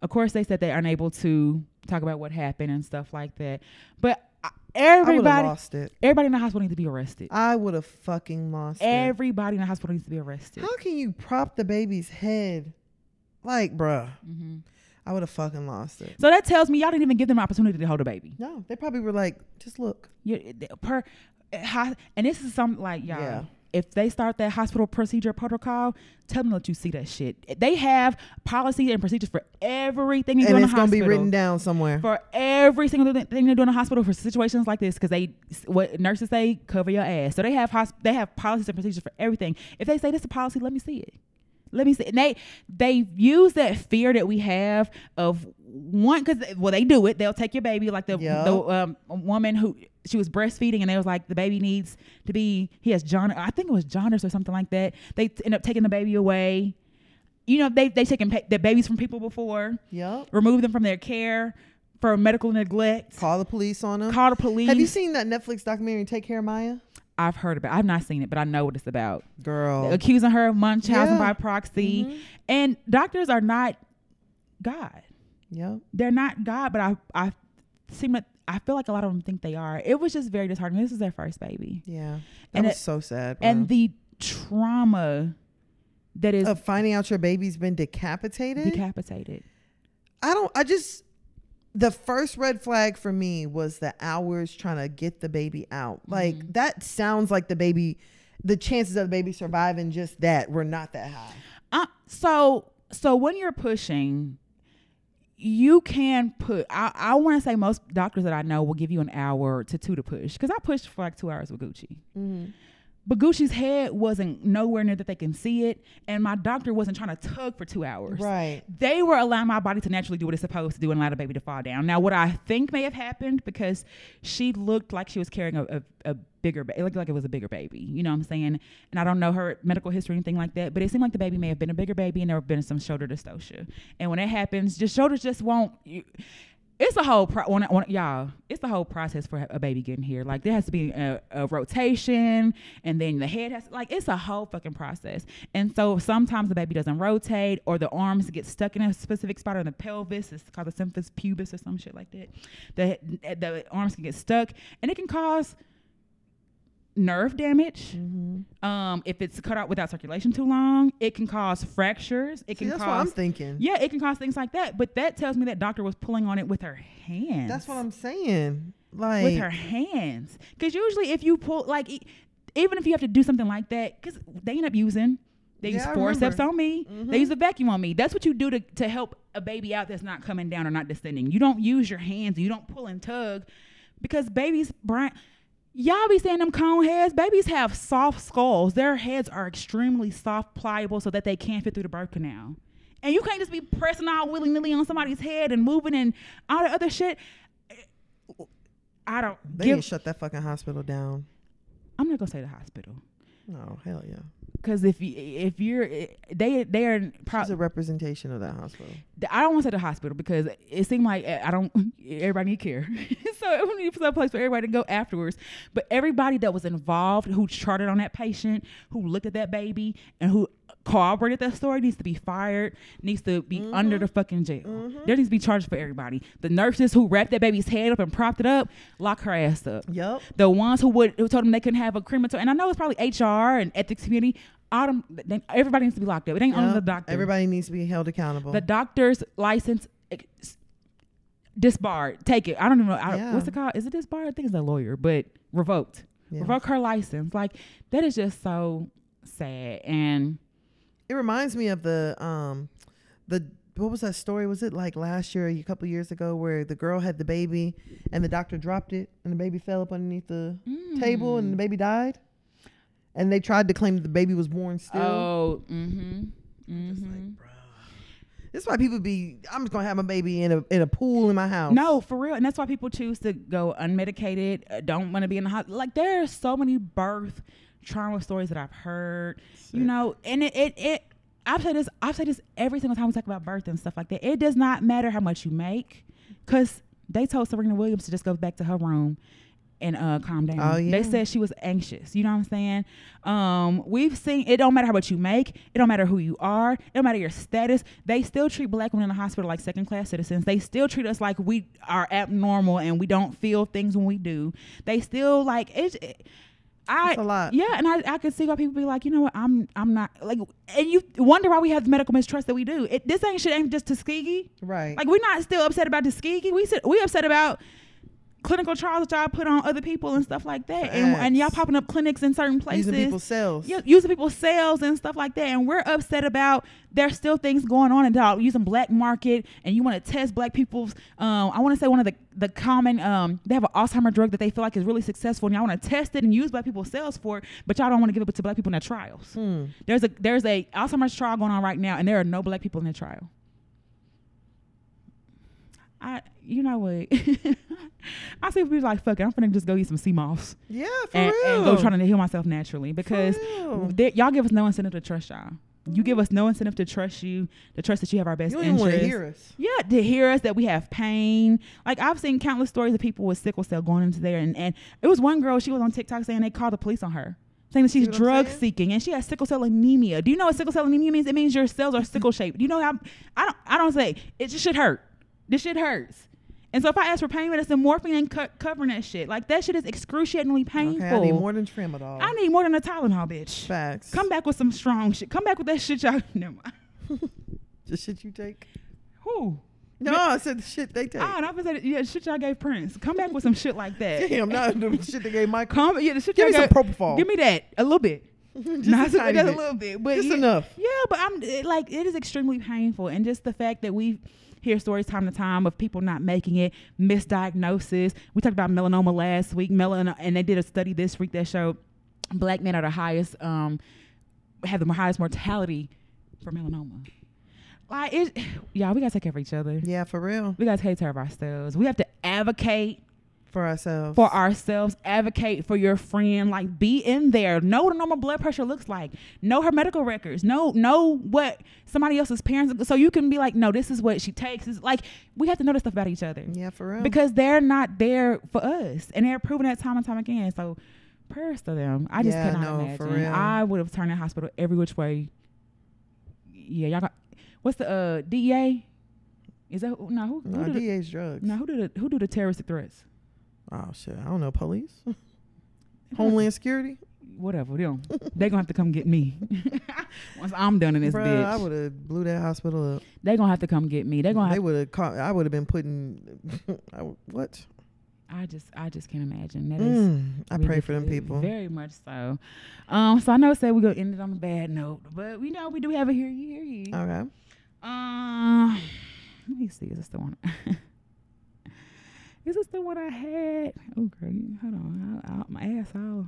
Of course, they said they are unable to talk about what happened and stuff like that. But I-
I would have
everybody,
lost it.
everybody in the hospital needs to be arrested.
I would have fucking lost it.
Everybody in the hospital needs to be arrested.
How can you prop the baby's head? Like, bruh,
hmm
I would have fucking lost it.
So that tells me y'all didn't even give them an opportunity to hold a baby.
No, they probably were like, just look.
you per ho- and this is something like y'all
Yeah.
if they start that hospital procedure protocol tell them to let you see that shit they have policies and procedures for everything you do
and
in
it's
the
going to
hospital
be written down somewhere.
for every single thi- thing they do in the hospital for situations like this because they what nurses say cover your ass so they have hosp- they have policies and procedures for everything if they say this is a policy let me see it let me see and they they use that fear that we have of one because well they do it they'll take your baby like the,
Yeah.
the um, woman who she was breastfeeding and they was like the baby needs to be he has john i think it was jaundice or something like that they t- end up taking the baby away you know they they taken pa- the babies from people before
yep.
remove them from their care for medical neglect. Call,
Call the police on them.
the police.
Have you seen that Netflix documentary, Take Care of Maya?
I've heard about. I've not seen it, but I know what it's about.
Girl.
Accusing her of Munchausen
Oh. Yeah. Mm-hmm.
by proxy, and doctors are not God.
Yep.
They're not God, but I I seem that I feel like a lot of them think they are. It was just very disheartening. This is their first baby,
Yeah. That
And
was
it-
so sad.
and
And
the trauma that is
of Uh, finding out your baby's been decapitated.
decapitated.
I don't. I just the first red flag for me was the hours trying to get the baby out.
Mm-hmm.
Like that sounds like the baby. The chances of the baby surviving just that were not that high.
Uh, so so when you're pushing you can put i, I want to say most doctors that i know will give you an hour to two to push because i pushed for like two hours with gucci but gucci's head wasn't nowhere near that they can see it and my doctor wasn't trying to tug for two hours
Right.
they were allowing my body to naturally do what it's supposed to do and allow the baby to fall down. Now, what I think may have happened because she looked like she was carrying a, a, a bigger baby, looked like it was a bigger baby. You know what I'm saying? And I don't know her medical history or anything like that, but it seemed like the baby may have been a bigger baby and there have been some shoulder dystocia. And when that happens, just shoulders just won't. You, it's a whole pro- when, when, y'all. It's the whole process for a baby getting here. Like there has to be a, a rotation, and then the head has like it's a whole fucking process. And so sometimes the baby doesn't rotate, or the arms get stuck in a specific spot, or the pelvis is called the symphysis pubis or some shit like that. The the arms can get stuck, and it can cause nerve damage.
Mm-hmm.
Um, if it's cut out without circulation too long, it can cause fractures. It
See,
can
that's
cause
what I'm thinking.
yeah, it can cause things like that. But that tells me that doctor was pulling on it with her hands.
That's what I'm saying. Like
with her hands. Because usually, if you pull, like, e- even if you have to do something like that, because they end up using They
Yeah,
use
I
forceps
remember. Mm-hmm.
on me. They use a vacuum on me. That's what you do to, to help a baby out that's not coming down or not descending. You don't use your hands. You don't pull and tug because babies, Brian, y'all be saying them cone heads. Babies have soft skulls. Their heads are extremely soft, pliable, so that they can't fit through the birth canal. And you can't just be pressing all willy nilly on somebody's head and moving and all the other shit. I don't
They
give.
ain't shut that fucking hospital down.
I'm not gonna say the hospital
No, hell yeah.
because if you if you're eh, they they are
It's
probably
a representation of that hospital.
I don't want to say the hospital because it seemed like eh, I don't everybody need care, so we need some place for everybody to go afterwards. But everybody that was involved, who charted on that patient, who looked at that baby, and who corroborated that story, needs to be fired. Needs to be under the fucking jail. There needs to be charges for everybody. The nurses who wrapped that baby's head up and propped it up, lock her ass up
Yep.
the ones who would who told them they couldn't have a crematorium. And I know it's probably HR and ethics community. All them, they, everybody needs to be locked up. It ain't only the doctor.
Everybody needs to be held accountable.
The doctor's license ex- disbarred. Take it. I don't even know. I don't-
Yeah.
What's it called? Is it disbarred? I think it's a lawyer, but revoked.
Yeah.
Revoke her license. Like that is just so sad. And
It reminds me of the um the what was that story? Was it like last year, or a couple years ago, where the girl had the baby and the doctor dropped it and the baby fell up underneath the
Mm.
table and the baby died? And they tried to claim that the baby was born still.
oh, mm-hmm.
It's like, bro. This is why people be I'm just gonna have my baby in a in a pool in my house.
No, for real. And that's why people choose to go unmedicated, uh, don't want to be in the hospital. Like, there are so many birth trauma stories that I've heard, you know, and it, it, it I've said this, I've said this every single time we talk about birth and stuff like that. It does not matter how much you make because they told Serena Williams to just go back to her room and uh, calm down.
Oh, yeah.
They said she was anxious. You know what I'm saying? Um, we've seen it don't matter how much you make, it don't matter who you are, it don't matter your status. They still treat black women in the hospital like second class citizens. They still treat us like we are abnormal and we don't feel things when we do. They still like it's I
It's a lot.
Yeah, and I, I could see why people be like, you know what, I'm I'm not like and you wonder why we have the medical mistrust that we do. It, this ain't shit ain't just Tuskegee.
Right.
Like we're not still upset about Tuskegee. We said we upset about clinical trials that y'all put on other people and stuff like that, and, and y'all
Facts.
popping up clinics in certain places,
using people's cells.
Yeah, using people's sales and stuff like that. And we're upset about there's still things going on and y'all using black market, and you want to test black people's. Um, I want to say one of the the common um, they have an Alzheimer drug that they feel like is really successful, and y'all want to test it and use black people's cells for it, but y'all don't want to give it to black people in their trials. There's a there's a Alzheimer's trial going on right now, and there are no black people in the trial. I, you know what? I see people like, fuck it, I'm finna just go eat some sea moss
Yeah, for
and,
real.
and go trying to heal myself naturally because
real.
they- y'all give us no incentive to trust y'all. You give us no incentive to trust you, to trust that you have our best
you don't even want
interest.
to hear us.
Yeah, to hear us that we have pain. Like I've seen countless stories of people with sickle cell going into there, and, and it was one girl. She was on TikTok saying they called the police on her, saying that she's
See what I'm
drug
saying?
seeking and she has sickle cell anemia. Do you know what sickle cell anemia means? It means your cells are sickle shaped. You know how I don't I don't say it just should hurt. This shit hurts. And so if I ask for pain medicine, morphine ain't co- covering that shit. Like that shit is excruciatingly painful.
Okay, I need more than tramadol.
I need more than a Tylenol, bitch.
facts.
Come back with some strong shit. Come back with that shit y'all. Never mind.
The shit you take.
Who?
No, I said the shit they take.
Ah, and I was like, yeah, shit y'all gave Prince. Come back with some shit like that.
Damn, not the shit they gave Michael.
Come, yeah, the shit
Give
y'all
me some
gave-
propofol.
Give me that a little bit.
Just
Nah,
a tiny
that's
bit.
a little bit, but
Just
yeah,
enough.
Yeah, but I'm it, like, it is extremely painful, and just the fact that we hear stories time to time of people not making it, misdiagnosis. We talked about melanoma last week, melanoma, and they did a study this week that showed black men are the highest, um, have the highest mortality for melanoma. Like, it, y'all, we gotta take care of each other.
Yeah, for real.
We gotta take care of ourselves. We have to advocate
For ourselves.
for ourselves, advocate for your friend, like be in there. Know what a normal blood pressure looks like. Know her medical records. Know know what somebody else's parents so you can be like, no, this is what she takes. It's like we have to know this stuff about each other.
yeah, for real.
Because they're not there for us. And they're proving that time and time again. So prayers to them. I just
Yeah,
cannot
no,
imagine.
for real.
I would have turned the hospital every which way. Yeah, y'all got what's the uh DEA? Is that who no who, who
no,
do the,
DA's drugs.
no, who do the who do the terroristic threats?
Oh shit, I don't know. Police, Homeland Security.
whatever them they gonna have to come get me once i'm done in this
Bruh, I
bitch
would have blew that hospital up.
they gonna have to come get me they gonna
they
have
would have caught. I would have been putting. I, would- what?
I just I just can't imagine. That is
Mm, I pray for them
ridiculous.
people.
Very much so. Um, so I know I said we're gonna end it on a bad note, but we know we do have a hear you, hear you.
Okay.
Um, let me see. Is this the one? is this the one I had? Oh, girl, you- hold on. I, I, my ass out.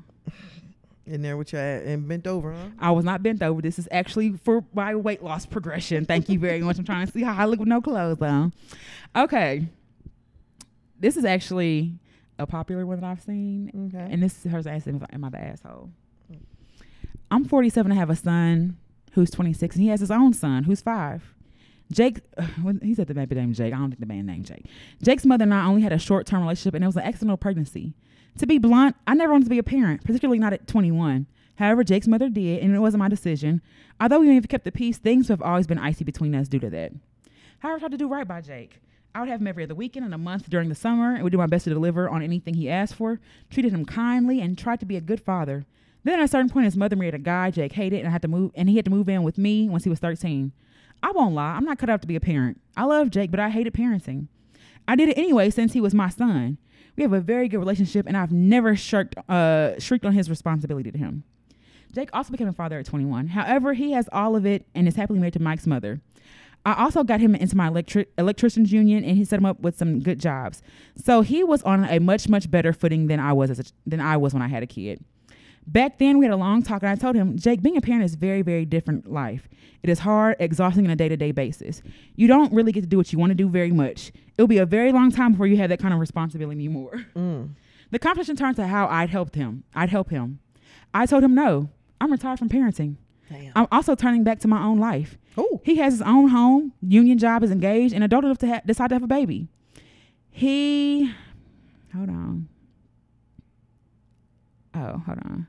In there with your ass and bent over, huh?
I was not bent over. This is actually for my weight loss progression. Thank you very much. I'm trying to see how I look with no clothes on. Okay. This is actually a popular one that I've seen.
Okay.
And this is her asking, if I- Am I the asshole? I'm 47 and have a son who's 26, and he has his own son who's five. Jake, when he said the baby named Jake. I don't think the man named Jake. Jake's mother and I only had a short term relationship, and it was an accidental pregnancy. To be blunt, I never wanted to be a parent, particularly not at 21. However, Jake's mother did, and it wasn't my decision. Although we may have kept the peace, things have always been icy between us due to that. However, I tried to do right by Jake. I would have him every other weekend and a month during the summer, and would do my best to deliver on anything he asked for, treated him kindly, and tried to be a good father. Then at a certain point, his mother married a guy Jake hated, and I had to move, and he had to move in with me once he was 13. I won't lie, I'm not cut out to be a parent. I love Jake, but I hated parenting. I did it anyway since he was my son. We have a very good relationship, and I've never shirked, uh, shrieked on his responsibility to him. Jake also became a father at 21. However, he has all of it and is happily married to Mike's mother. I also got him into my electric electrician's union, and he set him up with some good jobs. So he was on a much much better footing than I was as a, than I was when I had a kid. Back then, we had a long talk, and I told him, Jake, being a parent is very, very different life. It is hard, exhausting on a day to day basis. You don't really get to do what you want to do very much. It'll be a very long time before you have that kind of responsibility anymore.
Mm.
The conversation turned to how I'd helped him. I'd help him. I told him, no, I'm retired from parenting. I'm also turning back to my own life.
Oh.
He has his own home, union job, is engaged, and adult enough to ha- decide to have a baby. He, hold on. Oh, hold on.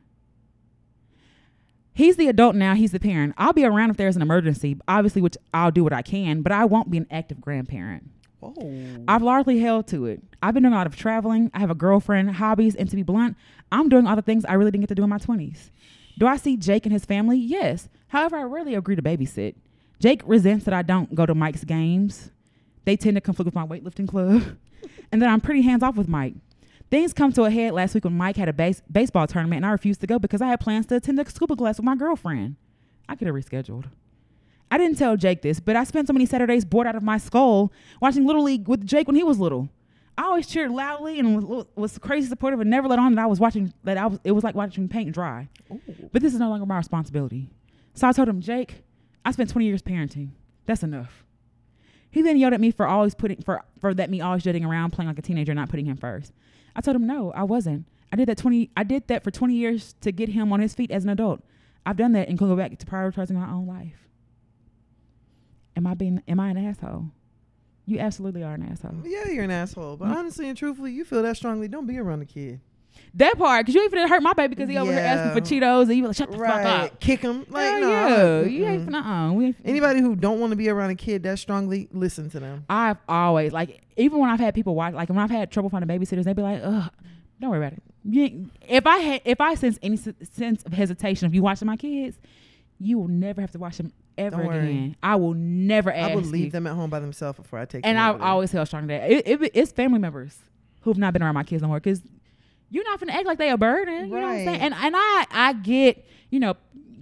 He's the adult now. He's the parent. I'll be around if there's an emergency, obviously, which I'll do what I can, but I won't be an active grandparent.
Whoa.
I've largely held to it. I've been doing a lot of traveling. I have a girlfriend, hobbies, and to be blunt, I'm doing all the things I really didn't get to do in my 20s. Do I see Jake and his family? Yes. However, I rarely agree to babysit. Jake resents that I don't go to Mike's games. They tend to conflict with my weightlifting club, and that I'm pretty hands off with Mike. Things come to a head last week when Mike had a base- baseball tournament, and I refused to go because I had plans to attend a scuba class with my girlfriend. I could have rescheduled. I didn't tell Jake this, but I spent so many Saturdays bored out of my skull watching Little League with Jake when he was little. I always cheered loudly and was, was crazy supportive and never let on that I was watching that I was it was like watching paint dry. But this is no longer my responsibility. So I told him, Jake, I spent 20 years parenting. That's enough. He then yelled at me for always putting for for that me always jetting around playing like a teenager, not putting him first. I told him no, I wasn't. I did that twenty I did that for twenty years to get him on his feet as an adult. I've done that and can go back to prioritizing my own life. Am I being am I an asshole? You absolutely are an asshole.
Yeah, you're an asshole.
Mm.
But honestly and truthfully, you feel that strongly, don't be around the kid.
That part, cause you ain't finna hurt my baby because he over here asking for
Yeah.
Cheetos and you be like, shut the fuck up.
Kick him. Like,
Hell
no, I
yeah,
don't-
you ain't
mm-mm.
finna. Uh, we ain't,
Anybody who don't want to be around a kid that strongly, listen to them.
I've always like even when I've had people watch like when I've had trouble finding babysitters, they'd be like, "Ugh, don't worry about it." You ain't- if I had if I sense any s- sense of hesitation of you watching my kids, you will never have to watch them ever
Don't worry.
again. I will never ask.
I would leave
you.
them at home by themselves before I take
And
them.
I've
over there.
always held strong to that it, it- it's family members who've not been around my kids no more because you're not gonna act like they a burden. You know what I'm saying?
Right.
And and I I get you know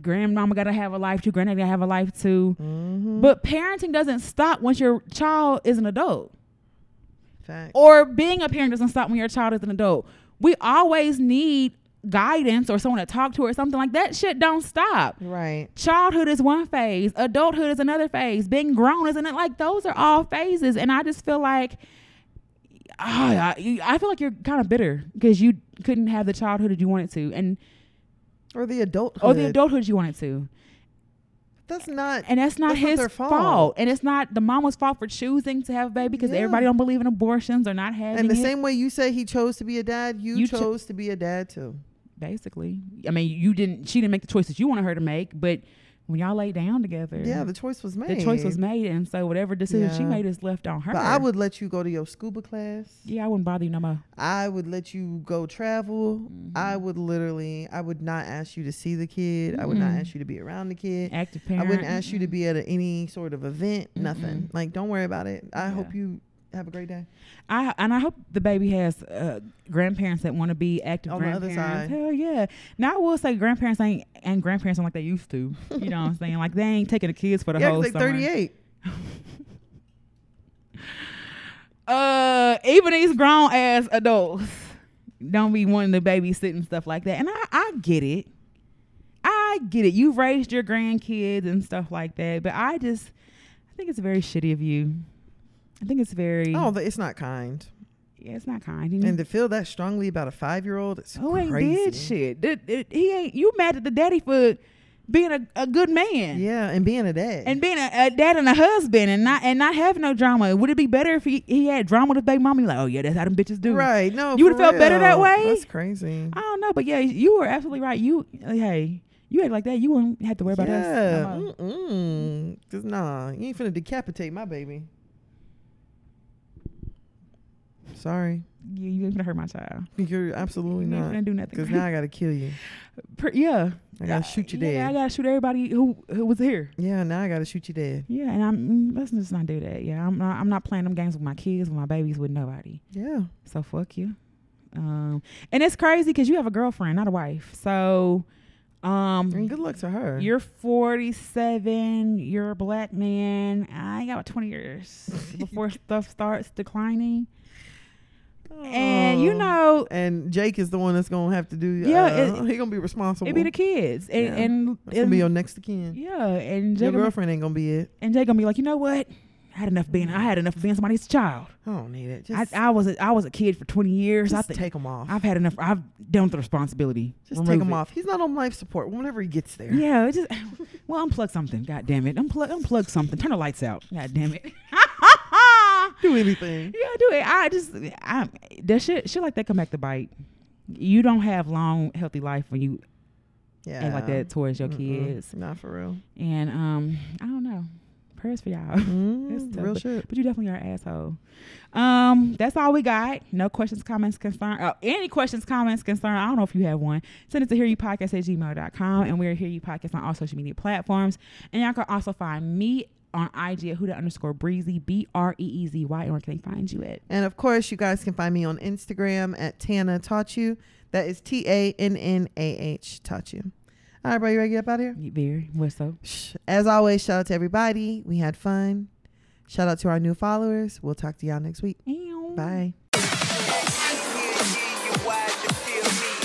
grandmama gotta have a life too, granddaddy gotta have a life too.
Mhm.
But parenting doesn't stop once your child is an adult
Facts.
or being a parent doesn't stop when your child is an adult. We always need guidance or someone to talk to or something like that. Shit don't stop.
right.
Childhood is one phase, adulthood is another phase, being grown isn't it? Like those are all phases, and I just feel like. ah, I, you- I feel like you're kind of bitter because you couldn't have the childhood that you wanted to, and
Or the adulthood.
or the adulthood you wanted to,
That's not.
and that's not
That's not
his
their
fault.
fault.
and it's not the mama's fault for choosing to have a baby because
Yeah.
everybody don't believe in abortions or not having
And the
it.
same way you say he chose to be a dad, you,
You cho-
chose to be a dad too.
basically. I mean, you didn't. She didn't make the choices you wanted her to make, but when y'all lay down together,
Yeah, the choice was made.
the choice was made, and so whatever decision she
Yeah.
made is left on her.
But I would let you go to your scuba class.
Yeah, I wouldn't bother you no more.
I would let you go travel. I
Mm-hmm.
would literally, I would not ask you to see the kid. I would not
Mm-mm.
ask you to be around the kid.
Active parent.
I wouldn't ask you to be at a, any sort of event. Nothing. Like, don't worry about it. I hope
Yeah.
you Have a great day.
I and I hope the baby has uh, grandparents that want to be active
On the other
grandparents.
side.
Hell yeah! Now I will say grandparents ain't and grandparents aren't like they used to. You know what I'm saying? Like they ain't taking the kids for the
yeah, 'cause
whole
they
summer.
38.
Uh, even these grown ass adults don't be wanting to babysit and stuff like that. And I, I get it. I get it. You've raised your grandkids and stuff like that, but I just, I think it's very shitty of you. I think it's very,
Oh, but it's not kind.
Mm-hmm. yeah, it's not kind.
And to feel that strongly about a five year old, it's
Who Oh, ain't
crazy.
did shit? Did- did- he ain't. You mad at the daddy for being a, a good man?
Yeah, and being a dad.
And being a, a dad and a husband and not and not having no drama. Would it be better if he, he had drama with baby mommy? Like, oh yeah, that's how them bitches do.
right. No,
You would've
for
felt better that
real.
way?
That's crazy.
I don't know, but yeah, you were absolutely right. You hey, you act like that, you wouldn't have to worry about Uh-huh. us.
yeah.
no more.
Mm-mm. Just nah. You ain't finna decapitate my baby. Sorry.
You, you ain't gonna hurt my child.
You're absolutely
You ain't
not.
finna do nothing.
Because now I gotta kill you.
Pr- yeah,
I gotta shoot you
yeah,
dead.
I gotta shoot everybody who who was here.
Yeah, now I gotta shoot you dead.
Yeah, and I'm mm, let's just not do that. Yeah, I'm not, I'm not playing them games with my kids, with my babies, with nobody.
Yeah.
So fuck you. Um, and it's crazy because you have a girlfriend, not a wife. So,
And
um,
good luck to her.
you're 47. You're a black man. I got about 20 years before stuff starts declining. And you
Oh.
know,
And Jake is the one that's gonna have to do.
Yeah,
Yeah,
it-
he gonna be responsible.
it be the kids, and
Yeah.
and,
That's gonna be
and-
your next of kin.
yeah, and
Your
Jake gonna-
girlfriend ain't gonna be it.
and Jake gonna be like, you know what? I had enough being. I had enough of being somebody's child.
I don't need it.
I,
Just,
I was a, I was a kid for 20 years.
just
I think
take him off.
I've had enough. I've done with the responsibility.
just take
Remove
him
it.
off. He's not on life support. Whenever he gets there.
Yeah, it just well, unplug something. God damn it, unplug, unplug something. Turn the lights out. God damn it.
Do anything.
yeah, do it. I just, I that shit, shit like that come back to bite. You don't have long, healthy life when you
Yeah.
act like that towards your kids.
Not for real.
And um, I don't know. Prayers for y'all. It's
Mm,
tough,
real shit.
But you definitely are an asshole. Um, that's all we got. No questions, comments, concern. Uh, any questions, comments, concern. I don't know if you have one. Send it to hearyoupodcast at gmail.com. And we're Hear You Podcast on all social media platforms. And y'all can also find me on IG at Huda underscore Breezy, B R E E Z Y. And where can they find you at?
And of course, you guys can find me on Instagram at Tana Taught You. That is T A N N A H Taught You. All right, bro, you ready to get up out of here?
You Very. What's up?
Shh. As always, shout out to everybody. We had fun. Shout out to our new followers. We'll talk to y'all next week.
Ew.
Bye.
G-U-Y, you feel me?